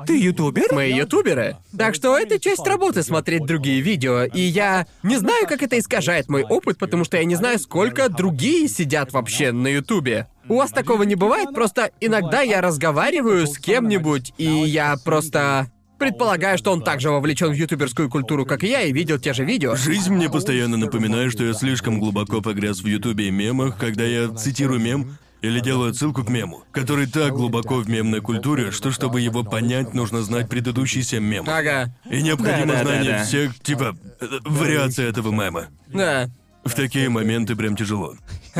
Ты ютубер?
Мы ютуберы. Так что это часть работы смотреть другие видео. И я не знаю, как это искажает мой опыт, потому что я не знаю, сколько другие сидят вообще на ютубе. У вас такого не бывает, просто иногда я разговариваю с кем-нибудь, и я просто предполагаю, что он также вовлечен в ютуберскую культуру, как и я, и видел те же видео.
Жизнь мне постоянно напоминает, что я слишком глубоко погряз в Ютубе и мемах, когда я цитирую мем или делаю отсылку к мему, который так глубоко в мемной культуре, что чтобы его понять, нужно знать предыдущий семь мемов.
Ага.
И
Да,
необходимо
да, да,
знание
да.
всех, типа, э, вариаций этого мема.
Да.
В такие моменты прям тяжело.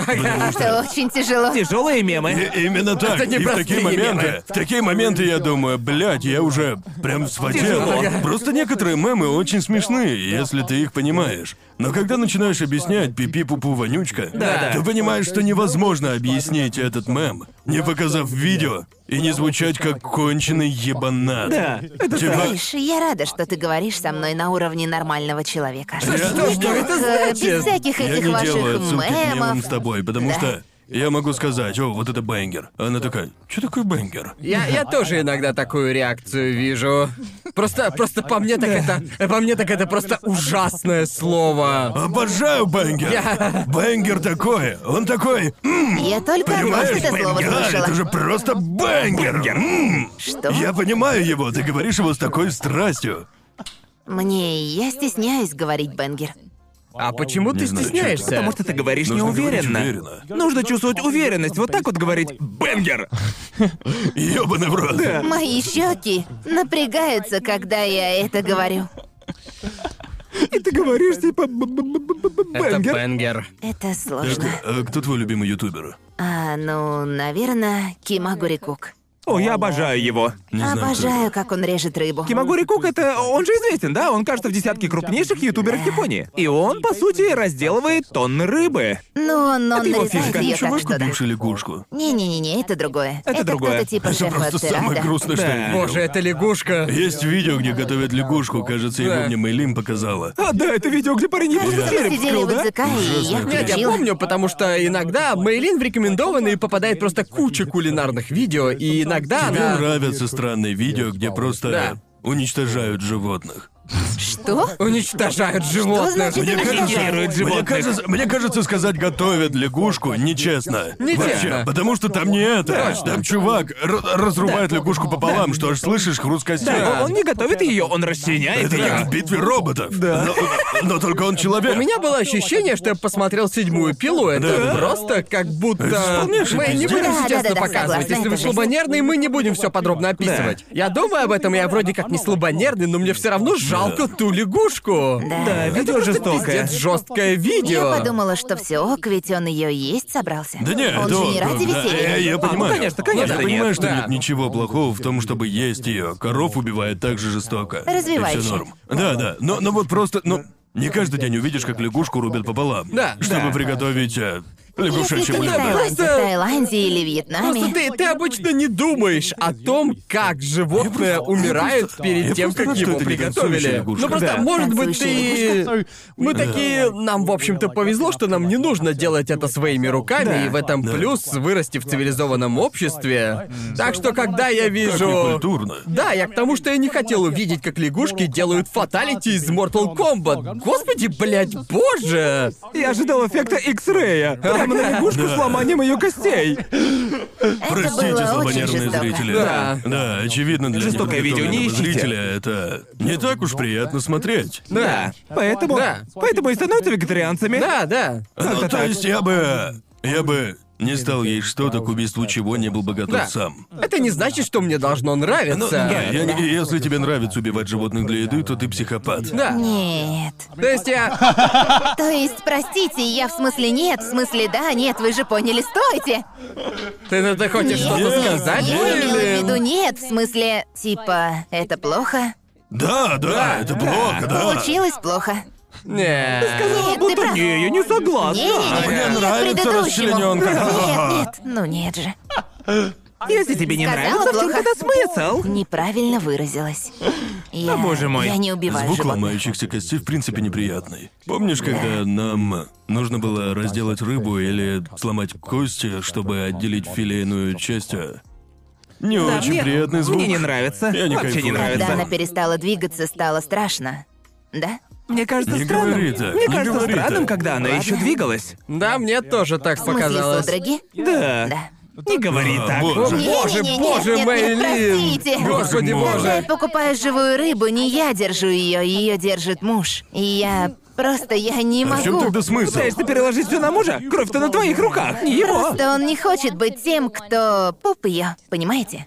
Это очень тяжело.
Тяжелые мемы.
И- именно так.
Это не
И в такие
простые мемы.
моменты, в такие моменты я думаю, блядь, я уже прям вспотел. Просто некоторые мемы очень смешные, если ты их понимаешь. Но когда начинаешь объяснять пипи пупу вонючка,
Да, да.
ты понимаешь, что невозможно объяснить этот мем, не показав видео и не звучать как конченый ебанат.
Да, это
Типа,
Знаешь, я рада, что ты говоришь со мной на уровне нормального человека.
что,
Без
что
этих, э, Без всяких
Я
этих
не делаю
ваших
отсылки к мемам
мемов.
с тобой, потому
Да.
что я могу сказать, о, вот это бэнгер. Она такая, что такое бэнгер?
Я, я тоже иногда такую реакцию вижу. Просто, просто по мне так это, по мне так это просто ужасное слово.
Обожаю бэнгер. Бэнгер такое. Он такой, «М,
Я только от вас
понимаешь,
это слово
бэнгер, это же
слышала.
просто бэнгер. М.
Что?
Я понимаю его, ты говоришь его с такой страстью.
Мне я стесняюсь говорить бенгер.
А почему ты
Не знаю,
стесняешься?
чё-то.
Потому что ты говоришь
Нужно говорить
неуверенно.
уверенно.
Нужно чувствовать уверенность. Вот так вот говорить «бэнгер».
Ёбаный в рот.
Мои щеки напрягаются, когда я это говорю.
И ты говоришь типа
Это
«бэнгер».
бенгер.
Это
Так,
сложно.
а кто твой любимый ютубер?
А, ну, наверное, Кимагури Кук.
О, я обожаю его.
Не знаю, кто
Обожаю, как он режет рыбу.
Кимагори Кук это... Он же известен, да? Он кажется в десятке крупнейших ютуберов Японии. И он, по сути, разделывает тонны рыбы.
Ну, он, он
Это его
нарезает
фишка.
ее так,
это. Чувак,
что да.
убивший лягушку.
Не-не-не, это другое.
Это другое.
кто-то типа
Это
шефа
просто самое
пирата.
грустное, что я
Да.
видел.
Боже, это лягушка.
Есть видео, где готовят лягушку, кажется, его
Да.
мне Мэйлин показала.
А, да, это видео, где парень не просто
Мы
череп
сидели
вскрыл,
в
да?
ИЦК, и я
Ужасная
Нет, я
включила.
помню, потому что иногда Мейлин в рекомендованные попадает просто куча кулинарных видео, и иногда
Тебе
она...
нравятся странные видео, где просто
Да.
уничтожают животных.
Что?
Уничтожают животных.
значит
Мне
Уничтожают
кажется, мне
животных.
кажется, мне кажется, сказать готовят лягушку нечестно.
Нечестно.
Вообще, потому что там не это.
Точно.
Там чувак р- разрубает лягушку пополам, что аж слышишь хруст костей.
Да, он не готовит ее, он расчленяет
Это как
ее.
в битве роботов. Но, но только он человек.
У меня было ощущение, что я посмотрел седьмую пилу. Это
Да.
просто как будто.
Это полнейший
мы не
пиздец.
будем
Да, да,
сейчас
да,
это
да,
показывать.
согласна,
Если вы
это жесть.
слабонервный, мы не будем все подробно описывать. Я думаю об этом, я вроде как не слабонервный, но мне все равно жалко ту лягушку.
Да, видео жестокое.
Пиздец, жесткое видео.
Я подумала, что все ок, ведь он ее есть собрался.
Да нет,
он
это
же не
он,
ради
да, Я,
веселья.
я понимаю.
конечно, конечно,
Я
нет.
понимаю, что
Да.
нет ничего плохого в том, чтобы есть ее. Коров убивает так же жестоко. И всё
Развивающе.
норм. Да, да. Но, но вот просто, ну, не каждый день увидишь, как лягушку рубят пополам.
Да,
Чтобы
да.
приготовить э,
Если ты не
лягушачье
в
блюдо.
Таиланде, в
Просто-
Таиланде или Вьетнаме.
Просто ты, ты обычно не думаешь о том, как животное умирает перед
я
тем,
просто
как
рад, что
его
это не танцующая
приготовили.
лягушка.
Ну просто,
Да.
может быть,
Танцующая
ты... Мы такие... Нам, в общем-то, повезло, что нам не нужно делать это своими руками,
Да.
и в этом
Да.
плюс вырасти в цивилизованном обществе. Так что, когда я
Как
вижу...
некультурно.
Да, я к тому, что я не хотел увидеть, как лягушки делают фаталити из Mortal Kombat. Господи, блядь, боже!
Я ожидал эффекта X-Ray. Прямо на лягушку с ломанием ее костей.
Это было
Простите,
очень
слабонервные
жестоко.
зрители.
Да.
Да, очевидно, для
Жестокое видео не
неподготовленного
ищите.
зрителя это не так уж приятно смотреть.
Ну,
Да. Поэтому.
Да.
Поэтому и становятся вегетарианцами.
Да, да.
Ну, то есть я бы... Я бы не стал есть что-то, к убийству чего не был бы готов
Да. Ну,
сам.
Это не значит, что мне должно
Ну,
нравиться.
Да, я не- если тебе нравится убивать животных для еды, то ты психопат.
Да.
Нет.
То есть я...
То есть, простите, я в смысле нет, в смысле да, нет, вы же поняли, стойте.
Ты, ну, ты- ты хочешь что-то
Нет.
сказать?
я имела в виду
Или...
нет, в смысле, типа, это плохо.
Да, да, это плохо, да.
Получилось плохо.
Э.
Не.
Нет, ты
Будто
прав.
не, я не
Не,
согласна.
не, не,
Мне
нет,
нравится
предыдущему.
А, расчленёнка.
Нет, нет, ну нет же.
Если тебе
А,
не
Сказала
нравится, в чем
плохо.
тогда смысл?
Неправильно выразилась. Я,
О, боже мой.
Я не убиваю
Звук
животных.
ломающихся костей в принципе неприятный. Помнишь, когда нам нужно было разделать рыбу или сломать кости, чтобы отделить филейную часть? а? Не
Да,
очень
мне-
приятный звук.
Мне не нравится.
Я не
Вообще не
кайфую.
Когда она
нравится.
перестала двигаться, стало страшно. Да?
Мне кажется
Не
странным.
говори так,
Мне
не
кажется
говори так.
странным, когда она еще двигалась.
Да, мне тоже так
В смысле,
показалось.
судороги?
Да.
Да.
Не говори
А,
так.
боже.
Не,
Боже,
не, не,
боже,
нет, нет,
Мэйлин!
простите.
Господи,
Боже мой.
Когда я
боже!
покупаю живую рыбу, не я держу ее, ее держит муж. И я просто я не
А в чем
могу.
тогда смысл?
Пытаешься переложить все на мужа? Кровь-то на твоих руках, не его.
Просто он не хочет быть тем, кто поп ее, понимаете?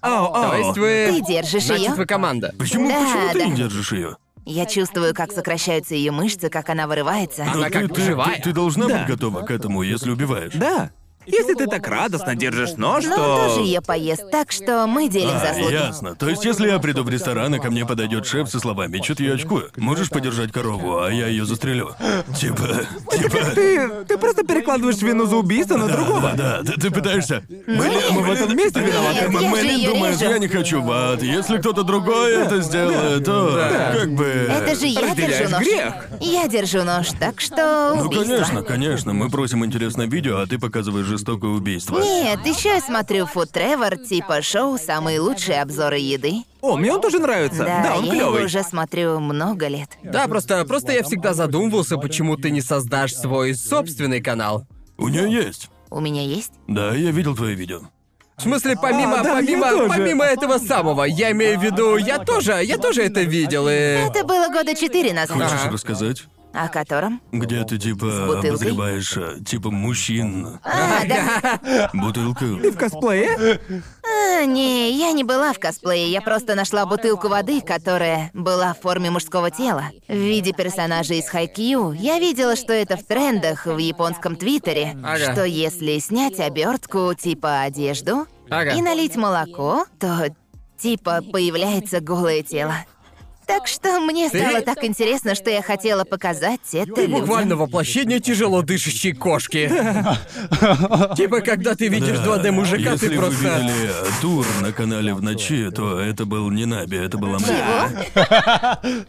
Ау,
То
ау.
есть вы...
Ты держишь
Значит,
ее.
Э,
вы команда.
Почему,
Да,
а почему ты
да.
не держишь ее?
Я чувствую, как сокращаются ее мышцы, как она вырывается.
Она
Но
как
ты, ты-
живая.
ты- ты должна
Да.
быть готова к этому, если убиваешь.
Да. Если ты так радостно держишь нож,
Но
то...
он Ну, тоже ее поест, так что мы делим
А,
заслуги.
ясно. То есть, если я приду в ресторан, и ко мне подойдет шеф со словами, что то я очкую? Можешь подержать корову, а я ее застрелю? Типа, типа...
Ты, ты просто перекладываешь вину за убийство на другого.
Да, да, ты, ты пытаешься.
Ну,
Мы,
Мы в этом месте виноваты.
Нет, я же
Мэлин
её
думает,
режу.
я не хочу в ад. Если кто-то другой это сделает, то как бы.
Это же я держу
Разделяешь
нож.
грех.
Я держу нож, так что
Ну
убийство.
конечно, конечно. Мы просим интересное видео, а ты показываешь жестокое убийство.
Нет, еще я смотрю Food Тревор, типа шоу «Самые лучшие обзоры еды».
О, мне он тоже нравится. Да, он
я его
клевый.
уже смотрю много лет.
Да, просто, просто я всегда задумывался, почему ты не создашь свой собственный канал.
У нее есть.
У меня есть?
Да, я видел твои видео.
В смысле, помимо,
А, да,
помимо,
я тоже.
помимо этого самого, я имею в виду, я тоже, я тоже это видел и.
Это было года четыре назад.
Хочешь рассказать?
О котором?
Где ты типа
бутылкой?
обозреваешь э, типа мужчин?
А, да.
Бутылку.
В косплее?
А, не, я не была в косплее, я просто нашла бутылку воды, которая была в форме мужского тела. В виде персонажа из Хайкью. Я видела, что это в трендах в японском твиттере.
Ага.
Что если снять обертку типа одежду
Ага.
и налить молоко, то типа появляется голое тело. Так что мне
Ты-
стало так интересно, что я хотела показать это
Ты
людям.
буквально воплощение тяжело дышащей кошки. Типа, когда ты видишь
Да,
2D мужика,
Если
ты просто.
вы видели э, тур на канале в ночи, то это был не Наби, это была Мэ.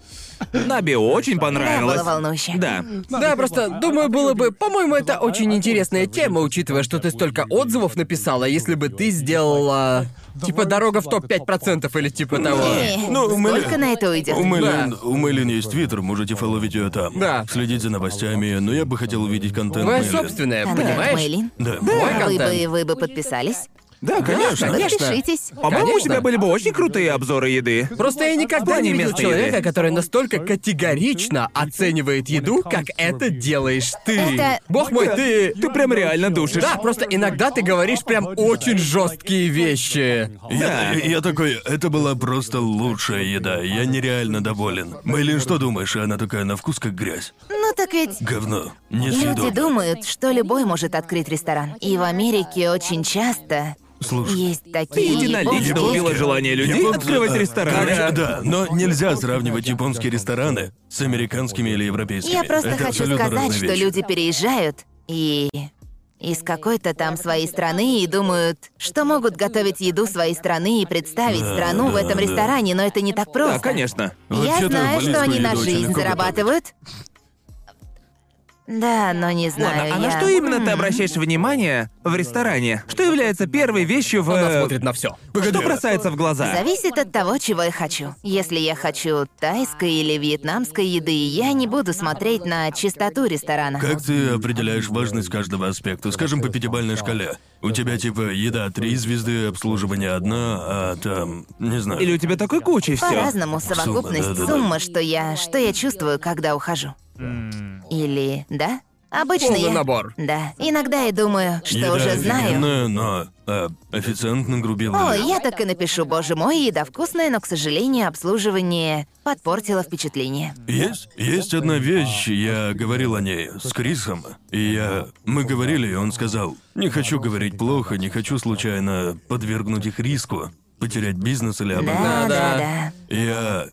Наби очень
Да, было
понравилось.
волнующе.
Да.
Да, просто думаю, было бы. По-моему, это
а
очень интересная тема, учитывая, что ты столько отзывов написала, если бы ты сделала. Типа дорога в топ-5% или типа того.
Не,
Ну, мы-
сколько на это уйдет?
У Мэйлин, у Мэйлин есть твиттер, можете фоловить ее там.
Да.
Следить за новостями, но я бы хотел увидеть контент
Твоя
Мэйлин.
собственная,
Контент
понимаешь?
Мэйлин.
Да.
Мой
Вы бы,
контент.
вы бы подписались?
Да, конечно.
Подпишитесь.
По-моему, у
Конечно.
тебя были бы очень крутые обзоры еды.
Просто я никогда не
Они
видел
место
человека,
еды.
который настолько категорично оценивает еду, как это делаешь ты.
Это-
Бог мой, ты...
Ты прям реально душишь.
Да, просто иногда ты говоришь прям очень жесткие вещи.
Я, я такой, это была просто лучшая еда, я нереально доволен. Мэйлин, что думаешь? И она такая, на вкус как грязь.
Ну так ведь
Говно. Не
люди думают, что любой может открыть ресторан. И в Америке очень часто
Слушай.
есть
Ты
такие
единолично
японские-
убила желание людей
Япон-
открывать
а,
рестораны.
короче, да, но нельзя сравнивать японские рестораны с американскими или европейскими.
Я просто
Это
хочу
абсолютно
сказать,
разные
что
вещи.
люди переезжают и из какой-то там своей страны и думают, что могут готовить еду своей страны и представить
Да,
страну в
да,
этом
да.
ресторане, но это не так просто.
Да, конечно.
Я
Вообще-то
знаю, что
баллистскую
они на
еду очень
жизнь
легко
зарабатывают. Да, но не знаю.
Ладно, а на
я...
что именно ты обращаешь внимание в ресторане? Что является первой вещью в... э,
Она смотрит на все.
Что бросается в глаза?
Зависит от того, чего я хочу. Если я хочу тайской или вьетнамской еды, я не буду смотреть на чистоту ресторана.
Как ты определяешь важность каждого аспекта? Скажем, по пятибалльной шкале. У тебя типа еда три звезды, обслуживание одна, а там, не знаю.
Или у тебя такой куча и все?
По-разному совокупность
Сумма, да-да-да.
сумма, что я, что я чувствую, когда ухожу. Или да? Обычно
Полный
я-
набор.
Да. Иногда я думаю, что
Еда
уже знаю.
офигенная, но а, официант нагрубил.
О,
её.
я так и напишу, боже мой, еда вкусная, но, к сожалению, обслуживание подпортило впечатление.
Есть, есть одна вещь, я говорил о ней с Крисом, и я... Мы говорили, и он сказал, не хочу говорить плохо, не хочу случайно подвергнуть их риску, потерять бизнес или обмануть.
Да, да,
да.
да.
Я...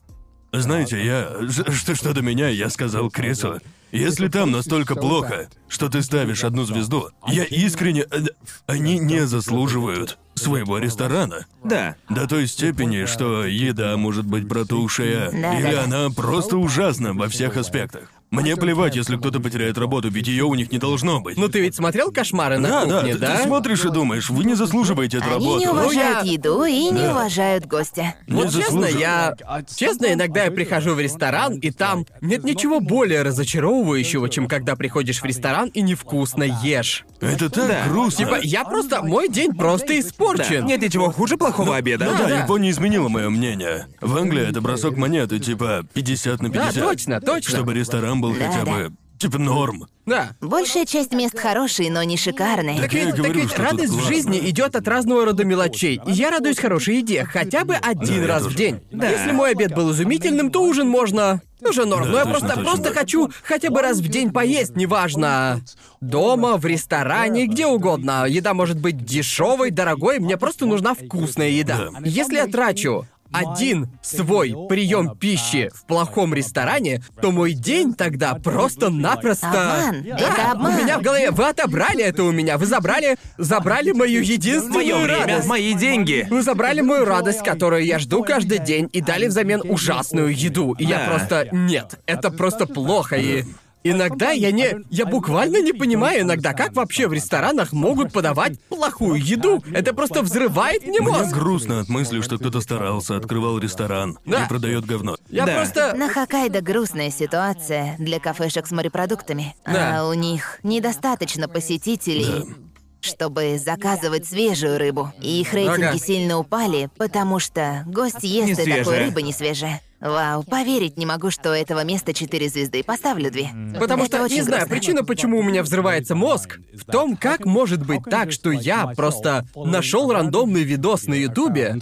Знаете, я... ж- Что, что до меня, я сказал Крису. Если там настолько плохо, что ты ставишь одну звезду, я искренне... э, Они не заслуживают своего ресторана.
Да.
До той степени, что еда может быть протухшая,
Да,
или
да, да.
она просто ужасна во всех аспектах. Мне плевать, если кто-то потеряет работу, ведь ее у них не должно быть.
Ну ты ведь смотрел кошмары на
да, да,
кухне,
ты, ты
да?
смотришь и думаешь, вы не заслуживаете эту
Они не
работу.
уважают
Ну, я-
еду и не уважают гостя.
Не
Вот честно,
заслуживают.
я... Честно, иногда я прихожу в ресторан, и там нет ничего более разочаровывающего, чем когда приходишь в ресторан и невкусно ешь.
Это так грустно.
Типа, я просто... Мой день просто
Да.
испорчен.
Нет ничего хуже плохого обеда.
ну Да,
да.
Япония изменила мое мнение. В Англии это бросок монеты, типа 50 на 50.
точно, точно.
Чтобы ресторан был хотя
да.
бы типа норм.
Да.
Большая часть мест хорошие, но не шикарные.
Так
я и
ведь, так
говорю,
ведь
что тут
радость в
главное.
жизни идет от разного рода мелочей. И я радуюсь хорошей еде хотя бы один
Да, я
раз в
тоже.
день. Если мой обед был изумительным, то ужин можно Уже норм,
Да,
но я
точно,
просто,
точно.
просто хочу хотя бы раз в день поесть, неважно. Дома, в ресторане, где угодно. Еда может быть дешевой, дорогой, мне просто нужна вкусная еда.
Да.
Если я трачу один свой прием пищи в плохом ресторане, то мой день тогда просто-напросто...
Обман.
Да,
Это обман.
у меня в голове... Вы отобрали это у меня, вы забрали... Забрали мою единственную
Мое время,
радость.
мои деньги.
Вы забрали мою радость, которую я жду каждый день, и дали взамен ужасную еду. И я
Да.
просто... Нет, это просто плохо, и... Иногда я не... Я буквально не понимаю иногда, как вообще в ресторанах могут подавать плохую еду. Это просто взрывает мне
Мне
мозг.
грустно от мысли, что кто-то старался, открывал ресторан
Да.
и продает говно.
Я
Да.
просто...
На Хоккайдо грустная ситуация для кафешек с морепродуктами.
Да.
А у них недостаточно посетителей, чтобы заказывать свежую рыбу. И их рейтинги
Ага.
сильно упали, потому что гость ест
Не
и такой
свежая.
рыбы не свежая. Вау, поверить не могу, что у этого места 4 звезды. Поставлю 2.
Потому
Это
что,
очень
не знаю,
грустно.
причина, почему у меня взрывается мозг, в том, как может быть так, что я просто нашел рандомный видос на Ютубе,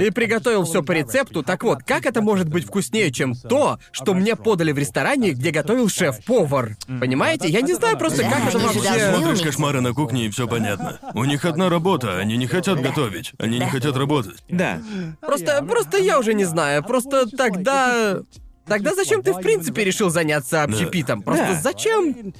И приготовил все по рецепту. Так вот, как это может быть вкуснее, чем то, что мне подали в ресторане, где готовил шеф-повар? Понимаете? Я не знаю просто,
Да,
как это
они же должны
вообще...
Смотришь
уметь.
кошмары на кухне, и все понятно. У них одна работа, они не хотят готовить. Они не хотят работать.
Да.
Просто, просто я уже не знаю. Просто тогда... Тогда зачем ты в принципе решил заняться общепитом? Просто
Да.
зачем?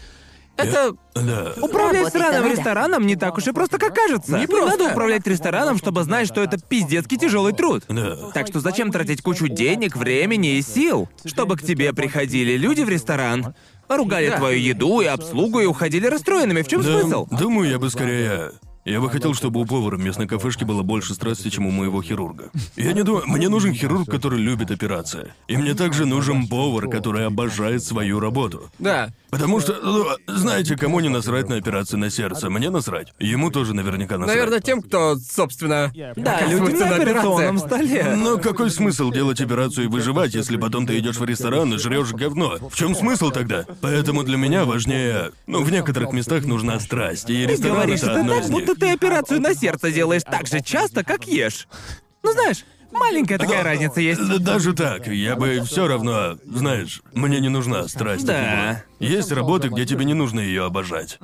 Это...
Да.
Управлять
Работать-то
сраным
надо.
рестораном не так уж и просто, как кажется.
Не просто.
надо управлять рестораном, чтобы знать, что это пиздецкий тяжелый труд.
Да.
Так что зачем тратить кучу денег, времени и сил, чтобы к тебе приходили люди в ресторан, ругали
Да.
твою еду и обслугу и уходили расстроенными? В чем
Да,
смысл?
Думаю, я бы скорее... Я бы хотел, чтобы у повара в местной кафешке было больше страсти, чем у моего хирурга. Я не думаю... Мне нужен хирург, который любит операции. И мне также нужен повар, который обожает свою работу.
Да.
Потому что, ну, знаете, кому не насрать на операции на сердце? Мне насрать. Ему тоже наверняка насрать.
Наверное, тем, кто, собственно...
Да, люди
оказывается
на операционном
операциях.
столе.
Но какой смысл делать операцию и выживать, если потом ты идешь в ресторан и жрешь говно? В чем смысл тогда? Поэтому для меня важнее, ну, в некоторых местах нужна страсть, и
Ты
ресторан
говоришь
это
это
одно
так,
из них.
будто ты операцию на сердце делаешь так же часто, как ешь. Ну знаешь, маленькая такая разница есть.
Да Даже так, я бы все равно, знаешь, мне не нужна страсть.
Да.
Есть работы, где тебе не нужно ее обожать.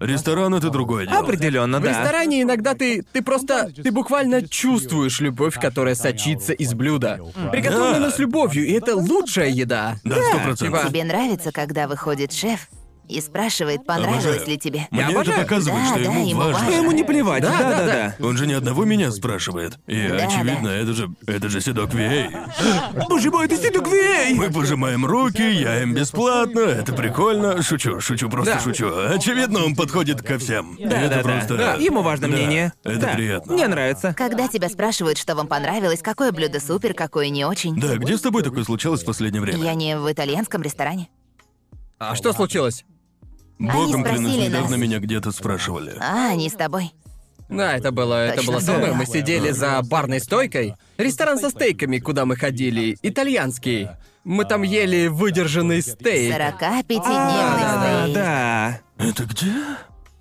Ресторан это другое
А,
дело.
Определенно,
В
да.
ресторане иногда ты, ты просто, ты буквально чувствуешь любовь, которая сочится из блюда. Приготовлена
Да.
с любовью, и это лучшая еда.
Да, сто процентов.
типа-
Тебе нравится, когда выходит шеф и спрашивает,
А
понравилось
Обожаю.
ли тебе?
Мне это
обожаю.
показывает,
Да,
что
да,
ему
ему
важно.
важно.
Ему не плевать,
Да, да,
да-да-да.
Он же ни одного меня спрашивает. И
Да,
очевидно, это же это же седок Вей.
Боже мой, это Сидок Вей!
Мы пожимаем руки, я им бесплатно, это прикольно. Шучу, шучу, просто
Да.
шучу. Очевидно, он подходит ко всем. И это
Да-да-да.
просто.
Да, Ему важно
Да,
мнение.
Это
Да.
приятно.
Мне нравится.
Когда тебя спрашивают, что вам понравилось, какое блюдо супер, какое не очень.
Да, где с тобой такое случалось в последнее время?
Я не в итальянском ресторане.
А что случилось?
Богом
Они
клянусь,
спросили
недавно
нас.
меня где-то спрашивали.
А, не с тобой.
Да, это было, это
Точно
было со мной.
было.
Мы сидели за барной стойкой. Ресторан со стейками, куда мы ходили, итальянский. Мы там ели выдержанный стейк.
45-дневный стейк.
Да.
Это где?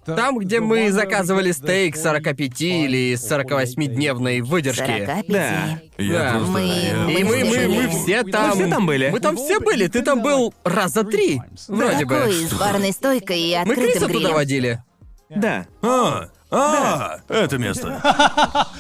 Там, где мы заказывали стейк 45 или 48-дневной выдержки.
45.
Да.
Я
Да.
просто.
Мы-
я-
И мы, мы, мы все там...
все там были.
Мы там все были. Ты там был раза три. Вроде
Такой
бы.
с барной стойкой и
Мы
открытым
Криса туда
грилем.
водили.
Да.
А, а, это место.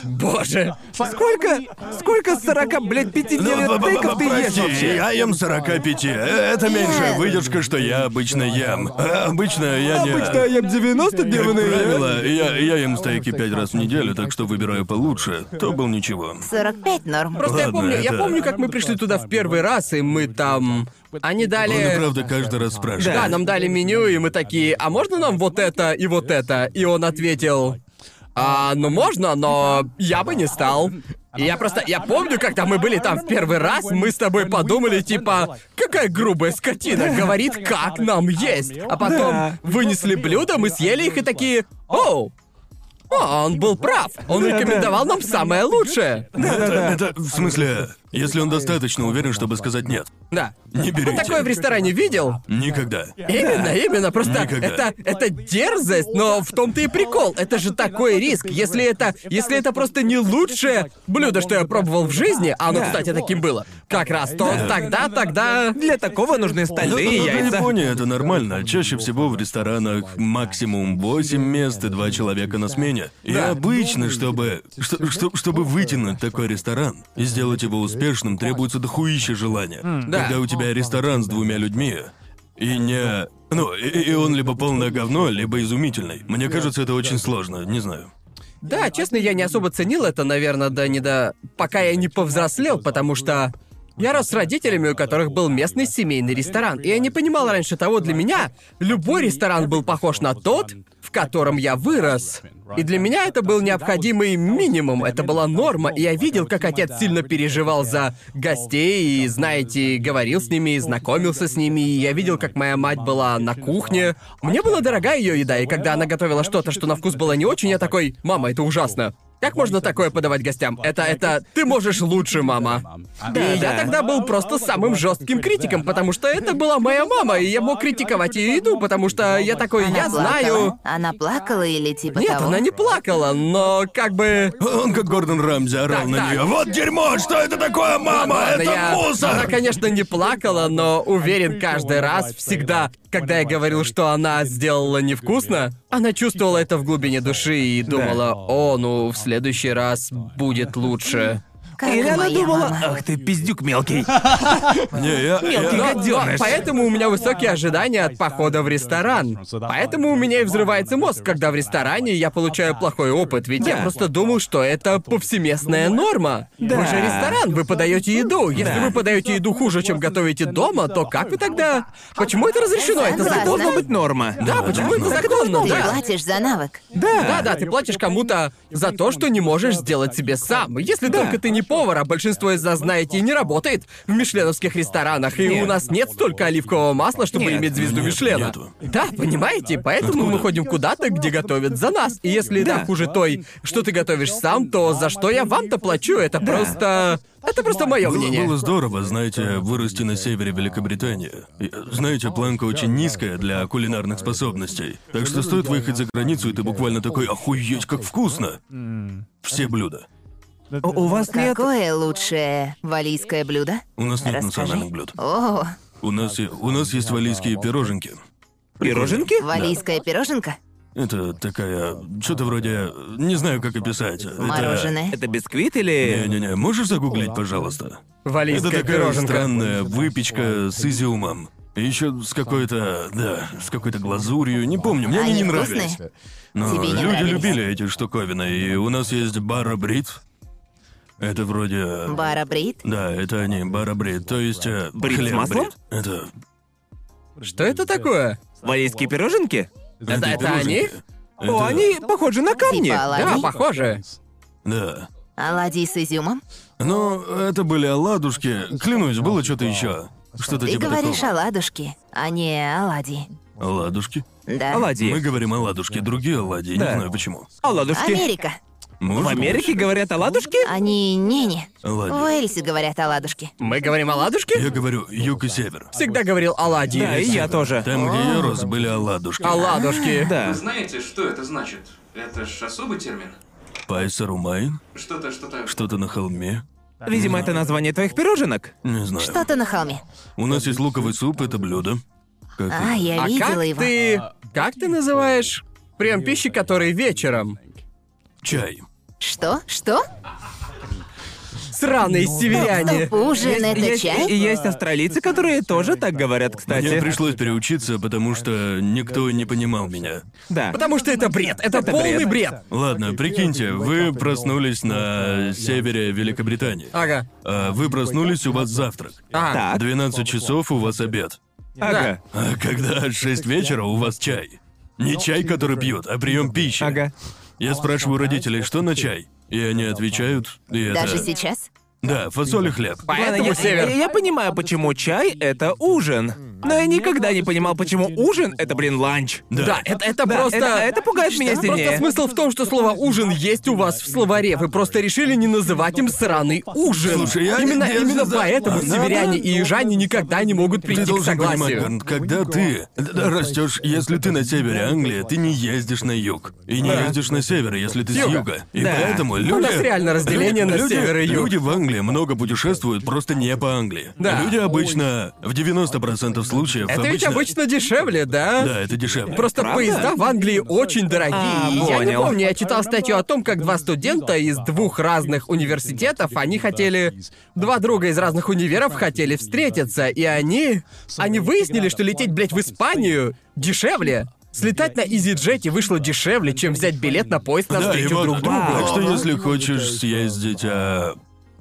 Боже.
Сколько, сколько 40, блядь,
Ну,
пятидневных
б- б-
тейков ты ешь
прости,
вообще?
Я ем 45. Э, Это меньшая выдержка, что я обычно ем. А Обычно я не...
Обычно я ем 90
Как
а?
дневные.
правило, я, я ем стейки пять раз в неделю, так что выбираю получше. То был ничего.
45 норм.
Просто я
Ладно,
помню, я
это-
помню, как мы пришли туда в первый раз, и мы там... Они дали...
Он и правда каждый раз спрашивает.
Да, нам дали меню, и мы такие, а можно нам вот это и вот это? И он ответил, а, ну можно, но я бы не стал. И я просто, я помню, когда мы были там в первый раз, мы с тобой подумали, типа, какая грубая скотина, говорит, как нам есть. А потом
Да.
вынесли блюдо, мы съели их и такие, оу, а, он был прав. Он рекомендовал нам самое лучшее.
Ну, Это, это- в смысле, Если он достаточно уверен, чтобы сказать нет.
Да.
Не
Он
берите.
такое в ресторане видел?
Никогда.
Именно, именно, просто
Никогда.
это, это дерзость, но в том-то и прикол. Это же такой риск. Если это, если это просто не лучшее блюдо, что я пробовал в жизни, а оно,
Да.
кстати, таким было, как раз то
Да. Ну,
тогда, тогда...
Для такого нужны
Да, да, да,
стальные
да,
яйца.
Япония это нормально. Чаще всего в ресторанах максимум 8 мест и 2 человека на смене. И
Да.
обычно, чтобы, что- что- чтобы вытянуть такой ресторан и сделать его успешным, требуется дохуище желания.
да.
Когда у тебя ресторан с двумя людьми, и не... Ну, и, и он либо полное говно, либо изумительный. Мне кажется, это очень сложно, не знаю.
Да, честно, я не особо ценил это, наверное, да не до... Пока я не повзрослел, потому что... Я рос с родителями, у которых был местный семейный ресторан, и я не понимал раньше того, для меня любой ресторан был похож на тот, в котором я вырос. И для меня это был необходимый минимум, это была норма, и я видел, как отец сильно переживал за гостей, и, знаете, говорил с ними, и знакомился с ними, и я видел, как моя мать была на кухне. Мне была дорога ее еда, и когда она готовила что-то, что на вкус было не очень, я такой, мама, это ужасно. Как можно такое подавать гостям? Это, это, ты можешь лучше, мама.
Да,
и
да.
я тогда был просто самым жестким критиком, потому что это была моя мама, и я мог критиковать ее еду, потому что я такой,
Она
я
плакала?
знаю.
Она плакала или типа
Нет,
того?
она не плакала, но как бы.
Он как Гордон Рамзи орал
Так,
на
так.
нее. Вот дерьмо! Что это такое, мама?
Ладно,
это
я-
мусор!
Она, конечно, не плакала, но уверен, каждый раз, всегда, когда я говорил, что она сделала невкусно, она чувствовала это в глубине души и думала, о, ну, в следующий раз будет лучше.
Как
Или она
моя
думала,
мама.
ах ты пиздюк мелкий.
Не, я- я-
Но- но
гаденыш.
ну, поэтому у меня высокие ожидания от похода в ресторан. Поэтому у меня и взрывается мозг, когда в ресторане я получаю плохой опыт, ведь я
Да.
просто думал, что это повсеместная норма. Вы же ресторан, вы подаете еду. Если
Да.
вы подаете еду хуже, чем готовите дома, то как вы тогда? Почему это разрешено? Это
Согласна.
законно?
Должна быть норма.
Да, почему это законно?
Ты
Да.
платишь за навык.
Да. да, ты платишь кому-то за то, что не можешь сделать себе сам. Если только ты не повар, а большинство из нас, знаете, не работает в мишленовских ресторанах, и
Нет.
у нас нет столько оливкового масла, чтобы
Нет.
иметь звезду
Нет,
Мишлена.
нету.
Да, понимаете? Поэтому мы ходим куда-то, где готовят за нас. И если
Да.
да. хуже той, что ты готовишь сам, то за что я вам-то плачу? Это просто... Это просто мое
Было,
мнение.
было здорово, знаете, вырасти на севере Великобритании. И, Знаете, планка очень низкая для кулинарных способностей. Так что стоит выехать за границу, и ты буквально такой «Охуеть, как вкусно!» Все блюда.
У у вас нет...
Какое лучшее валийское блюдо?
У нас нет
Расскажи.
национальных блюд.
О,
У нас, е- у нас есть валийские пироженки.
Пироженки?
валийская пироженка?
Это такая... Что-то вроде... Не знаю, как описать. Это-
Мороженое.
Это бисквит или...
Не-не-не, можешь загуглить, пожалуйста? Это
Валийская
такая
пироженка.
странная выпечка с изюмом. И еще с какой-то, да, с какой-то глазурью, не помню, мне они
Они
не
вкусные?
нравились. Но
Тебе не
люди
нравились?
любили эти штуковины, и у нас есть барабрит. Это вроде...
Бара
Э,
Брит?
Да, это они, барабрит, то есть э,
Брит с
хлеб
маслом?
брит. Это...
Что это такое?
Валийские пироженки?
Это, это они?
пироженки.
О,
Это-
они похожи на камни.
Типа
Да,
оладьи?
похоже.
Да.
Оладьи с изюмом?
Но это были оладушки. Клянусь, было что-то еще. Что-то
Ты
типа
говоришь
такого.
оладушки, а не оладьи.
Оладушки?
Да.
Мы
Оладьи.
говорим оладушки, другие оладьи, не
Да.
знаю почему.
Оладушки.
Америка.
Может
В
быть.
Америке говорят оладушки?
Они не-не. В
Оладьи.
Уэльсе говорят оладушки.
Мы говорим о ладушке?
Я говорю, юг и север.
Всегда говорил оладьи.
Да, и я тоже.
Там, где я рос, были оладушки.
Оладушки.
Вы
Да.
знаете, что это значит? Это ж особый термин.
Пайсарумайн?
Что-то, что-то...
Что-то на холме?
Видимо, это название твоих пироженок.
Не знаю.
Что-то на холме.
У нас есть луковый суп, это блюдо. Как
А,
это?
я
А
видела
как
его.
ты... Как ты называешь прием пищи, который вечером?
Чай.
Что? Что?
Сраные северяне.
Ну, Ужин это
Есть, и
чай?
есть австралийцы, которые тоже так говорят,
Мне
кстати.
пришлось переучиться, потому что никто не понимал меня.
Да.
Потому что это бред, это,
Это
полный
бред.
бред.
Ладно, прикиньте, вы проснулись на севере Великобритании.
Ага.
А Вы проснулись, у вас завтрак.
А,
Так.
12 часов у вас обед.
Ага.
А когда 6 вечера, у вас чай. Не чай, который пьют, а прием пищи.
Ага.
Я спрашиваю родителей, что на чай? И они отвечают, и это...
Даже сейчас?
Да, фасоль и хлеб.
Поэтому
я,
север.
я- я понимаю, почему чай — это ужин. Но я никогда не понимал, почему ужин — это, блин, ланч.
Да, это, это
Да,
просто...
это- это пугает меня
Просто
сильнее.
смысл в том, что слово «ужин» есть у вас в словаре. Вы просто решили не называть им «сраный ужин».
Слушай, я-
именно,
я-
именно
за-
поэтому
надо-
северяне и южане никогда не могут прийти
Ты
к
должен понимать,
согласию.
Гарн, когда ты растешь, если ты на севере Англии, ты не ездишь на юг. И не ездишь на север, если ты с
Юга.
юга. И
Да.
поэтому люди...
нас реально разделение
люди-
на
люди-
север и юг.
Люди в Англии много путешествуют, просто не по Англии.
Да.
Люди обычно в 90% случаев...
это ведь обычно дешевле, да?
Да, это дешевле.
Просто
Правда?
поезда в Англии очень дорогие.
А,
и я не
понял.
помню, я читал статью о том, как два студента из двух разных университетов, они хотели... Два друга из разных универов хотели встретиться, и они... Они выяснили, что лететь, блядь, в Испанию дешевле. Слетать на EasyJet вышло дешевле, чем взять билет на поезд
Да, и
навстречу
вот-
друг другу.
Так что если хочешь съездить а,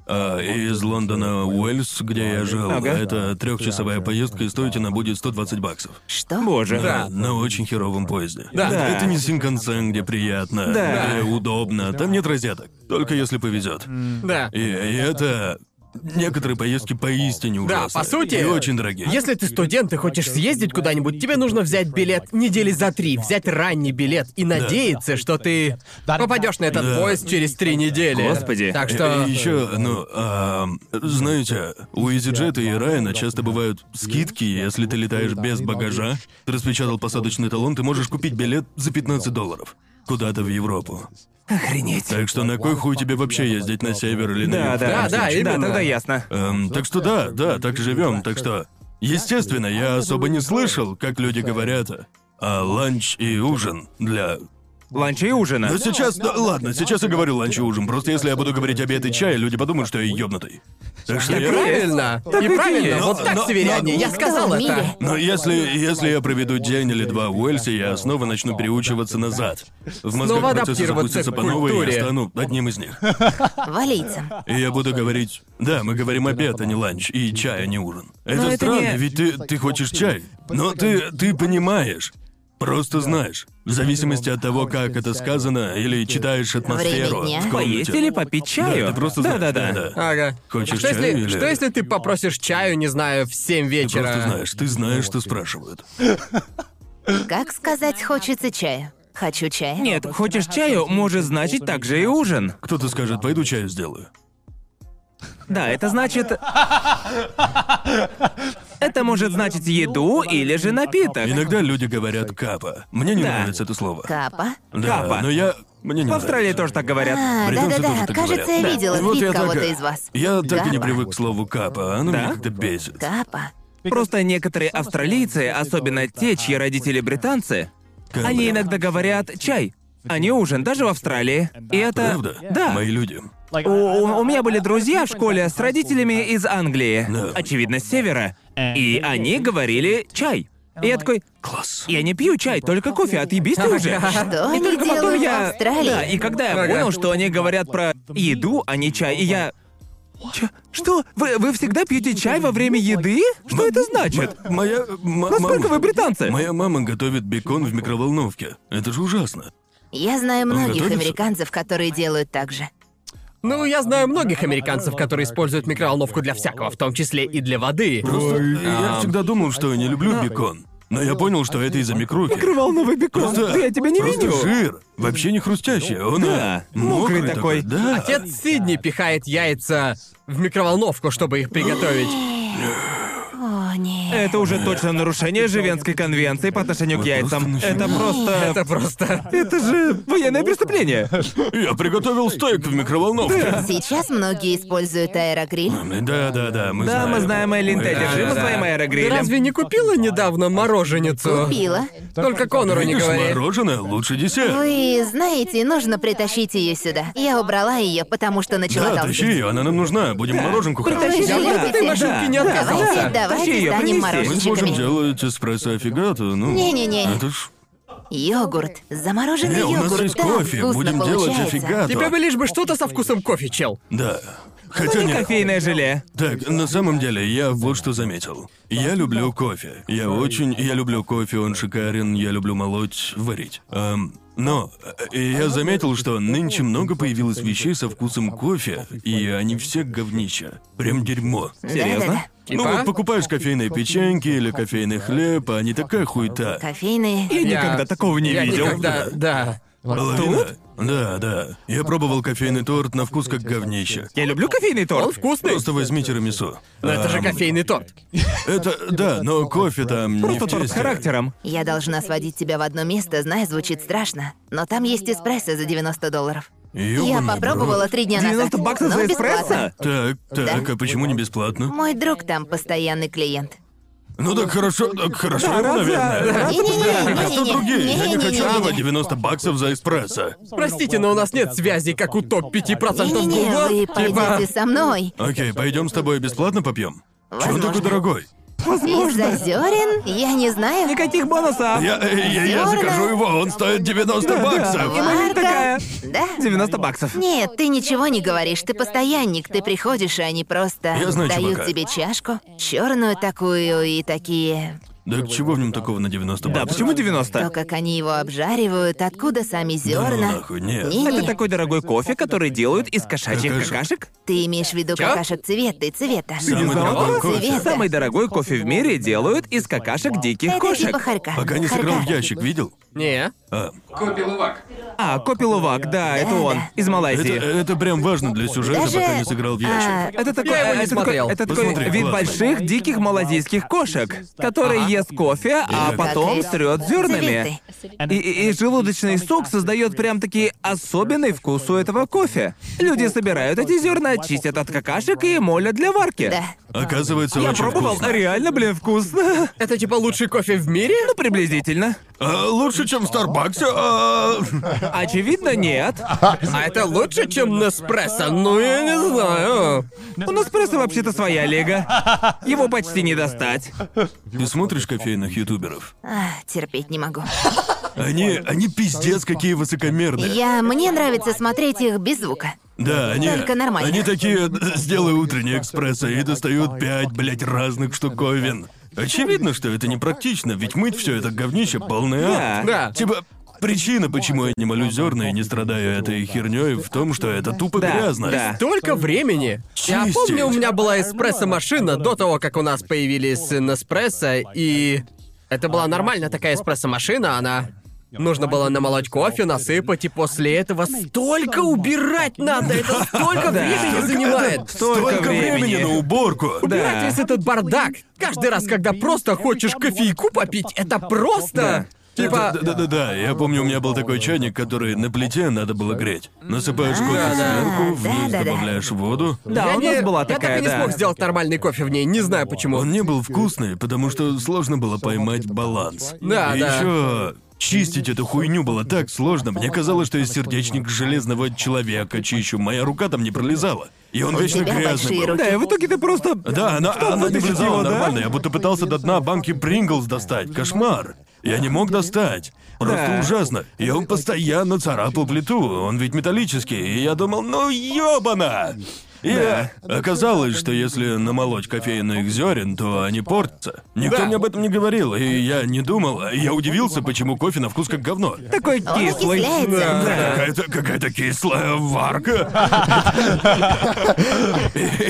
а, из Лондона в Уэльс, где я жил,
Ага.
это трехчасовая поездка, и стоить она будет 120 баксов.
Что?
Боже.
Да.
На очень херовом поезде.
Да.
Да.
Это не Синкансен, где приятно,
Да.
где удобно. Там нет розеток. Только если повезет.
Да.
И, и это... Некоторые поездки поистине
Да,
ужасные.
по сути,
И очень дорогие.
Если ты студент и хочешь съездить куда-нибудь, тебе нужно взять билет недели за три, взять ранний билет и надеяться, что ты попадешь на этот
Да.
поезд через три недели.
Господи.
Так что.
еще, ну, ам, знаете, у EasyJet и Райана часто бывают скидки, если ты летаешь без багажа, ты распечатал посадочный талон, ты можешь купить билет за 15 долларов. Куда-то в Европу.
Охренеть.
Так что на кой хуй тебе вообще ездить на север или на
Да, да.
юг?
Да, да,
Да,
именно.
тогда ясно.
Эм, так что да, да, так живем, так что. Естественно, я особо не слышал, как люди говорят а ланч и ужин для...
Ланча и ужина.
Да сейчас, да, ладно, сейчас я говорю ланч и ужин, просто если я буду говорить обед и чай, люди подумают, что я ёбнутый. Так что я...
Правильно!
Так
и
и
правильно!
есть.
вот
Но-
так,
но-
северяне!
но-
я сказал
Что в
это!
мире?
Но если, если я проведу день или два в Уэльсе, я снова начну переучиваться назад. В мозгах
Снова
процессы
адаптироваться
запустятся
к
по новой, и
культуре.
я стану одним из них.
Валийцам.
И я буду говорить, да, мы говорим обед, а не ланч, и чай, а не ужин. Это
это
странно,
не-
ведь ты, ты хочешь чай, но ты, ты понимаешь. Просто знаешь. В зависимости от того, как это сказано, или читаешь атмосферу
дня.
в
Поесть или
комнате.
попить
Да,
чаю.
ты просто знаешь.
да, да.
да.
Ага.
Хочешь
что, если,
чаю или-
что если ты попросишь чаю, не знаю, в 7
Ты
вечера?
просто знаешь, ты знаешь, что спрашивают.
Как сказать «хочется чая»? Хочу чая.
Нет, хочешь чаю, может значить также и ужин.
Кто-то скажет, пойду чаю сделаю.
Да, это значит... Это может значить еду или же напиток.
Иногда люди говорят капа. Мне не
Да.
нравится это слово.
Капа.
Да,
Капа.
но я. Мне не
В Австралии
нравится.
тоже так говорят.
А,
Британцы
да-да-да,
тоже так
кажется,
говорят.
я видела
И вот
фит
я так,
кого-то
э,
из вас.
Я так и не
Капа.
привык к слову капа, оно
Да?
меня как-то бесит.
Капа.
Просто некоторые австралийцы, особенно те, чьи родители британцы,
Капа.
они иногда говорят «чай», а не ужин, даже в Австралии. И это...
Правда?
Да.
Мои люди.
У, у- у меня были друзья в школе с родителями из Англии,
Да.
очевидно, с севера. И они говорили «чай». И я такой,
Класс.
я не пью чай, только кофе, отъебись ты уже.
Что
И
они
только потом
делают в
я...
Австралии?
Да, и когда я
Ага.
понял, что они говорят про еду, а не чай, и я... «Чё? Что? Вы, вы всегда пьете чай во время еды? Что это значит?
М- Моя... м-
Насколько
мама-
вы британцы?
Моя мама готовит бекон в микроволновке. Это же ужасно.
Я знаю
Ну,
многих
готовится?
американцев, которые делают так же.
Ну, я знаю многих американцев, которые используют микроволновку для всякого, в том числе и для воды.
Просто
А.
я всегда думал, что я не люблю бекон. Но я понял, что это из-за микрухи.
Микроволновый бекон,
Просто,
да я тебя не
просто
виню.
жир. Вообще не хрустящий. Он
Да,
э,
мокрый
мокрый,
такой.
такой. Да.
Отец Сидни пихает яйца в микроволновку, чтобы их приготовить.
О, нет.
Это уже точно нарушение Живенской конвенции по отношению к яйцам.
просто
Это просто...
Это просто...
Это же военное преступление.
Я приготовил стейк в микроволновке.
Сейчас многие используют аэрогриль.
Да, да, да, мы
Да,
знаем.
мы знаем Эйлин Тедди,
Да,
мы
да. Ты
своим
разве
аэрогрилем.
не купила недавно мороженицу?
Пила.
Только Конору не
Видишь,
говори.
мороженое лучше десерт.
Вы знаете, нужно притащить ее сюда. Я убрала ее, потому что начала
Да,
толстеть.
тащи ее, она нам нужна. Будем мороженку хавать.
Вы же
Да,
любите.
ты машинки не
да,
отказался.
да.
Давайте, давайте
Тащи её,
станем
принеси.
Мы
мороженым.
сможем
Щеками.
делать эспрессо офигато, ну...
Не-не-не.
Это ж...
Йогурт. Замороженный
Не, у
йогурт.
нас есть
да,
кофе,
вкусно
будем делать
получается.
офигато.
Тебе бы лишь бы что-то со вкусом кофе, чел.
Да. Хотя
Это
нет.
кофейное желе.
Так, на самом деле, я вот что заметил. Я люблю кофе. Я очень... Я люблю кофе, он шикарен, я люблю молоть, варить. Эм, Но э, и я заметил, что нынче много появилось вещей со вкусом кофе, и они все говнища. Прям дерьмо.
Серьезно?
Ну
Типа?
вот покупаешь кофейные печеньки или кофейный хлеб, а они такая хуйта.
Кофейные.
Я никогда такого не
Я
видел.
никогда, да.
Половина? Да, да. Я пробовал кофейный торт на вкус как говнище.
Я люблю кофейный
Он
торт.
вкусный.
Просто возьми тирамису.
Но Ну, это же
Эм,
кофейный торт.
Это, да, но кофе там не
Просто
в
торт с
тесте.
характером.
Я должна сводить тебя в одно место, знаю, звучит страшно. Но там есть эспрессо за 90 долларов. Я
Ёбаный брат.
попробовала три дня назад.
90 баксов
но
за
бесплатно.
эспрессо?
Так, так, а почему не бесплатно?
Мой друг там постоянный клиент.
Ну так хорошо, так хорошо,
Да, раз,
наверное.
да, раз.
А что другие? Я не хочу
Не-не-не-не-не-не-не-не-не.
давать 90 баксов за эспрессо.
Простите, но у нас нет связей, как у топ-5%
Не-не-не,
Гугла.
вы
Типа,
пойдете со мной.
Окей, пойдем с тобой бесплатно попьем. Чего он такой
Возможно.
дорогой?
Из-за зерен? Я не знаю.
Никаких бонусов.
Я, э, я, я
Здорово.
закажу его, он стоит 90
И
баксов.
Марина
Марка?
такая.
Да?
90 баксов.
Нет, ты ничего не говоришь, ты постоянник, ты приходишь, и они просто
Я знаю
дают
чувака.
тебе чашку, черную такую и такие.
Так чего в нем такого на 90
Да,
баксов?
почему
То,
90?
как они его обжаривают, откуда сами
Да ну
зерна.
нахуй, нет.
Это
Не-не,
такой дорогой кофе, который делают из кошачьих
Какашек.
какашек?
ты имеешь в виду
Чё?
какашек цвета и цвета.
Самый
не знала?
дорогой
Цвет.
кофе.
Да.
Самый дорогой кофе в мире делают из какашек диких
Это
кошек.
типа хорька.
Пока не
Хорька.
сыграл в ящик, видел?
не.
А,
Копи лувак.
А, Копилувак, да, это он, из
это, э,
Малайзии.
это прям важно для сюжета,
Даже-
пока не сыграл в
А,
ящик.
Это такой,
Я его не
это такой-
смотрел.
это такой
Посмотри,
вид
классный.
больших диких малазийских кошек, которые
Ага.
ест кофе, а
Как
потом
их?
срет зернами. И, и- и желудочный сок создает прям таки особенный вкус у этого кофе. Люди собирают эти зерна, чистят от какашек и молят для варки.
Да.
Оказывается,
Я
очень
пробовал, А
вкусно.
реально, блин, вкусно.
Это типа лучший кофе в мире?
Ну, приблизительно.
А, лучше, чем в Старбаксе. а.
Очевидно, нет.
А это лучше, чем Неспрессо? Ну, я не знаю.
У Неспрессо вообще-то своя лига. Его почти не достать.
Ты смотришь кофейных ютуберов?
Ах, а, терпеть не могу.
Они, они пиздец какие высокомерные.
Я... Мне нравится смотреть их без звука.
Да, они...
Только нормально.
Они такие, сделай утренний экспрессо, и достают пять, блядь, разных штуковин. Очевидно, что это непрактично, ведь мыть все это говнище полный ад.
Да.
Типа, причина, почему я не молю зерна и не страдаю этой херней, в том, что это тупо
Да,
грязно.
да.
Только времени. Я
Чистить.
помню, у меня была эспрессо-машина до того, как у нас появились Неспрессо, и... Это была нормальная такая эспрессо-машина, она... Нужно было намолоть кофе, насыпать, и после этого столько убирать надо, это столько времени занимает.
Столько
Только времени.
времени.
на уборку.
Убирать весь этот бардак. Каждый раз, когда просто хочешь кофейку попить, это просто... Типа...
Да, да, да, да. Я помню, у меня был такой чайник, который на плите надо было греть. Насыпаешь кофе сверху, вниз
Да-да-да.
добавляешь воду.
Да,
я
у нас
не-
была
Я
такая,
так и не
да.
смог сделать нормальный кофе в ней, не знаю почему.
Он не был вкусный, потому что сложно было поймать баланс.
Да,
и
да.
еще чистить эту хуйню было так сложно. Мне казалось, что я сердечник железного человека чищу. Моя рука там не пролезала. И он вечно
тебя
грязный
большие
был.
руки.
Да, и в итоге ты просто...
Да,
Ну,
она, она не
вытащить
влезала
его, да?
нормально. Я будто пытался до дна банки Принглс достать. Кошмар. Я не мог достать. Просто
Да.
ужасно. И он постоянно царапал плиту. Он ведь металлический. И я думал, ну ёбана! И оказалось, что если намолоть кофейных зерен, то они портятся. Никто
Да.
мне об этом не говорил, и я не думал. Я удивился, почему кофе на вкус как говно.
Такой
Он
кислый.
окисляется.
Да.
Какая-то какая-то кислая варка.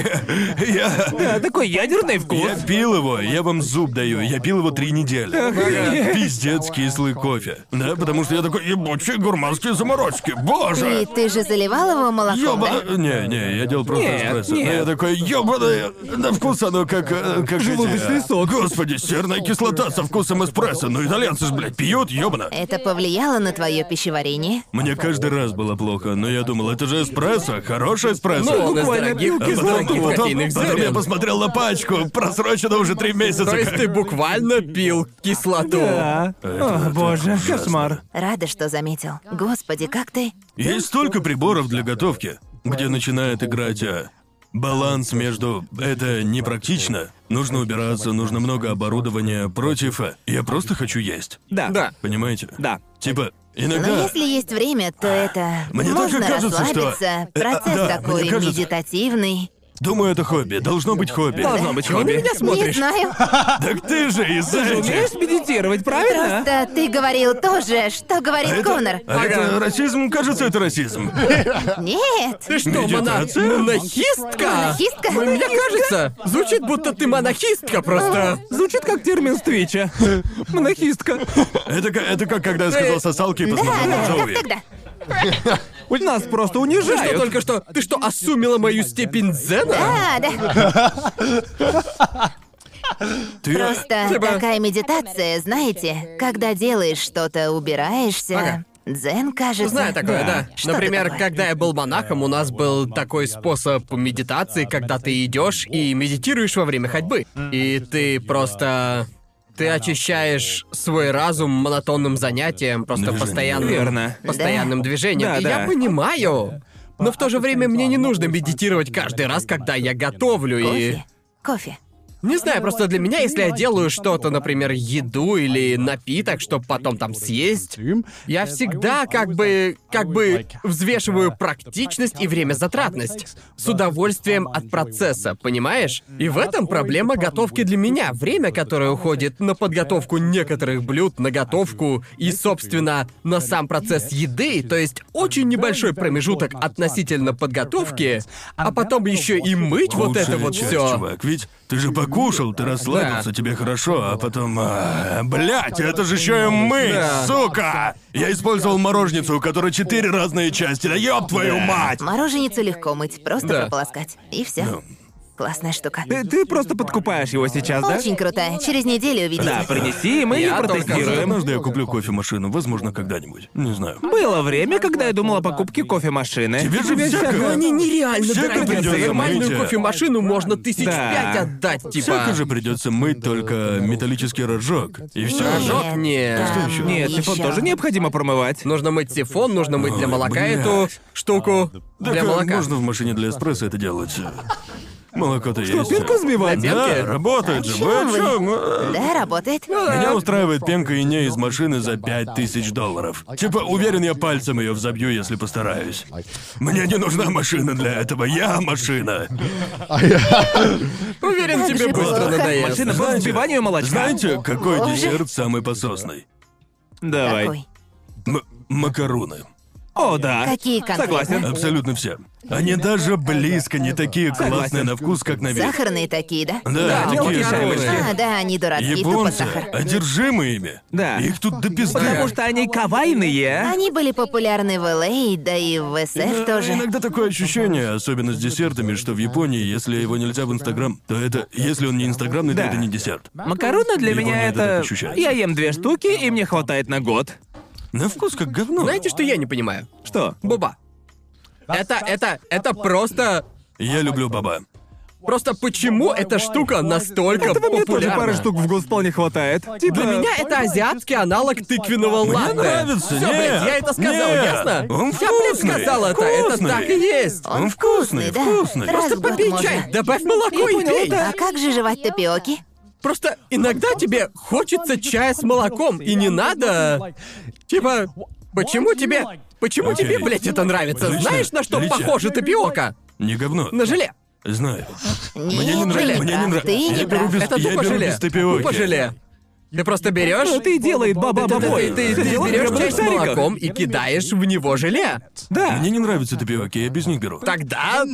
Я,
Да, такой ядерный вкус.
я пил его, я вам зуб даю, я пил его три недели.
Охренеть.
Пиздец кислый кофе. Да, потому что я такой ебучие гурманские заморочки,
Ты,
боже!
ты же заливал его молоком, да?
Ёба... Не, не, я делал просто
Нет,
эспрессо. Но
нет.
я такой, ёбаное, на вкус оно как... э, как эти,
Желудочный
э,
сок.
Господи, серная кислота со вкусом эспрессо. Ну итальянцы ж, блядь, пьют, ёбана.
Это повлияло на твое пищеварение?
Мне каждый раз было плохо, но я думал, это же эспрессо, хорошее эспрессо.
Ну, он из
Буквально
дорогих,
пил
А
из
потом,
дорогих
потом-
кофейных
потом я
зерен.
посмотрел на пачку, просрочено уже три месяца.
То есть ты буквально пил кислоту.
Да. О, боже, кошмар.
Рада, что заметил. Господи, как ты?
Есть столько приборов для готовки, где начинает играть а, баланс между «это непрактично», «нужно убираться», «нужно много оборудования», «против», а, «я просто хочу есть».
Да.
Да.
Понимаете?
Да.
Типа,
Но
иногда...
если есть время, то это
Мне
можно
только кажется, что-
расслабиться.
Э,
Процесс
да,
такой
мне кажется-
медитативный.
Думаю, это хобби. Должно быть хобби.
Должно быть
Чего на
хобби.
меня
Не
смотришь?
знаю.
Так ты же из
Ты же
этих.
умеешь медитировать, правильно?
Да ты говорил то же, что говорит Конор.
А это расизм? Кажется, это расизм.
Нет.
Ты что, мона...
Медитация?
монахистка?
Монахистка?
Ну, Мне кажется, звучит, будто ты монахистка просто.
Звучит как термин встреча. Монахистка.
Это, ка- это как когда я сказал сосалки и
Да,
посмотрел на
да, как
Джоуи.
тогда?
Нас просто
Ты что
унижают.
только что... Ты что, осумила мою степень дзена?
А, да.
Ты-
Просто
Типа-
такая медитация, знаете, когда делаешь что-то, убираешься.
Ага.
Дзен, кажется.
Знаю такое, да.
Что
Например,
такое?
когда я был монахом, у нас был такой способ медитации, когда ты идешь и медитируешь во время ходьбы. И ты просто... Ты очищаешь свой разум монотонным занятием, просто
Движением.
постоянным...
Верно.
Постоянным движением.
Да,
И
да.
Я понимаю. Но в то же время мне не нужно медитировать каждый раз, когда я готовлю и...
Кофе. Кофе.
Не знаю, просто для меня, если я делаю что-то, например, еду или напиток, чтобы потом там съесть, я всегда как бы, как бы взвешиваю практичность и время затратность с удовольствием от процесса, понимаешь? И в этом проблема готовки для меня. Время, которое уходит на подготовку некоторых блюд, на готовку и, собственно, на сам процесс еды, то есть очень небольшой промежуток относительно подготовки, а потом еще и мыть вот это
Лучшая
вот
часть,
все.
Чувак, ведь ты же покушал, ты расслабился,
Да.
тебе хорошо, а потом... а, блядь, это же еще и мы,
Да.
сука! Я использовал мороженицу, у которой четыре разные части, да ёб твою мать!
Мороженицу легко мыть, просто
Да.
прополоскать. И все.
Ну.
Классная штука.
Ты, ты просто подкупаешь его сейчас, да?
Очень крутая. Через неделю увидите.
Да, принеси, и мы ее
Я только
протестируем.
Однажды я куплю кофемашину, возможно, когда-нибудь. Не знаю.
Было время, когда я думал о покупке кофемашины.
Тебе же
Тебе
всякое-
Но
всякое-
Ну, они нереально
Всяко
дорогие.
придётся
За нормальную
мыть.
кофемашину можно тысяч
Да.
пять отдать, типа.
Всяко же придется мыть только металлический рожок. И все.
Рожок? Нет.
там
Что ещё?
Нет, сифон
ещё.
тоже необходимо промывать.
Нужно мыть сифон, нужно мыть для
Ой,
молока
блядь.
эту штуку.
Так
для
а,
молока.
можно в машине для эспрессо это делать. Молоко-то есть.
Пенку взбивать?
Да,
Пенки?
работает же. Вы о
Чё вы?
чём? А?
Да, работает.
Меня устраивает пенка и не из машины за пять тысяч долларов. Типа, уверен, я пальцем ее взобью, если постараюсь. Мне не нужна машина для этого, я машина.
Уверен,
Как
тебе
же
быстро
плохо.
надоест.
Машина по
Знаете-
взбиванию молочка.
Знаете, какой десерт самый пососный?
Давай.
Какой?
М- макаруны.
О, да.
Какие конкретно?
Согласен.
Абсолютно все. Они даже близко не такие классные на вкус, как на вид.
Сахарные такие, да?
Да,
Да,
такие
мелкие
же
коровы.
близкие.
А, да, они дурацкие, тупо
Японцы
сахар.
одержимы ими.
Да.
Их тут до пизды.
Потому что они кавайные.
Они были популярны в Л.А., да и в СФ
Да,
тоже.
Иногда такое ощущение, особенно с десертами, что в Японии, если его нельзя в Инстаграм, то это... Если он не инстаграмный, то
Да.
это не десерт.
Макароны для
Япония
меня
это
это...
ощущается.
Я ем две штуки, и мне хватает на год.
На вкус как говно.
Знаете, что я не понимаю?
Что?
Боба. Это, это, это просто...
Я люблю баба.
Просто почему эта штука настолько
Этого мне тоже
популярна?
пары штук в год вполне хватает. Типа...
Для меня это азиатский аналог тыквенного
Мне
латте.
нравится,
Всё, блядь,
нет,
я это сказал,
нет.
ясно?
Он
я, блядь,
вкусный,
сказал это, это
вкусный.
так и есть.
Он вкусный,
да.
вкусный.
Раз в
Просто
год
попей
можно.
чай, добавь
Ну,
молоко и пей.
А как же жевать тапиоки?
Просто иногда тебе хочется чая с молоком, и не надо... Типа, почему тебе... Почему
Окей.
тебе, блядь, это нравится?
Отлично,
Знаешь, на что
отлично.
похоже тапиока?
Не говно.
На желе.
Знаю.
Нет,
Мне не
ты
нравится.
не
Мне не
прав,
нравится.
ты
Я
не
беру
прав.
без-
Это
я
тупо
беру
желе.
без тапиоки.
Тупо желе. Ты просто берешь...
Что ты делает, баба
ты,
бабой?
ты, ты- ты
Делает
берешь
гробовых
чай с
шариков.
молоком и кидаешь в него желе.
Да.
Мне не нравятся тапиоки, я без них беру.
Тогда...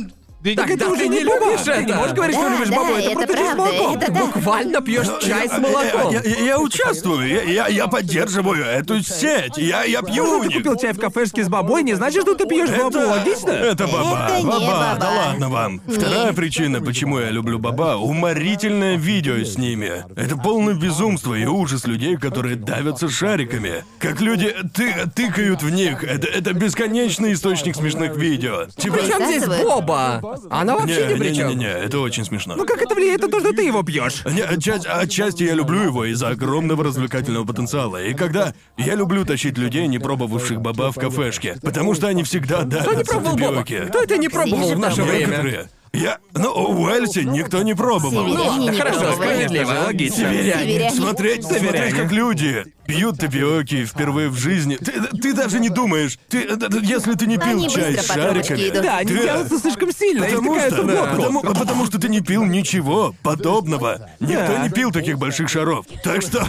Так
Тогда
это уже
ты не
баба.
любишь
Ты не
это.
можешь говорить, что
Да,
любишь
да,
бабу, это
это
просто чай с
правда,
молоком.
это
Ты
да.
буквально пьешь чай с молоком.
Э, Я, я- я участвую, я, я- я поддерживаю эту сеть, я, я пью у
Ты
них.
купил чай в кафешке с бабой, не значит, что ты пьешь бабу, логично?
Это баба.
Это не
баба.
баба.
Да ладно вам. Вторая причина, почему я люблю баба, уморительное видео с ними. Это полное безумство и ужас людей, которые давятся шариками. Как люди ты, тыкают в них. Это, это бесконечный источник смешных видео. Типа.
Причем здесь
Засасывает.
Боба? Она
Не,
вообще ни при
не, не,
чем.
не, не, это очень смешно.
Ну как это влияет на то, что ты его пьешь?
Не, отчасти, отчасти я люблю его из-за огромного развлекательного потенциала. И когда я люблю тащить людей, не пробовавших баба в кафешке, потому что они всегда давят.
Кто не пробовал Боба? Кто это не пробовал в наше
Там
время?
Некоторые. Я. Ну, у Уэльси никто не пробовал. Ну,
Северяне
ладно,
не
хорошо,
пробовали.
справедливо.
Логично.
Северяне.
Северяне.
Смотреть, смотреть, как люди Пьют тапиоки впервые в жизни. Ты, ты даже не думаешь. Ты, это- это- если ты не
Но
пил
они
чай
быстро
с
по трубочке
шариками...
идут.
Да, они
ты-
тянутся слишком сильно, их
Потому
втыкаются
что,
в глотку.
потому, а потому что ты не пил ничего подобного. Никто
Да.
не пил таких больших шаров. Так что...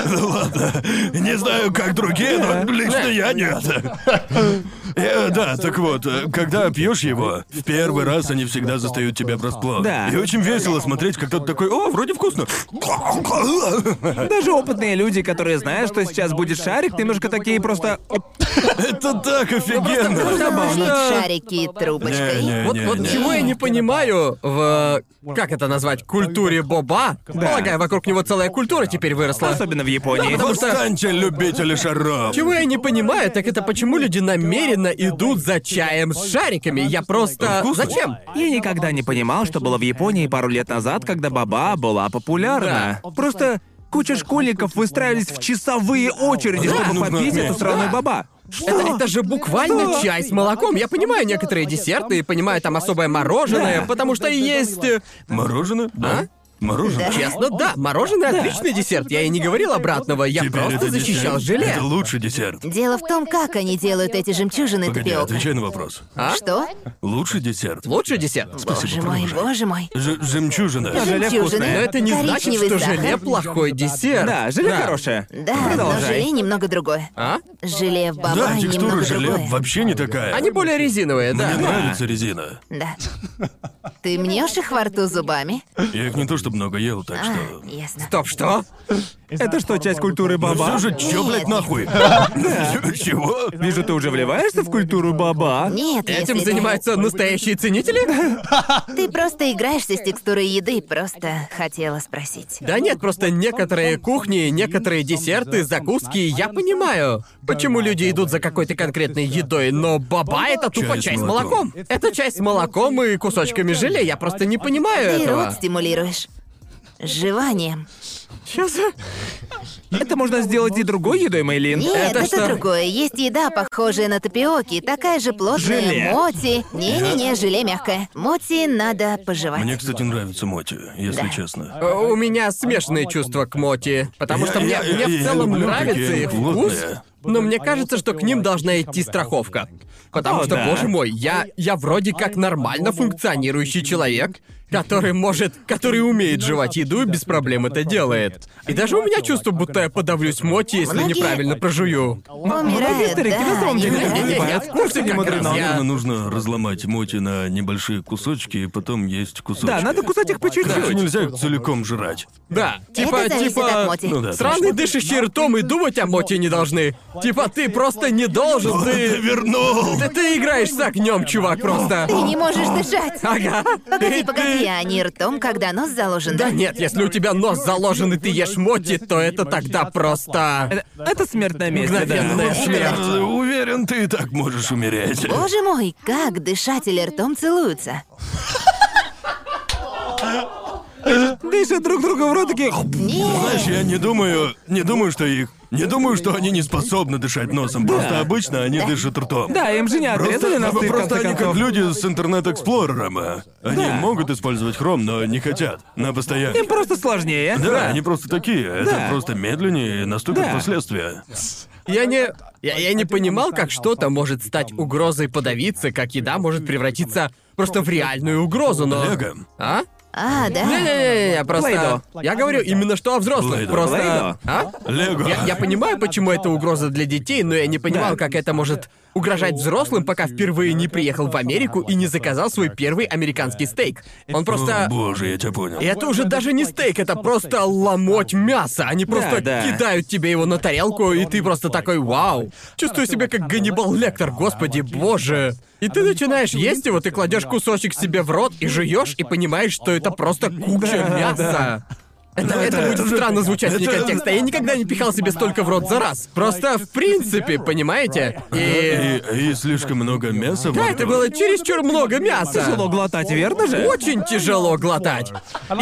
Ну ладно. Не знаю, как другие, но лично я нет. Э, Да, так вот, э, когда пьешь его, в первый раз они всегда застают тебя врасплох.
Да.
И очень весело смотреть, как кто-то такой, о, вроде вкусно.
Даже опытные люди, которые знают, что сейчас будет шарик, немножко такие просто...
Это так
Ну,
офигенно.
Жить
Забавно.
шарики трубочкой.
Не-не-не.
Вот, вот чего я не понимаю в... э, Как это назвать? Культуре боба? Полагаю, вокруг него целая культура теперь выросла.
Особенно в Японии.
потому что-
Восстаньте, любители шаров.
Чего я не понимаю, так это почему люди намеренно идут за чаем с шариками? Я просто...
Вкусно.
Зачем?
Я никогда не понимал, что было в Японии пару лет назад, когда баба была популярна. Просто куча школьников выстраивались в часовые очереди,
Да.
чтобы
Нужно
попить эту
отметить.
сраную
Да.
баба.
Это, это же буквально чай с молоком. Я понимаю некоторые десерты и понимаю там особое мороженое,
Да.
потому что есть... э,
Мороженое? Да. Мороженое?
Честно, А? да, мороженое отличный десерт. Я и не говорил обратного, я
Теперь
просто
это
защищал
десерт.
желе.
Это лучший десерт.
Дело в том, как они делают эти жемчужины
Погоди,
тапиока.
отвечай на вопрос.
А?
Что?
Лучший десерт.
Лучший десерт.
Боже мой, боже мой.
Ж- жемчужина.
Даже Желе
Но
вкусное.
Жемчужины,
это не значит,
коричневый
что
сахар.
желе плохой десерт.
Да, желе хорошее.
Да, но
Продолжай.
желе немного другое.
А?
Желе в баба
Да,
немного
текстура желе
другое.
вообще не такая.
Они более резиновые,
Мне
да.
нравится резина.
Да. Ты мнешь их во рту зубами?
Я их не то чтобы много ел, так
А,
что... Ну,
ясно.
Стоп, что?
Это что, часть культуры баба?
Все же, чё, блядь, нахуй? Чего?
Вижу, ты уже вливаешься в культуру баба. а?
Нет, если
Этим
ты-
занимаются настоящие ценители?
Ты просто играешься с текстурой еды, просто хотела спросить.
Да нет, просто некоторые кухни, некоторые десерты, закуски, я понимаю, почему люди идут за какой-то конкретной едой, но баба это тупо чай,
Чай с
с
молоком.
молоком. Это чай с молоком и кусочками желе, я просто не понимаю
Ты
этого.
рот стимулируешь. Жеванием.
Это можно сделать и другой едой, Мейлин.
Нет, это,
что?
другое. Есть еда, похожая на тапиоки, такая же плотная
Желе.
моти. Не-не-не, желе мягкое. Моти надо пожевать.
Мне, кстати, нравится моти, если
Да.
честно.
Э, У меня смешанные чувства к Моти, потому что мне,
Я- я-
мне
я-
в
я
целом
люблю
нравится
такие
их вкус,
плотные.
но мне кажется, что к ним должна идти страховка. Потому
О,
что,
да.
боже мой, я, я вроде как нормально функционирующий человек, который может, который умеет жевать еду и без проблем это делает. И даже у меня чувство, будто я подавлюсь Моти, если
Многие-
неправильно прожую.
Умирают,
старики,
да,
на самом деле,
они-
не
Не-не-не, я
понимаю.
в курсе
Не
как раз,
мудрено.
я-
Наверное, нужно разломать моти на небольшие кусочки и потом есть кусочки.
Да, надо кусать их по
Так
чуть-чуть.
нельзя их целиком жрать.
Да, типа,
Это зависит
типа...
от моти.
Ну да,
Сраный
точно.
дышащий ртом и думать о Моти не должны. Типа, ты просто не должен,
Ты
ты...
вернул!
Да ты играешь с огнем, чувак, просто.
Ты не можешь дышать.
Ага.
Ну, Погоди,
Ты-
погоди, а не ртом, когда нос заложен,
Да
да?
нет, если у тебя нос заложен и ты ешь моти, то это тогда просто...
Это, это смерть на месте,
Мгновенная
да.
смерть.
Э, Уверен, ты и так можешь умереть.
Боже мой, как дышатели ртом целуются.
Дышат друг друга в рот такие...
Знаешь, я не думаю, не думаю, что их, не думаю, что они не способны дышать носом. Просто обычно они дышат ртом.
Да, им же не отрезали
Просто,
носы, в
просто
конце
они как
концов.
люди с интернет-эксплорером. э. Они
Да.
могут использовать хром, но не хотят. На постоянке.
Им просто сложнее.
Да, они просто такие. Это
Да.
просто медленнее и наступят
Да.
последствия.
Я не... Я, я не понимал, как что-то может стать угрозой подавиться, как еда может превратиться просто в реальную угрозу, но...
Лего.
А?
А, да.
Не-не-не, я просто...
Плейдо.
Я говорю именно что о взрослых,
Плейдо.
просто...
Плейдо.
А?
Лего.
Я, я понимаю, почему это угроза для детей, но я не понимал, как это может угрожать взрослым, пока впервые не приехал в Америку и не заказал свой первый американский стейк. Он
О,
просто...
боже, я тебя понял.
И это уже даже не стейк, это просто ломоть мясо. Они просто
да.
кидают тебе его на тарелку, и ты просто такой «Вау!» Чувствую себя как Ганнибал Лектор, господи, боже. И А ну, ты А начинаешь есть его, ты кладешь кусочек себе в рот и жуешь, и понимаешь, что это просто куча мяса. Это, это будет странно звучать вне
это-
контекста. Я никогда не пихал себе столько в рот за раз. Просто в принципе, понимаете? И...
И, и слишком много мяса.
Да,
во
это
рту.
было чересчур много мяса.
Тяжело глотать, верно же?
Очень тяжело глотать.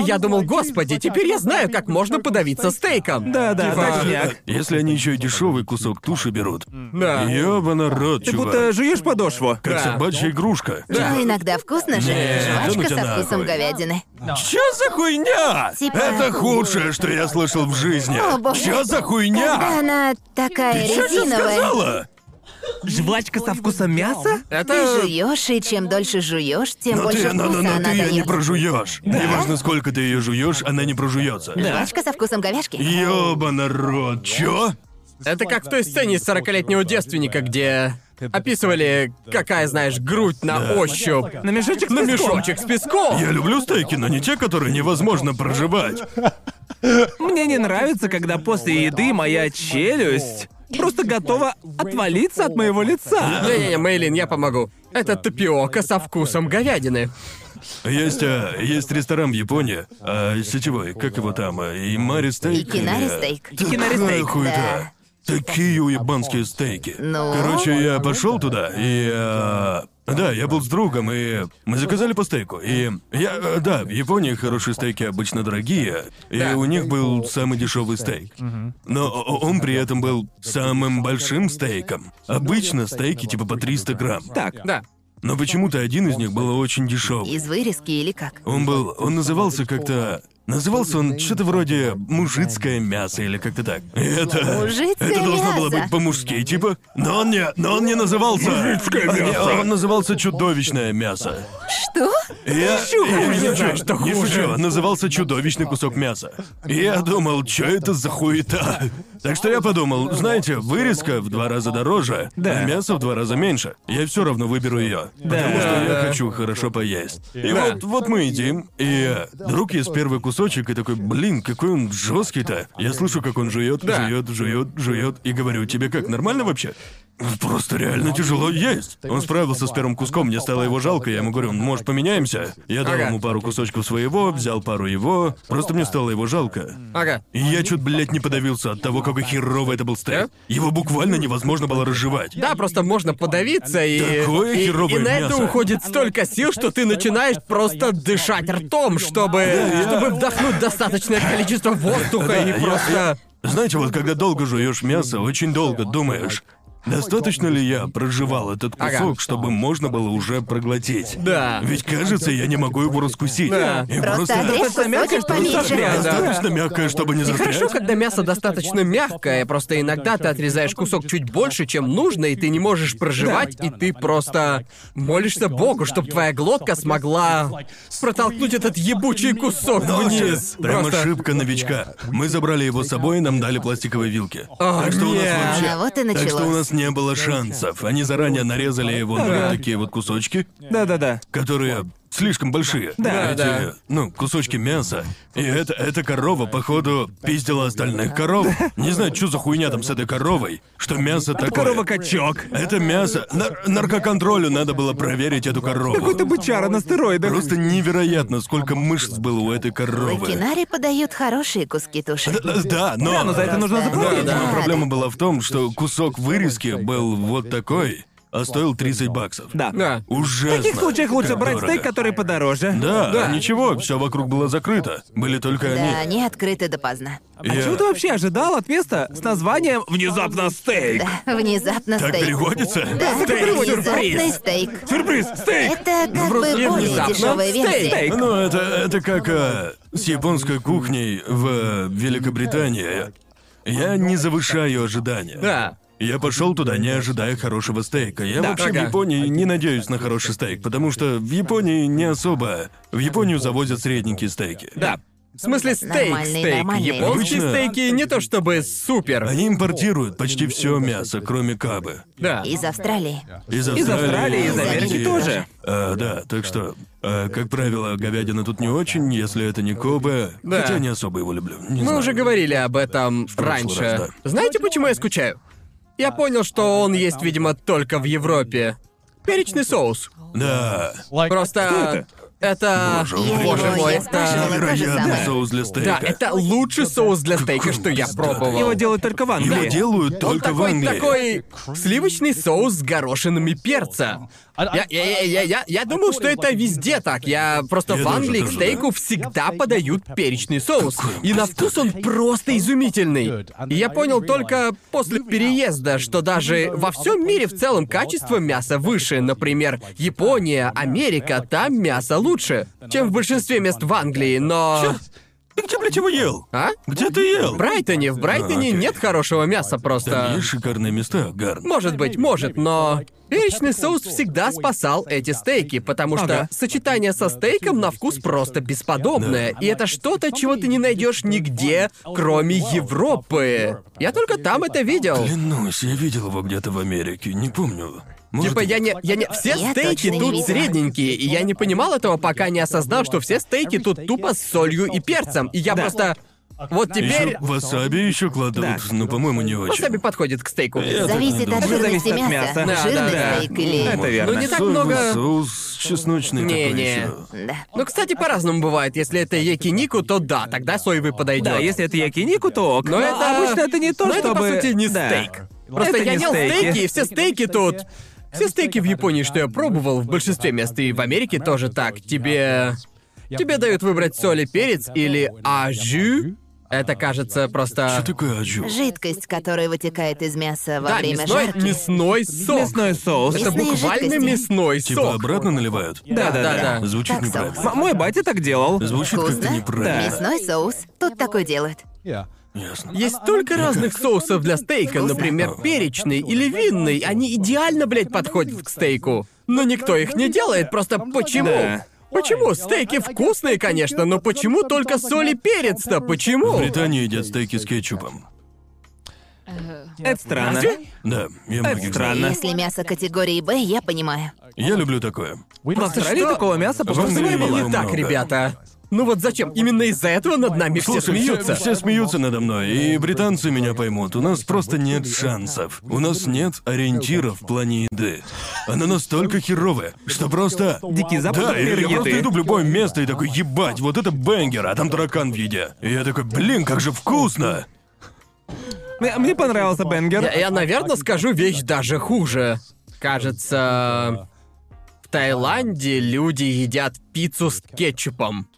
И я думал, господи, теперь я знаю, как можно подавиться стейком.
Да-да,
Типа,
так же. так.
Если они еще и дешевый кусок туши берут.
Да.
Ёбаный рот,
Ты
чувак.
будто жуешь подошву.
Как собачья игрушка.
Ну, иногда вкусно же.
Не, да ну
Жвачка
тебя
со вкусом
нахуй.
говядины.
Чё за хуйня?
Типа-
Это худшее, что я слышал в жизни.
О, боже.
Чё за
Когда
хуйня?
она такая
А. Ты чё сейчас
резиновая.
сказала?
Жвачка со вкусом мяса?
Ты
Это...
жуешь, и чем дольше жуешь, тем
Но
больше
Ну ты, но, но,
вкуса
но
она
ты ее не
дает.
прожуешь. Неважно, сколько ты ее жуешь, она не прожуется.
Жвачка со вкусом говяжки.
Ёба народ, чё?
Это как в той сцене с 40-летнего девственника, где описывали, какая, знаешь, грудь на ощупь.
На мешочек с
На
песком.
мешочек с песком.
Я люблю стейки, но не те, которые невозможно проживать.
Мне не нравится, когда после еды моя челюсть просто готова отвалиться от моего лица.
Не-не-не, Мейлин, я помогу. Это тапиока со вкусом говядины.
Есть, а, есть ресторан в Японии, а, сетевой, как его там, а, и Мари стейк.
И кинари стейк.
Кинари
Такая
стейк.
хуета. Такие уебанские стейки.
Ну?
Короче, я пошел туда, и... э, да, я был с другом, и мы заказали по стейку. И я... э, да, в Японии хорошие стейки обычно дорогие, и у них был самый дешевый стейк. Но о- он при этом был самым большим стейком. Обычно стейки типа по 300 грамм.
Так,
Да.
Но почему-то один из них был очень дешевый.
Из вырезки или как?
Он был... Он назывался как-то... Назывался он что-то вроде «мужицкое мясо» или как-то так. И это...
Мужицкое
Э, это должно было
мясо.
быть по-мужски, типа. Но он не... Но он не назывался... «Мужицкое мясо». Он назывался «чудовищное мясо».
Что?
Я... Я не
не
шучу,
знаю, что
не
хуже.
шучу. Он назывался «чудовищный кусок мяса». И я думал, что это за хуета? Так что я подумал, знаете, вырезка в два раза дороже,
Да.
а мясо в два раза меньше. Я все равно выберу ее. Потому что я хочу хорошо поесть. И
Да.
вот, вот мы едим, и вдруг есть первый кусочек, и такой, блин, какой он жесткий-то. Я слышу, как он жует,
Да.
жует, жует, жует, и говорю, тебе как, нормально вообще? Просто реально тяжело есть. Он справился с первым куском, мне стало его жалко, я ему говорю, «Ну, может, поменяемся? Я дал
Ага.
ему пару кусочков своего, взял пару его, просто мне стало его жалко.
Ага.
И я чуть, блядь, не подавился от того, какой херовый это был стейк. Его буквально невозможно было разжевать.
Да, просто можно подавиться и...
Такое
и,
херовое
и на
мясо.
это уходит столько сил, что ты начинаешь просто дышать ртом, чтобы... Чтобы вдохнуть достаточное количество воздуха и
я-
просто...
Знаете, вот когда долго жуешь мясо, очень долго думаешь, достаточно ли я проживал этот кусок,
Ага.
чтобы можно было уже проглотить.
Да.
Ведь кажется, я не могу его раскусить.
Да.
И
Просто
просто...
отрежь
Достаточно мягкое,
кусочек
чтобы не
сожрать.
поменьше.
Достаточно мягкое, чтобы не
И
застрять.
хорошо, когда мясо достаточно мягкое, просто иногда ты отрезаешь кусок чуть больше, чем нужно, и ты не можешь проживать, и ты просто молишься Богу, чтобы твоя глотка смогла протолкнуть этот ебучий кусок
Вообще,
вниз.
Прям
Просто-
ошибка новичка. Мы забрали его с собой и нам дали пластиковые вилки.
О,
так что у нас
нет.
вообще...
А вот и
Так что у
началось.
нас не было шансов. Они заранее нарезали его на
Ага.
такие вот кусочки,
Да-да-да.
которые слишком большие.
Да,
Эти,
да.
ну, кусочки мяса. И это, эта корова, походу, пиздила остальных коров. Не знаю, что за хуйня там с этой коровой, что мясо такое.
Корова-качок.
Это мясо. Нар- наркоконтролю надо было проверить эту корову.
Какой-то бычара на стероидах.
Просто невероятно, сколько мышц было у этой коровы.
Кинари подают хорошие куски туши.
Д- Да, но...
Да, но за это нужно
Да,
Да,
заплатить.
да.
но проблема была в том, что кусок вырезки был вот такой, а стоил 30 баксов.
Да.
Да.
Ужасно.
В таких случаях лучше
Как
брать
дорого.
стейк, который подороже.
Да, ничего, все вокруг было закрыто. Были только
Да,
они.
они открыты допоздна.
А
Я-
чего ты вообще ожидал от места с названием «Внезапно стейк»?
Внезапно
Так
стейк.
А переводится?
Да, внезапный
сюрприз.
стейк.
Сюрприз! Стейк!
Это как бы
просто
более
Э, внезапно
дешевая
стейк.
версия.
Стейк!
Ну, это, это как а, с японской кухней в э, Великобритании. Я не завышаю ожидания.
Да.
Я пошел туда, не ожидая хорошего стейка. Я
Да.
вообще
Ага.
в Японии не надеюсь на хороший стейк, потому что в Японии не особо. В Японию завозят средненькие стейки.
Да. В смысле стейк,
Нормальные,
стейк.
нормальные.
Японские
Обычно-
стейки не то чтобы супер.
Они импортируют почти все мясо, кроме кабы.
Да.
Из Австралии.
Из Австралии,
Из Австралии, из
Из
Америки
Америки.
тоже.
А, да, так что, а, как правило, говядина тут не очень, если это не коба.
Да.
Хотя не особо его люблю. Не
Мы
знаю.
уже говорили об этом
прошлый
раньше.
раз,
Знаете, почему я скучаю? Я понял, что он есть, видимо, только в Европе. Перечный соус.
Да.
Просто это.
Боже
Я
мой.
Боже
его,
мой,
я спрашивала
А, это.
то же
Невероятный
самое.
соус для
Да,
стейка.
это лучший соус для стейка, что я
Какой
пробовал.
Его делают только в
Его
Англии.
делают
Он
только в
такой,
Англии.
такой сливочный соус с горошинами перца. Я, я, я, я, я, я думал, что это везде так. Я просто
Я
в
тоже
Англии к
так же,
стейку всегда подают перечный соус. И на вкус он просто изумительный. И я понял только после переезда, что даже во всем мире в целом качество мяса выше. Например, Япония, Америка, там мясо лучше, чем в большинстве мест в Англии, но...
Ты где, блядь, его ел?
А?
Где ты ел?
В Брайтоне, в Брайтоне
А, окей.
нет хорошего мяса
Там
просто.
есть шикарные места, Гарн.
Может быть, может, но... Перечный соус всегда спасал эти стейки, потому что
Ага.
сочетание со стейком на вкус просто бесподобное.
Да.
И это что-то, чего ты не найдешь нигде, кроме Европы. Я только там это видел.
Клянусь, я видел его где-то в Америке, не помню. Может,
Типа я не, я не, все
Я
стейки
точно не
тут
видела.
средненькие, и я не понимал этого, пока не осознал, что все стейки тут тупо с солью и перцем, и я
Да.
просто вот теперь
Еще васаби еще кладут,
Да.
но, по-моему, не очень.
васаби подходит к стейку.
Я так не
Зависит от
думаю.
жирности
Зависит
мяса.
от мяса.
Да,
Жирный
да, да.
стейк или...
Это верно.
Ну, не так
Соевый
много-
соус чесночный
Не,
такой
не.
ещё.
Да.
Ну, кстати, по-разному бывает. Если это якинику, то да, тогда соевый А подойдет.
Да, если это якинику, то ок.
Но это-
обычно это не то,
но это,
чтобы...
по сути, не
Да.
стейк. Просто
Это
я
не
ел
стейки.
стейки, и все стейки тут. Все стейки в Японии, что я пробовал, в большинстве мест и в Америке тоже так. Тебе... Тебе дают выбрать соль и перец или ажу. Это, кажется,
Что
просто...
такое аджу?
Жидкость, которая вытекает из мяса во
Да,
время
мясной,
жарки.
мясной сок.
Мясной соус.
Это
Мясные
буквально
жидкости.
мясной
Типа
сок.
обратно наливают?
Да, да, да.
Звучит
Так,
неправильно.
соус.
М- Мой батя так делал.
Звучит как-то
Вкусно?
неправильно.
Мясной соус. Тут такой делают.
Ясно.
Есть столько разных соусов для стейка, например, перечный или винный. Они идеально, блядь, подходят к стейку. Но никто их не делает, просто почему?
Да.
Почему? Стейки вкусные, конечно, но почему только соль и перец-то?
В
Почему?
Британии едят стейки с кетчупом.
Это странно.
Да, я
Это
многих
странно.
знаю.
Она-
Если мясо категории Б, я понимаю.
Я люблю такое.
В Австралии
что?
такого мяса
Вы
Что
просто
с
Англии
вами
было
не так,
много.
ребята? Ну вот зачем? Именно из-за этого над нами все
Слушай,
смеются.
Все, смеются надо мной, и британцы меня поймут. У нас просто нет шансов. У нас нет ориентиров в плане еды. Она настолько херовая, что просто...
Дикий запад
Да,
от
я,
мира
я просто
еды.
иду в любое место и такой, ебать, вот это бенгер, а там таракан в еде. И я такой, блин, как же вкусно!
Мне, мне понравился Бенгер.
Я, наверное, скажу вещь даже хуже. Кажется, в Таиланде люди едят пиццу с кетчупом.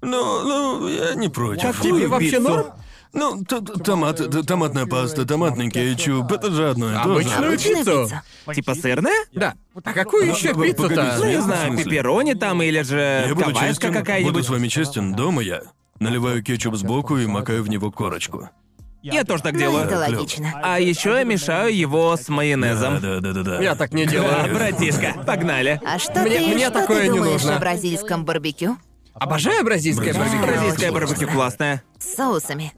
Ну, ну, я не против.
Какую
Тебе вообще
пиццу?
норм?
Ну, т- т- томат, т- томатная паста, томатный кетчуп, это же одно и то же.
Обычную
Обычную
А пиццу?
пиццу.
Типа сырная?
Да. А какую еще
погоди,
Ну,
пиццу-то?
извини.
не
В
знаю,
смысле?
пепперони там или же
Я буду
гавайская
честен, буду
какая-нибудь.
с вами честен, дома я наливаю кетчуп сбоку и макаю в него корочку.
Я тоже так
Ну,
делаю.
это логично.
А еще я мешаю его с майонезом.
Да, да, да, да, да.
Я так не
Да,
делаю.
братишка, погнали.
А что
Мне-
ты,
мне
что
такое
ты
не
думаешь
нужно.
о бразильском барбекю?
Обожаю бразильское
Бразильское
барбекю.
Бразильское
очень
барбекю
вкусно.
классное.
С соусами.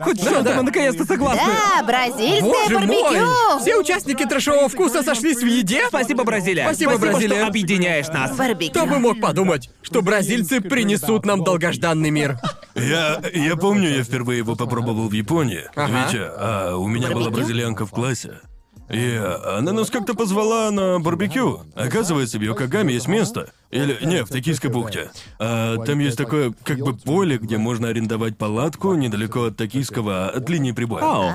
Хоть что-то
да.
мы наконец-то согласны.
Да, бразильское
Боже
барбекю!
мой! Все участники трэшового вкуса сошлись в еде?
Спасибо, Бразилия.
Спасибо, Бразилия.
что объединяешь нас.
Барбекю.
Кто бы мог подумать, что бразильцы принесут нам долгожданный мир?
Я, я помню, я впервые его попробовал в Японии.
Ага.
Витя, а у меня была
Барбекю?
бразильянка в классе. И она нас как-то позвала на барбекю. Оказывается, в Йокогаме есть место. Или, не, в Токийской бухте. А, там есть такое, как бы, поле, где можно арендовать палатку недалеко от Токийского, от линии прибоя.
Ау,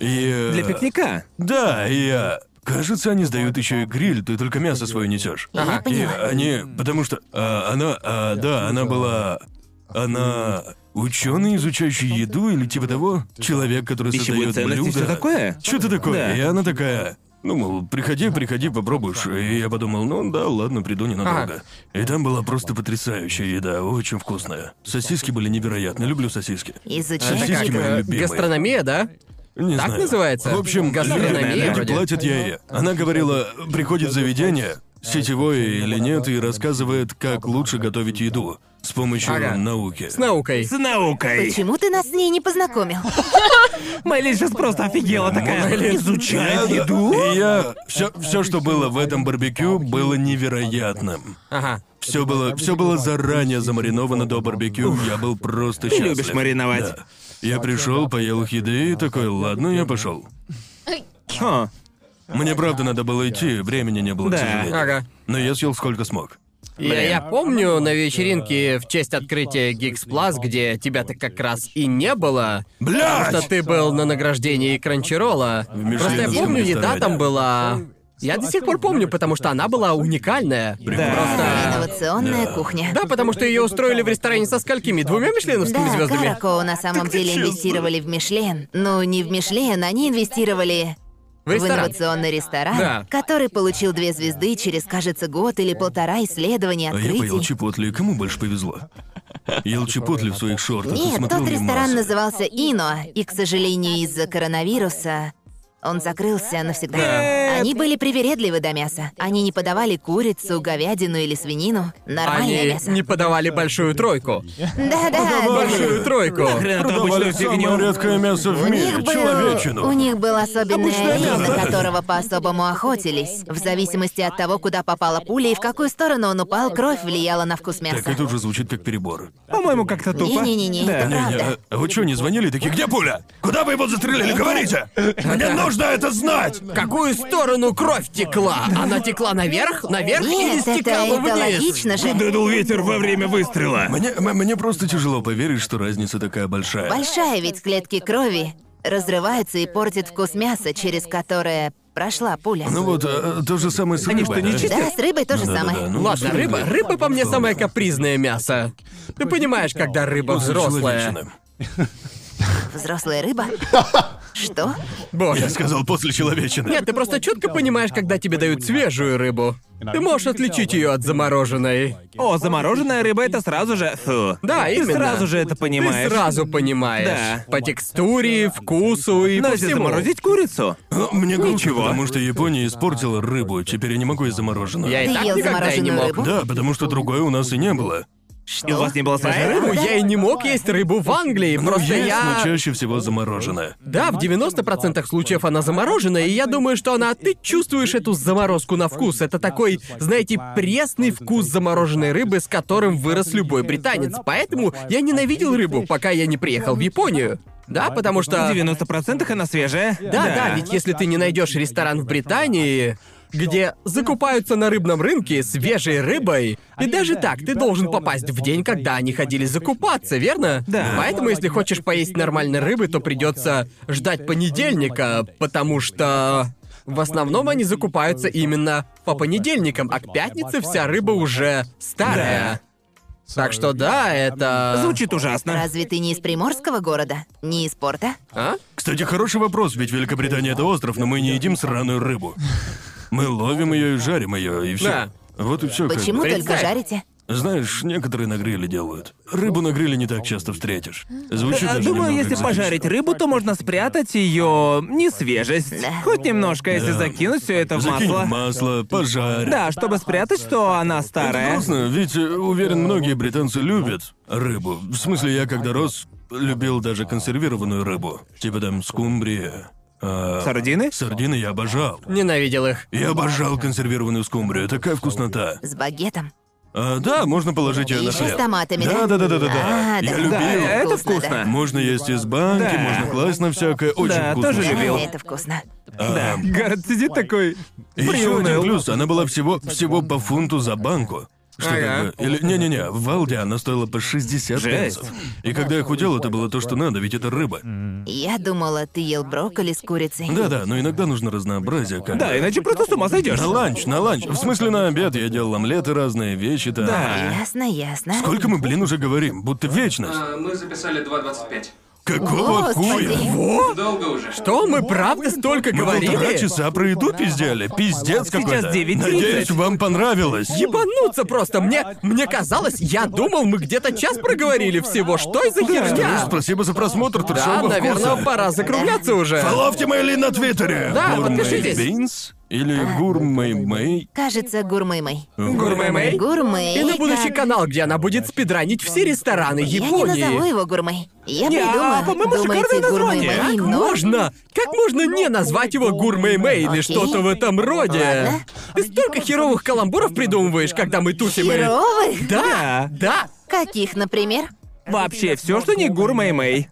И... э,
для пикника.
Да, и э, кажется, они сдают еще и гриль, ты только мясо свое несешь.
Я
И
поняла.
они, потому что а, она, а, да, она была, она ученый, изучающий еду или типа того, человек, который
Пищевые
создает
ценности,
блюда.
все такое.
Что-то такое.
Да.
И она такая. Ну, мол, приходи, приходи, попробуешь. И я подумал, ну да, ладно, приду ненадолго. И там была просто потрясающая еда, очень вкусная. Сосиски были невероятны, люблю сосиски.
Изучай
Сосиски
еду.
мои
Э,
любимые.
Гастрономия, да?
Не
Так
знаю.
называется?
В общем,
Гастрономия
люди- люди
вроде.
платят ей. Она говорила, приходит заведение, сетевое или нет, и рассказывает, как лучше готовить еду с помощью
Ага.
науки.
С наукой.
С наукой.
Почему ты нас с ней не познакомил?
Мэйли сейчас просто офигела такая.
Я-
Изучает еду?
И я все, все, что было в этом барбекю, было невероятным.
Ага.
Все было, все было заранее замариновано до барбекю. Я был просто счастлив.
любишь мариновать.
Да. Я пришел, поел их еды и такой, ладно, я пошел.
Ха.
Мне правда надо было идти, времени не было, к
Да.
сожалению.
Ага.
Но я съел сколько смог.
Я, я помню на вечеринке в честь открытия Geeks Plus, где тебя-то как раз и не было,
Блядь!
что ты был на награждении Кранчерола. Просто я
мишленовском
помню, еда
ресторане.
там была... Я до сих пор помню, потому что она была уникальная. Просто...
Инновационная кухня.
Да, потому что ее устроили в ресторане со сколькими? Двумя мишленовскими
Да,
звездами?
Каракоу на самом деле инвестировали в Мишлен. Ну, не в Мишлен, они инвестировали
В ресторан.
инновационный ресторан,
Да.
который получил две звезды через, кажется, год или полтора исследований
А я поел
открытий.
чипотли, кому больше повезло? Ел чипотли в своих шортах и
Нет,
смотрел
тот ресторан
мемасы.
назывался Ино, и, к сожалению, из-за коронавируса он закрылся навсегда.
Нет.
Они были привередливы до мяса. Они не подавали курицу, говядину или свинину. Нормальное
Они
мясо.
не подавали большую тройку.
Да-да,
Большую тройку.
Хрен это
Продавали
обычную
самое
фигню.
редкое мясо в
У
мире,
них, был, у
человечину.
них был особенный
Обычное
олень,
мясо.
на которого по-особому охотились. В зависимости от того, куда попала пуля и в какую сторону он упал, кровь влияла на вкус мяса.
Так это уже звучит как перебор.
По-моему, как-то тупо.
Не-не-не-не, это
Да.
Не,
правда.
а- а вы что, не звонили такие? Где пуля? Куда вы его застрелили? Говорите! Мне нужно это знать!
Какую сторону кровь текла? Она текла наверх,
А
наверх или
Нет, это,
стекала
это
вниз?
логично же.
Дудул ветер во время выстрела.
Мне, м- мне просто тяжело поверить, что разница такая большая.
Большая ведь клетки крови разрываются и портит вкус мяса, через которое прошла пуля.
Ну вот, э, то же самое с
Они что,
рыбой,
не
да?
чистят?
Да, с рыбой то же самое.
Да-да-да, ну,
Ладно,
с
рыба.
рыбой.
Рыба по мне самое капризное мясо. Ты понимаешь, когда
Э,
рыба взрослая.
Человечина.
Взрослая рыба? Что?
Боже.
Я сказал после человечины.
Нет, ты просто четко понимаешь, когда тебе дают свежую рыбу. Ты можешь отличить ее от замороженной.
О, замороженная рыба это сразу же. Фу.
Да,
Ты
именно.
сразу же это
Ты
понимаешь.
сразу понимаешь.
Да.
По текстуре, вкусу и
Но
по
если
всему.
заморозить курицу,
Ну, Мне грустно, потому что Япония испортила рыбу, теперь я не могу и замороженную.
Я и
Ты
так
ел
никогда и не
замороженную
мог.
рыбу?
Да, потому что другой у нас и не было.
и у вас не было свежей
Поэтому
рыбы,
я и не мог есть рыбу в Англии,
Ну,
просто
есть,
я...
но чаще всего замороженная.
Да, в 90% случаев она заморожена, и я думаю, что она... Ты чувствуешь эту заморозку на вкус. Это такой, знаете, пресный вкус замороженной рыбы, с которым вырос любой британец. Поэтому я ненавидел рыбу, пока я не приехал в Японию. Да, потому
в
что...
90% она свежая.
Да, да, ведь если ты не найдешь ресторан в Британии, где закупаются на рыбном рынке свежей рыбой, и даже так ты должен попасть в день, когда они ходили закупаться, верно?
Да.
Поэтому, если хочешь поесть нормальной рыбы, то придется ждать понедельника, потому что в основном они закупаются именно по понедельникам, а к пятнице вся рыба уже старая. Так что да, это.
Звучит ужасно.
Разве ты не из приморского города? Не из порта?
А?
Кстати, хороший вопрос, ведь Великобритания это остров, но мы не едим сраную рыбу. Мы ловим ее и жарим ее, и все.
Да.
Вот и все.
Почему только
Представь.
жарите?
Знаешь, некоторые на гриле делают. Рыбу на гриле не так часто встретишь. Звучит
Э,
даже
Думаю,
немного
если
экзотично.
пожарить рыбу, то можно спрятать ее несвежесть.
Да.
Хоть немножко, если закинуть все это в
Закинь
масло.
в масло, пожарь.
Да, чтобы спрятать, что она старая.
Вкусно, ведь э, уверен, многие британцы любят рыбу. В смысле, я когда рос, любил даже консервированную рыбу. Типа там скумбрия. а,
Сардины?
Сардины я обожал.
Ненавидел их.
Я обожал консервированную скумбрию, такая вкуснота.
С багетом?
А, да, можно положить ее
И
на
еще с
хлеб.
томатами, да?
Да, да, да, да, да, да.
А,
Я
да.
любил.
Да, это
Вкусно,
вкусно.
Можно есть из банки,
Да.
можно класть на всякое, очень
Да,
вкусно. А,
тоже любил.
Да, это вкусно.
Да. Гард сидит такой.
И еще
приуныл.
один плюс, она была всего, всего по фунту за банку. Что
Ага.
как бы- Или... Не-не-не, в Валде она стоила по 60
Жесть.
пенсов. И когда я худел, это было то, что надо, ведь это рыба.
Я думала, ты ел брокколи с курицей.
Да-да, но иногда нужно разнообразие, как бы.
Да, «А иначе просто с ума сойдешь.
На ланч, на ланч. В смысле, на обед я делал омлеты разные, вещи там.
Да.
Ясно, ясно.
Сколько мы, блин, уже говорим? Будто вечность.
А, мы записали 2.25.
Какого
Господи.
хуя?
Долго уже.
То мы правда столько
Мы полтора
говорили?
часа про еду пиздели. Пиздец какой-то.
9:30.
Надеюсь, вам понравилось.
Ебануться просто! Мне, мне казалось, я думал, мы где-то час проговорили всего. Что из за
Ну,
херня?
Спасибо за просмотр
Да,
трешового
наверное,
вкуса.
пора закругляться уже.
Половьте Мэйли на Твиттере!
Да,
Гурмэй
подпишитесь.
Бинс или
А.
Гурмэй Мэй.
Кажется, гурмэй-мэй.
Гурме Мэй.
Гурмэй.
И на будущий
как-
канал, где она будет спидранить все рестораны
Я не назову
Японии.
его гурмэй. Я
Не, а,
придумала.
по-моему,
Думаете,
шикарное название.
гурмэй-мэй,
Как
но...
можно? Как можно не назвать его Гурме Мэй или
Окей.
что-то в этом роде?
Ладно.
Ты столько херовых каламбуров придумываешь, когда мы тусим и...
Херовых?
Да, да.
Каких, например?
Вообще, все, что не гурмэй мэй.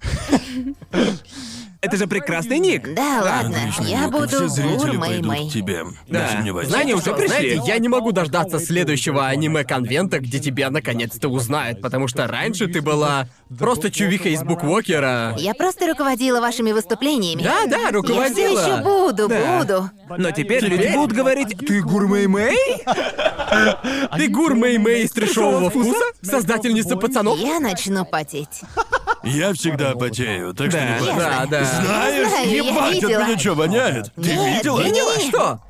Это же прекрасный ник.
Да, ладно,
Отлично,
я
Ник, и
буду
Все зрители пойдут к
гурмэй-мэй.
тебе.
Да.
Не сомневайся.
Знаете, уже
что,
пришли.
знаете, я не могу дождаться следующего аниме-конвента, где тебя наконец-то узнают, потому что раньше ты была просто чувиха из буквокера.
Я просто руководила вашими выступлениями.
Да, да,
Я все еще
руководила.
буду,
Да.
буду.
Но теперь люди будут говорить «Ты гурмэй мэй?»
Ну. Ты гурмей Мэй из трешового вкуса? Создательница пацанов?
Я начну потеть.
Я всегда потею, так что
Да.
не плачь.
Да, да.
Знаешь,
Знаю, я
ебать, от
видела.
меня что, воняет? Ты
Нет,
видела?
я не видела.
Что?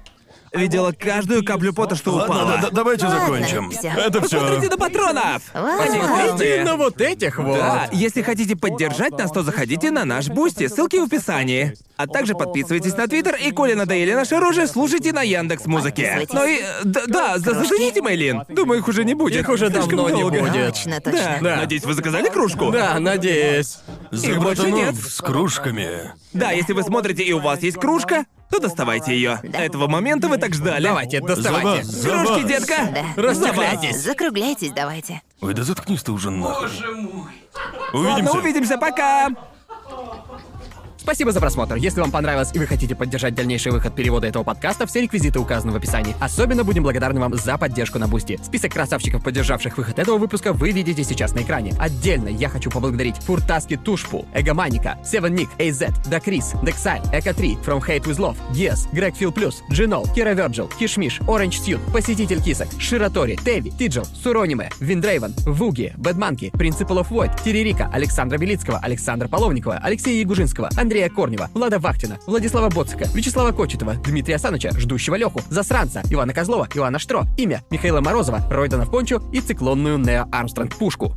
Видела каждую каплю пота, что
Ладно,
упала.
да- да- давайте
Ладно,
закончим.
всё.
Это все.
Смотрите до патронов!
Вау.
Посмотрите.
Именно вот этих вот.
Да, если хотите поддержать нас, то заходите на наш Бусти, ссылки в описании. А также подписывайтесь на Твиттер, и коли надоели наше оружие, слушайте на Яндекс Музыке. Ну и... Да, да за- зацените, Мэйлин. Думаю, их уже не будет.
Их уже
Слишком
давно не
долго.
будет.
Точно,
Да.
точно.
Да.
Надеюсь, вы заказали кружку?
Да, надеюсь.
За
Их больше
братанов
нет.
ну, с кружками.
Да, если вы смотрите и у вас есть кружка, то доставайте ее. Этого момента вы так ждали.
Давайте,
За вас,
доставайте.
за
Кружки,
вас.
детка!
Да.
Расстегляйтесь.
Закругляйтесь, давайте.
Ой, да заткнись ты уже нахуй.
Боже мой.
Увидимся.
Ладно, увидимся, пока!
Спасибо за просмотр. Если вам понравилось и вы хотите поддержать дальнейший выход перевода этого подкаста, все реквизиты указаны в описании. Особенно будем благодарны вам за поддержку на Бусти. Список красавчиков, поддержавших выход этого выпуска, вы видите сейчас на экране. Отдельно я хочу поблагодарить Фуртаски Тушпу, Эгоманика, Севен Ник, Эйзет, Дакрис, Дексай, Эко 3, From Hate With Love, Yes, Грег Фил Плюс, Джинол, Кира Верджил, Кишмиш, Оранж Сьют, Посетитель Кисок, Ширатори, Теви, Тиджел, Сурониме, Виндрейвен, Вуги, Бэдманки, Принципал оф Войд, Терерика, Александра Белицкого, Александра Половникова, Алексея Ягужинского, Андрея Корнева, Влада Вахтина, Владислава Боцика, Вячеслава Кочетова, Дмитрия Саныча, Ждущего Леху, Засранца, Ивана Козлова, Ивана Штро, имя Михаила Морозова, Ройдана Пончо и циклонную Нео Армстронг Пушку.